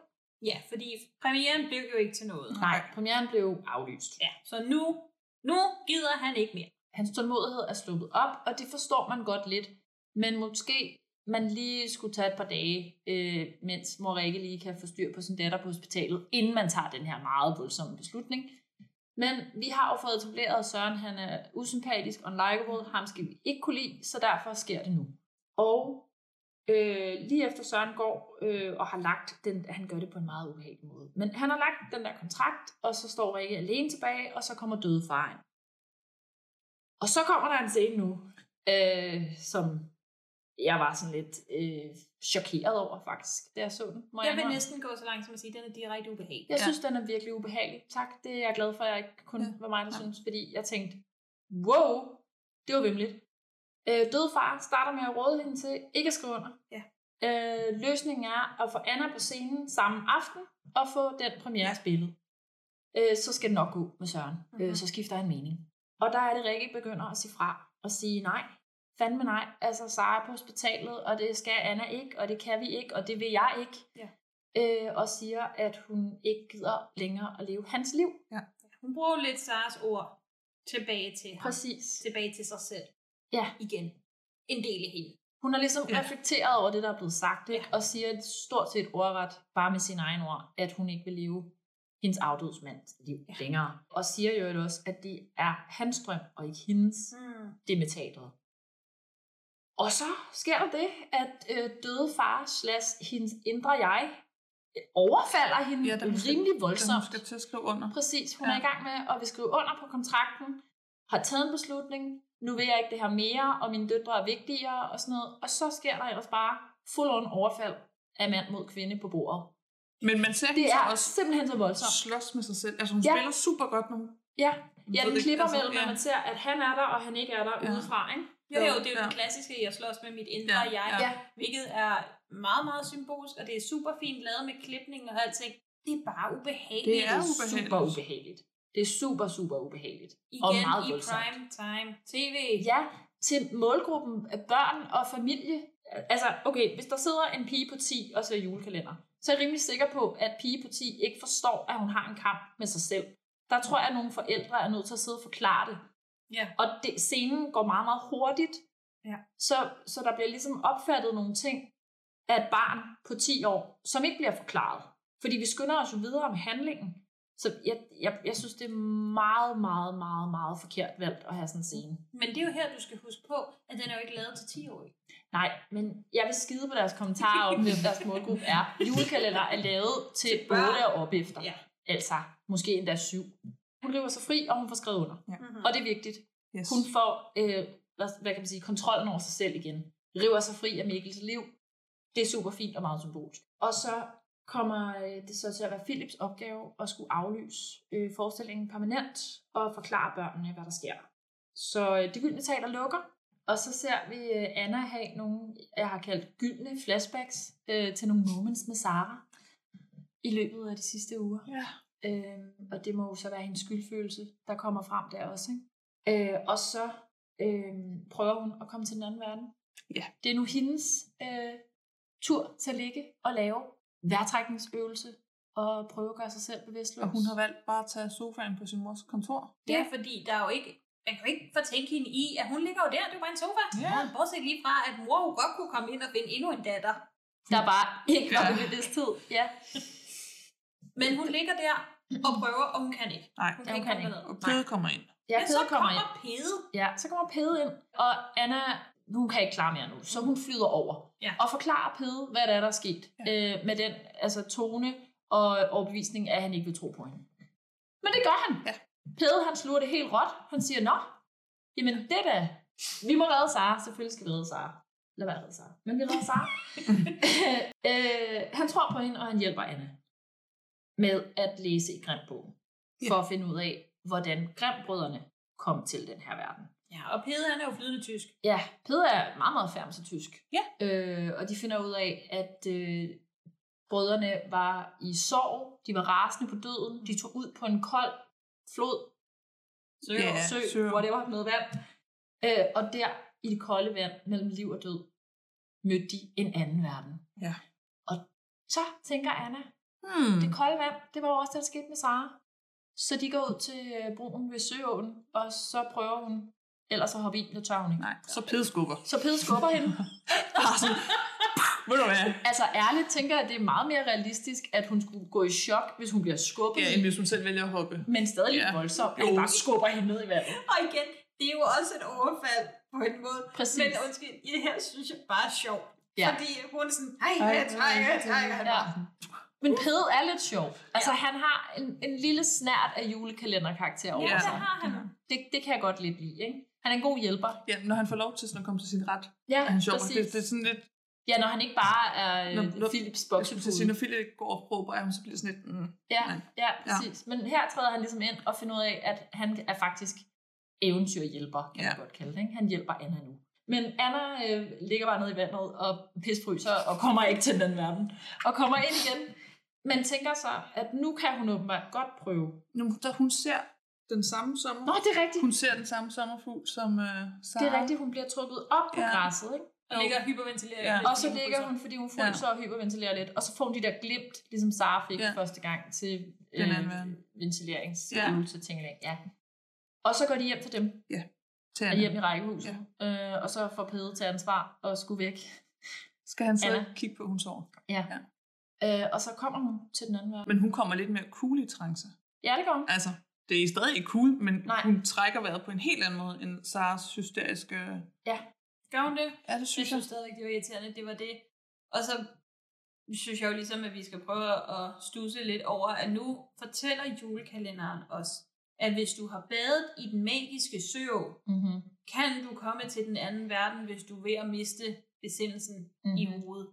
Ja, fordi premieren blev jo ikke til noget.
Nej, premieren blev aflyst.
Ja, så nu, nu gider han ikke mere.
Hans tålmodighed er sluppet op, og det forstår man godt lidt. Men måske man lige skulle tage et par dage, øh, mens mor Rikke lige kan få styr på sin datter på hospitalet, inden man tager den her meget voldsomme beslutning. Men vi har jo fået etableret, at Søren han er usympatisk og en likeable. Ham skal vi ikke kunne lide, så derfor sker det nu. Og øh, lige efter Søren går øh, og har lagt den, han gør det på en meget ubehagelig måde, men han har lagt den der kontrakt, og så står Rikke alene tilbage, og så kommer døde far ind. Og så kommer der en scene nu, øh, som jeg var sådan lidt øh, chokeret over faktisk, da jeg så den.
Jeg vil
indrømme.
næsten gå så langt som at sige, at den er direkte ubehagelig.
Jeg ja. synes, den er virkelig ubehagelig. Tak, det er jeg glad for, at jeg ikke kun ja. var mig, der ja. synes, fordi jeg tænkte, wow, det var vimligt. Øh, død far starter med at råde hende til ikke at skrive under.
Ja.
Øh, løsningen er at få Anna på scenen samme aften og få den premiere spillet. Øh, så skal det nok gå med Søren. Mm-hmm. Øh, så skifter han mening. Og der er det, Rikke begynder at sige fra og sige nej. Fandme nej. Altså, Sara er på hospitalet, og det skal Anna ikke, og det kan vi ikke, og det vil jeg ikke.
Ja.
Øh, og siger, at hun ikke gider længere at leve hans liv.
Ja. Hun bruger jo lidt Saras ord tilbage til ham.
Præcis.
Tilbage til sig selv.
Ja.
Igen. En del af hende.
Hun har ligesom
Ja.
ja. reflekteret over det, der er blevet sagt, ikke? og siger stort set ordret, bare med sin egen ord, at hun ikke vil leve hendes afdødsmands liv ja. længere. Og siger jo ellers også, at det er hans drøm, og ikke hendes,
mm.
det med teateret. Og så sker der det, at øh, døde far slash hendes indre jeg øh, overfalder hende ja, rimelig voldsomt.
Skal til at skrive under.
Præcis, hun ja. er i gang med at vil skrive under på kontrakten, har taget en beslutning, nu vil jeg ikke det her mere, og mine døtre er vigtigere og sådan noget. Og så sker der ellers bare full on overfald af mand mod kvinde på bordet.
Men man ser
Det
hende så
er
også
simpelthen så voldsomt.
slås med sig selv. Altså, hun
Ja.
ja. spiller super godt nu.
Ja,
Hun
ja
ved
den
ikke,
klipper
altså,
mellem, at
ja.
man ser, at han er der, og han ikke er der ja.
Ja.
udefra, ikke?
Jo, jo, det er jo
ja.
det klassiske, jeg slås med mit indre
Ja,
ja, jeg,
ja.
ja. hvilket er meget, meget symbolsk, og det er super fint lavet med klipning og alting. Det er bare ubehageligt.
Det er super ubehageligt. Det er super, super ubehageligt.
Igen
og meget
i
voldsomt.
prime time tv.
Ja, til målgruppen af børn og familie. Altså, okay, hvis der sidder en pige på 10 og ser julekalender, så er jeg rimelig sikker på, at pige på 10 ikke forstår, at hun har en kamp med sig selv. Der tror jeg, at nogle forældre er nødt til at sidde og forklare det.
Ja.
Og det, scenen går meget, meget hurtigt,
Ja.
så, så der bliver ligesom opfattet nogle ting af et barn på 10 år, som ikke bliver forklaret. Fordi vi skynder os jo videre med handlingen. Så jeg, jeg, jeg synes, det er meget, meget, meget, meget forkert valgt at have sådan en scene.
Men det er jo her, du skal huske på, at den er jo ikke lavet til 10-årige.
Nej, men jeg vil skide på deres kommentarer om, hvem deres målgruppe er. Julekalender er lavet til 8 og op efter.
Ja.
Altså, måske endda 7. Hun river sig fri, og hun får skrevet under.
Ja.
Og det er vigtigt. Yes. Hun får, øh, hvad, hvad kan man sige, kontrollen over sig selv igen. River sig fri af Mikkels liv. Det er super fint og meget symbolsk. Og så kommer øh, det så til at være Philips opgave at skulle aflyse øh, forestillingen permanent og forklare børnene, hvad der sker. Så øh, det gyldne teater lukker, og så ser vi øh, Anna have nogle, jeg har kaldt gyldne flashbacks øh, til nogle moments med Sara i løbet af de sidste uger.
Ja.
Øhm, og det må jo så være hendes skyldfølelse, der kommer frem der også. Ikke? Øh, og så øh, prøver hun at komme til den anden verden.
Ja.
Det er nu hendes øh, tur til at ligge og lave vejrtrækningsøvelse og prøve at gøre sig selv bevidstløs.
Og hun har valgt bare at tage sofaen på sin mors kontor.
Ja, fordi der er jo ikke, man kan jo ikke fortænke hende i, at hun ligger jo der, det er jo bare en sofa. Ja. Bortset lige fra, at mor jo godt kunne komme ind og finde endnu en datter.
Der bare ikke var
Ja.
bevidsthed. Ja.
Men hun ligger der og prøver, og hun kan ikke.
Nej,
hun kan
Ja, hun
ikke
kan
komme
ikke.
derned.
Og Pede kommer ind.
Ja,
Men
Pede
så
kommer
kommer
ind.
Pede.
Ja, så kommer Pede ind, og Anna, hun kan ikke klare mere nu, så hun flyder over.
Ja.
Og forklarer Pede, hvad der er, der er sket ja. øh, med den altså, tone og overbevisning, at han ikke vil tro på hende. Men det gør han.
Ja.
Pede, han sluger det helt råt. Han siger, nå, jamen det da. Vi må redde Sara. Selvfølgelig skal vi redde Sara. Lad være at redde Sara. Men vi redder Sara. [LAUGHS] øh, han tror på hende, og han hjælper Anna med at læse i Grimbogen. Ja. For at finde ud af, hvordan Grimbrødrene kom til den her verden.
Ja, og Pede han er jo flydende tysk.
Ja, Peder er meget, meget færm til tysk.
Ja.
Øh, og de finder ud af, at øh, brødrene var i sorg, de var rasende på døden, de tog ud på en kold flod, sø,
Ja,
sø,
sø.
whatever, med vand. Øh, og der, i det kolde vand, mellem liv og død, mødte de en anden verden.
Ja.
Og så tænker Anna,
Hmm.
det kolde vand, det var jo også det, der skete med Sara. Så de går ud til øh, broen ved Søåen, og så prøver hun ellers så hoppe i, det tør hun ikke.
Nej, så Pede skubber.
Så Pede skubber
[LAUGHS]
hende.
Ved du hvad?
Altså ærligt tænker jeg, at det er meget mere realistisk, at hun skulle gå i chok, hvis hun bliver skubbet.
Ja, end hvis hun selv vælger at hoppe.
Men stadig ja. voldsomt, at han bare skubber hende ned i vandet.
Og igen, det er jo også et overfald på en måde.
Præcis.
Men undskyld, det her synes jeg bare er sjovt. Ja. Fordi hun er sådan, hej, hej, hej, hej, hej.
Men Pede er lidt sjov. Altså, ja. han har en, en lille snært af julekalenderkarakter over
Ja, det
sig.
har han.
Det, det kan jeg godt lide, ikke? Han er en god hjælper.
Ja, når han får lov til sådan at komme til sin ret,
Ja,
er han sjov.
præcis.
Det, det, er sådan lidt...
Ja, når han ikke bare er
Når-
når,
når-
Philips
Jeg skulle til at sige,
boksepude.
når Philip går og råber, at hun så bliver sådan lidt... Mm.
Ja, ja, præcis. Men her træder han ligesom ind og finder ud af, at han er faktisk eventyrhjælper, kan ja. man godt kalde det. Ikke? Han hjælper Anna nu. Men Anna øh, ligger bare nede i vandet og pisfryser og kommer ikke til den verden. Og kommer ind igen, men tænker sig, at nu kan hun åbenbart godt prøve.
Nu, da hun ser den samme sommer...
Nå, det er rigtigt.
Hun ser den samme sommerfugl som øh, Sara.
Det er rigtigt, hun bliver trukket op på
Ja.
græsset, ikke?
Og ligger og hyperventilerer
Ja.
lidt,
Og så
fordi hun
ligger
fryser.
hun, fordi hun fryser ja. og hyperventilerer lidt. Og så får hun de der glimt, ligesom Sara fik ja. første gang til
Den
øh,
anden verden.
ventileringsøvelse, ja. ting ja. Og så går de hjem til dem.
Ja. Til
Og
Anna.
hjem i rækkehuset. Ja. Øh, og så får Pede til ansvar og skulle væk.
Skal han sidde
Anna.
og kigge på, at hun sover?
Ja. ja. Øh, og så kommer hun til den anden verden.
Men hun kommer lidt mere cool i trance.
Ja, det gør hun.
Altså, det er stadig ikke cool, men Nej. hun trækker vejret på en helt anden måde end Saras hysteriske...
Ja.
Gør hun det?
Ja, det synes
jeg. synes stadigvæk, det var irriterende, at det var det. Og så synes jeg jo ligesom, at vi skal prøve at stusse lidt over, at nu fortæller julekalenderen os, at hvis du har badet i den magiske sø,
Mm-hmm.
kan du komme til den anden verden, hvis du er ved at miste besindelsen mm-hmm. i hovedet.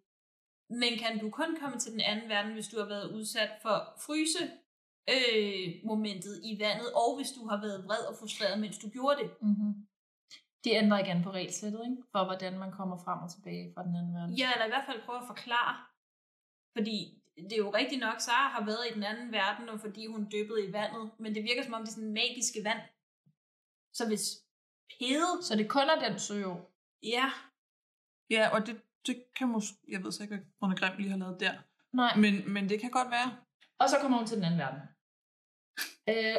Men kan du kun komme til den anden verden, hvis du har været udsat for fryse øh, momentet i vandet, og hvis du har været vred og frustreret, mens du gjorde det.
Mm-hmm. De ændrer igen på regelsættet, ikke? For hvordan man kommer frem og tilbage fra den anden verden.
Ja, eller i hvert fald prøve at forklare. Fordi det er jo rigtigt nok, Sara har været i den anden verden, og fordi hun dyppede i vandet. Men det virker som om, det er sådan magiske vand. Så hvis pede...
Så det kun er den sø,
Ja.
Ja, og det, det kan måske... Jeg ved så ikke, hvad Brune Grimm lige har lavet der.
Nej.
Mm.
Men, men det kan godt være.
Og så kommer hun til den anden
[LAUGHS]
verden. Øh,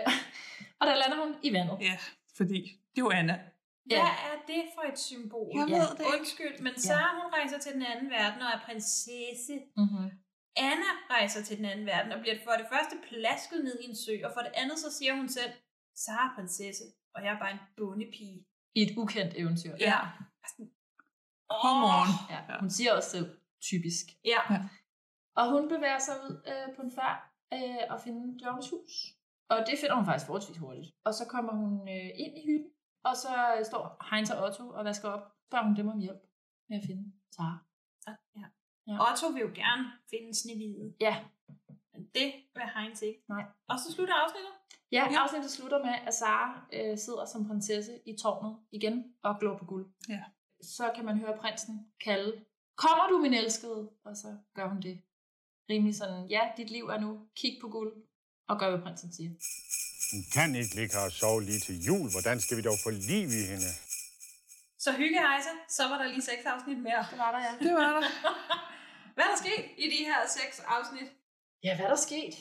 og der lander hun i vandet.
Ja, fordi det er jo Anna.
Hvad er det for et symbol?
Jeg ved det ikke.
Undskyld, men Sara hun rejser til den anden verden og er prinsesse.
Mm-hmm.
Anna rejser til den anden verden og bliver for det første plasket ned i en sø, og for det andet så siger hun selv, Sara er prinsesse, og jeg er bare en bondepige.
I et ukendt eventyr.
Ja.
Come on.
Ja, hun siger også selv, typisk.
Ja.
Og hun bevæger sig ud øh, på en færd øh, og finder Jørgens hus. Og det finder hun faktisk forholdsvis hurtigt. Og så kommer hun øh, ind i hytten, og så øh, står Heinz og Otto og vasker op. Spørger hun dem om hjælp med at finde Sara.
Ja.
Ja.
Otto vil jo gerne finde snevide.
Ja.
Men det vil Heinz ikke.
Nej.
Og så slutter afsnittet.
Ja, afsnittet slutter med, at Sara øh, sidder som prinsesse i tårnet igen og glår på guld.
Ja.
Så kan man høre prinsen kalde, kommer du min elskede? Og så gør hun det. Rimelig sådan, ja, dit liv er nu, kig på guld og gør, hvad prinsen siger.
Hun kan ikke ligge her og sove lige til jul. Hvordan skal vi dog få liv i hende?
Så hygge Heise, så var der lige seks afsnit mere. Det
var der, ja.
Det var der.
[LAUGHS] Hvad er der sket i de her seks afsnit?
Ja, hvad er der sket?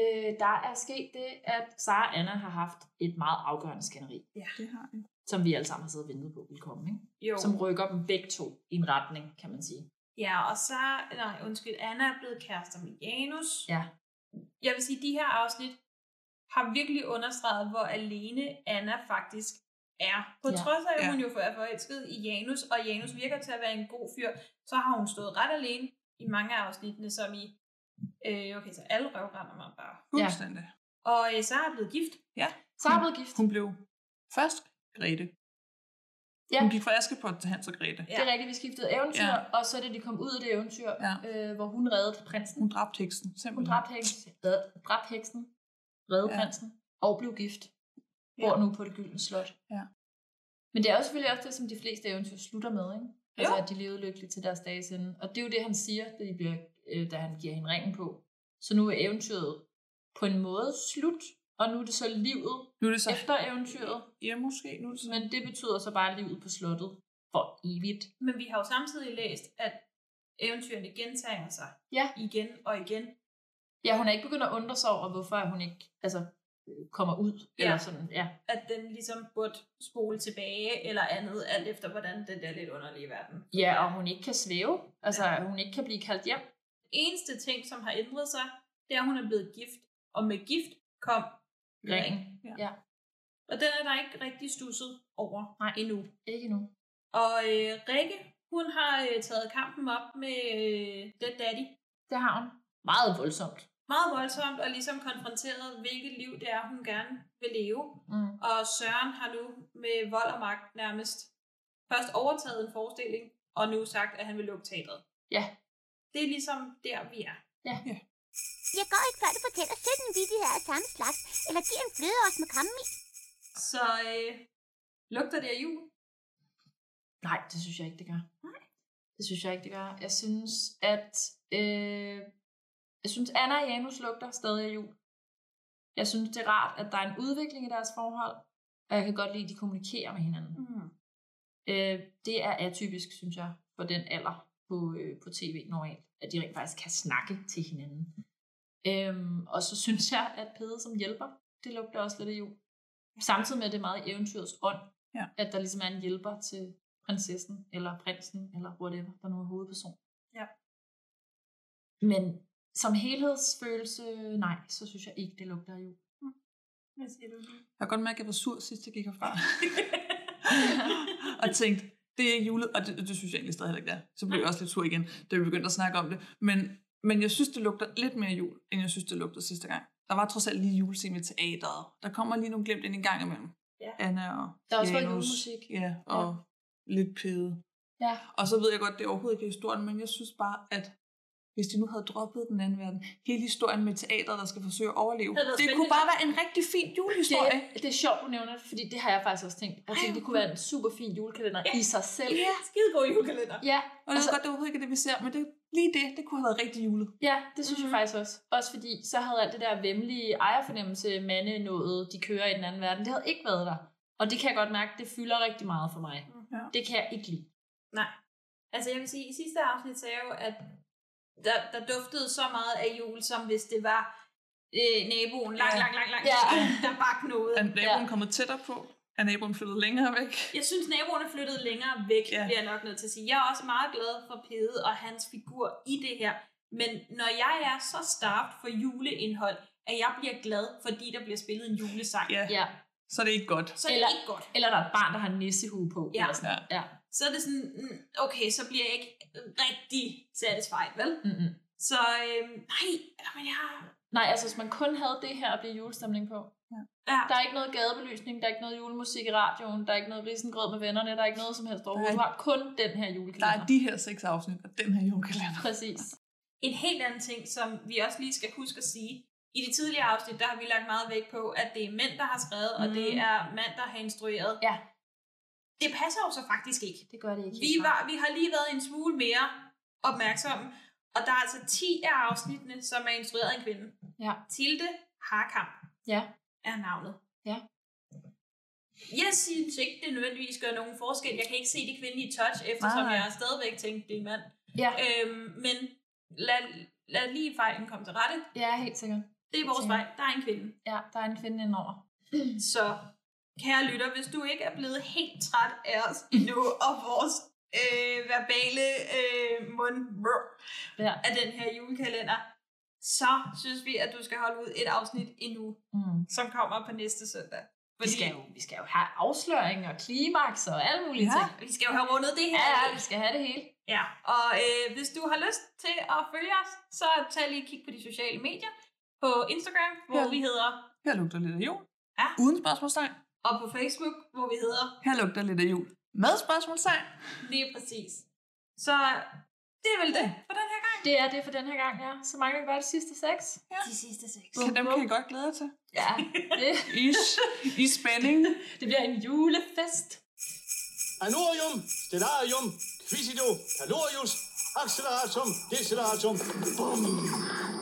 Øh, der er sket det, at Sara og Anna har haft et meget afgørende skænderi,
Ja.
Det har jeg.
som vi alle sammen har siddet og ventet på ville komme, ikke?
Jo.
som rykker dem begge to i en retning, kan man sige.
Ja, og så... Nej, undskyld, Anna er blevet kærester med Janus.
Ja,
Jeg vil sige, at de her afsnit har virkelig understreget, hvor alene Anna faktisk er. På
Ja.
ja. trods af, at
Ja.
hun jo er forelsket i Janus, og Janus virker til at være en god fyr, så har hun stået ret alene i mange af afsnittene, som i... Øh, okay, så alle røvrender mig bare.
Fuldstændig. Ja.
Og øh, så er blevet gift.
Ja.
Så er blevet gift.
Hun blev først Grete.
Ja.
Hun gik fra Askepot til Hans og Grete.
Ja. Det er rigtigt, vi skiftede eventyr,
Ja.
ja. og så da de kom ud af det eventyr, ja. øh, hvor hun reddede prinsen.
Hun dræbte heksen,
Hun
simpelthen.
dræbte heksen, red- dræbte heksen reddede
Mm. Ja.
ja. prinsen, og blev gift. Bor nu på det gyldne slot.
Ja.
Men det er jo selvfølgelig også det, som de fleste eventyr slutter med, ikke? Altså, at de levede lykkeligt til deres dages ende. Og det er jo det, han siger, da, de bliver, øh, da han giver hende ringen på. Så nu er eventyret på en måde slut, og nu er det så livet
nu er det så...
efter eventyret.
Ja, måske. Nu er det så...
Men det betyder så bare livet på slottet for evigt.
Men vi har jo samtidig læst, at eventyrene gentager sig
ja.
igen og igen.
Ja, hun er ikke begyndt at undre sig over, hvorfor hun ikke altså, øh, kommer ud. Ja. Eller sådan, ja.
At den ligesom burde spole tilbage eller andet, alt efter hvordan den der lidt underlige verden.
ja, og hun ikke kan svæve. Altså, ja. hun ikke kan blive kaldt hjem.
Eneste ting, som har ændret sig, det er, at hun er blevet gift. Og med gift kom
Ringen.
Ja.
ja.
Og den er der ikke rigtig stusset over
Nej,
endnu.
Ikke endnu.
Og øh, Rikke Hun har øh, taget kampen op med øh, Dead Daddy.
Det har hun. Meget voldsomt.
Meget voldsomt, og ligesom konfronteret, hvilket liv det er, hun gerne vil leve.
Mm.
Og Søren har nu med vold og magt nærmest først overtaget en forestilling, og nu sagt, at han vil lukke teatret.
Ja.
Det er ligesom der, vi er.
Ja.
ja.
Jeg går ikke, før du fortæller 17 vidigheder af samme slags, eller giver en flødeost med krammen i.
Så øh, lugter det af jul?
Nej, det synes jeg ikke, det gør. Nej. Det synes jeg ikke, det gør. Jeg synes, at... Øh, jeg synes, Anna og Janus lugter stadig af jul. Jeg synes, det er rart, at der er en udvikling i deres forhold, og jeg kan godt lide, at de kommunikerer med hinanden.
Mm.
Øh, det er atypisk, synes jeg, for den alder på, øh, på tv normalt, at de rent faktisk kan snakke til hinanden. Øhm, og så synes jeg, at Pede som hjælper, det lugter også lidt af jul. Samtidig med, at det er meget i eventyrets ånd,
ja.
at der ligesom er en hjælper til prinsessen, eller prinsen, eller whatever, der nu er hovedperson.
Ja.
Men som helhedsfølelse, nej, så synes jeg ikke, det lugter af jul.
Mm. Hvad siger du nu?
Jeg kan godt mærke, at jeg var sur sidst, jeg gik herfra. [LAUGHS] og tænkte, det er ikke julet, og det, det synes jeg egentlig stadig heller ikke det er. Så blev jeg også lidt sur igen, da vi begyndte at snakke om det. Men, men jeg synes, det lugter lidt mere jul, end jeg synes, det lugtede sidste gang. Der var trods alt lige julescene i teateret. Der kommer lige nogle glemt ind en gang imellem.
Ja.
Anna og
Der er også været
Janus,
julemusik.
Ja, og ja. lidt pede.
Ja.
Og så ved jeg godt, det er overhovedet ikke historien, men jeg synes bare, at hvis de nu havde droppet den anden verden, hele historien med teateret, der skal forsøge at overleve,
Det havde været
det kunne
spændende.
bare være en rigtig fin julehistorie.
Det, det er sjovt, du nævner det, fordi det har jeg faktisk også tænkt. Jeg tænkte, det kunne være en super fin julekalender ja. i sig selv.
Ja.
Skidegod julekalender.
Ja,
Og
Altså-
det er godt, det er overhovedet ikke det, vi ser, men det, lige det, det kunne have været rigtig julet.
ja det synes
Mhm.
mm-hmm. jeg faktisk også. Også fordi, så havde alt det der vemmelige ejerfornemmelse, mandenået, de kører i den anden verden, det havde ikke været der. Og det kan jeg godt mærke, det fylder rigtig meget for mig.
Mm.
Ja.
Det kan jeg ikke lide.
Nej. Altså jeg vil sige, i sidste afsnit sagde jeg jo, at der, der duftede så meget af jul, som hvis det var øh, naboen lang,
Ja.
lang, lang, lang,
Ja.
der bare knodede.
Er naboen ja. kommet tættere på? Er naboen flyttet længere væk?
Jeg synes, naboen er flyttet længere væk, ja. bliver jeg nok nødt til at sige. Jeg er også meget glad for Pede og hans figur i det her. Men når jeg er så starvt for juleindhold, at jeg bliver glad, fordi der bliver spillet en julesang,
Ja.
Ja.
Så er det ikke godt.
så er
Eller-
det ikke godt.
Eller der er et barn, der har en nissehue på.
Ja.
Eller sådan. noget. ja.
så er det sådan, mm, okay, så bliver jeg ikke rigtig satisfied, vel?
Mm-mm.
Så øhm, nej, men jeg har...
Nej, altså hvis man kun havde det her at blive julestemning på.
Ja.
Ja.
Der er ikke noget gadebelysning, der er ikke noget julemusik i radioen, der er ikke noget risengrød med vennerne, der er ikke noget som helst overhovedet. Du har kun den her
Der
julekalender.
er de her seks afsnit, og den her julekalender.
Præcis.
En helt anden ting, som vi også lige skal huske at sige. I de tidligere afsnit, der har vi lagt meget vægt på, at det er mænd, der har skrevet, mm. og
Mm.
det er mand, der har instrueret.
Ja.
Det passer jo så faktisk ikke.
Det gør det ikke.
Vi,
helt
var, vi har lige været en smule mere opmærksomme, og der er altså 10 af afsnittene, som er instrueret af en kvinde.
klart. Ja.
Tilde Harkamp
Ja.
er navnet.
Ja.
Jeg synes ikke, det nødvendigvis gør nogen forskel. Jeg kan ikke se det kvindelige touch, eftersom
Nej, nej.
jeg stadigvæk tænkte, det er en mand.
Ja.
Øhm, men lad, lad lige fejlen komme til rette.
ja, helt sikkert.
Det er vores
Ja.
vej. Der er en kvinde.
Ja, der er en kvinde indover.
Så kære lytter, hvis du ikke er blevet helt træt af
[LAUGHS]
os endnu, og vores øh, verbale øh, mund brr,
Ja.
af den her julekalender, så synes vi, at du skal holde ud et afsnit endnu,
Mm.
som kommer på næste søndag.
Vi, skal jo, vi skal jo have afsløring og klimaks og alle mulige
Ja,
ting.
vi skal jo have rundet det her.
Ja, ja, vi skal have det hele.
Ja, og øh, hvis du har lyst til at følge os, så tag lige et kig på de sociale medier. På Instagram, hvor
Ja.
vi hedder,
Her lugter lidt af jul.
Ja.
Uden spørgsmålstegn.
og på Facebook, hvor vi hedder,
Her lugter lidt af jul. Med spørgsmålstegn.
lige præcis. Så det er vel det for den her gang.
Det er det for den her gang, ja. Så mangler vi bare de sidste seks.
Ja.
De sidste seks.
Kan dem kan I godt glæde jer til.
Ja, det,
Ish. I spænding.
det bliver en julefest.
Anorium, stellarium, quisido, calorius, acceleratum, deceleratum. Bum.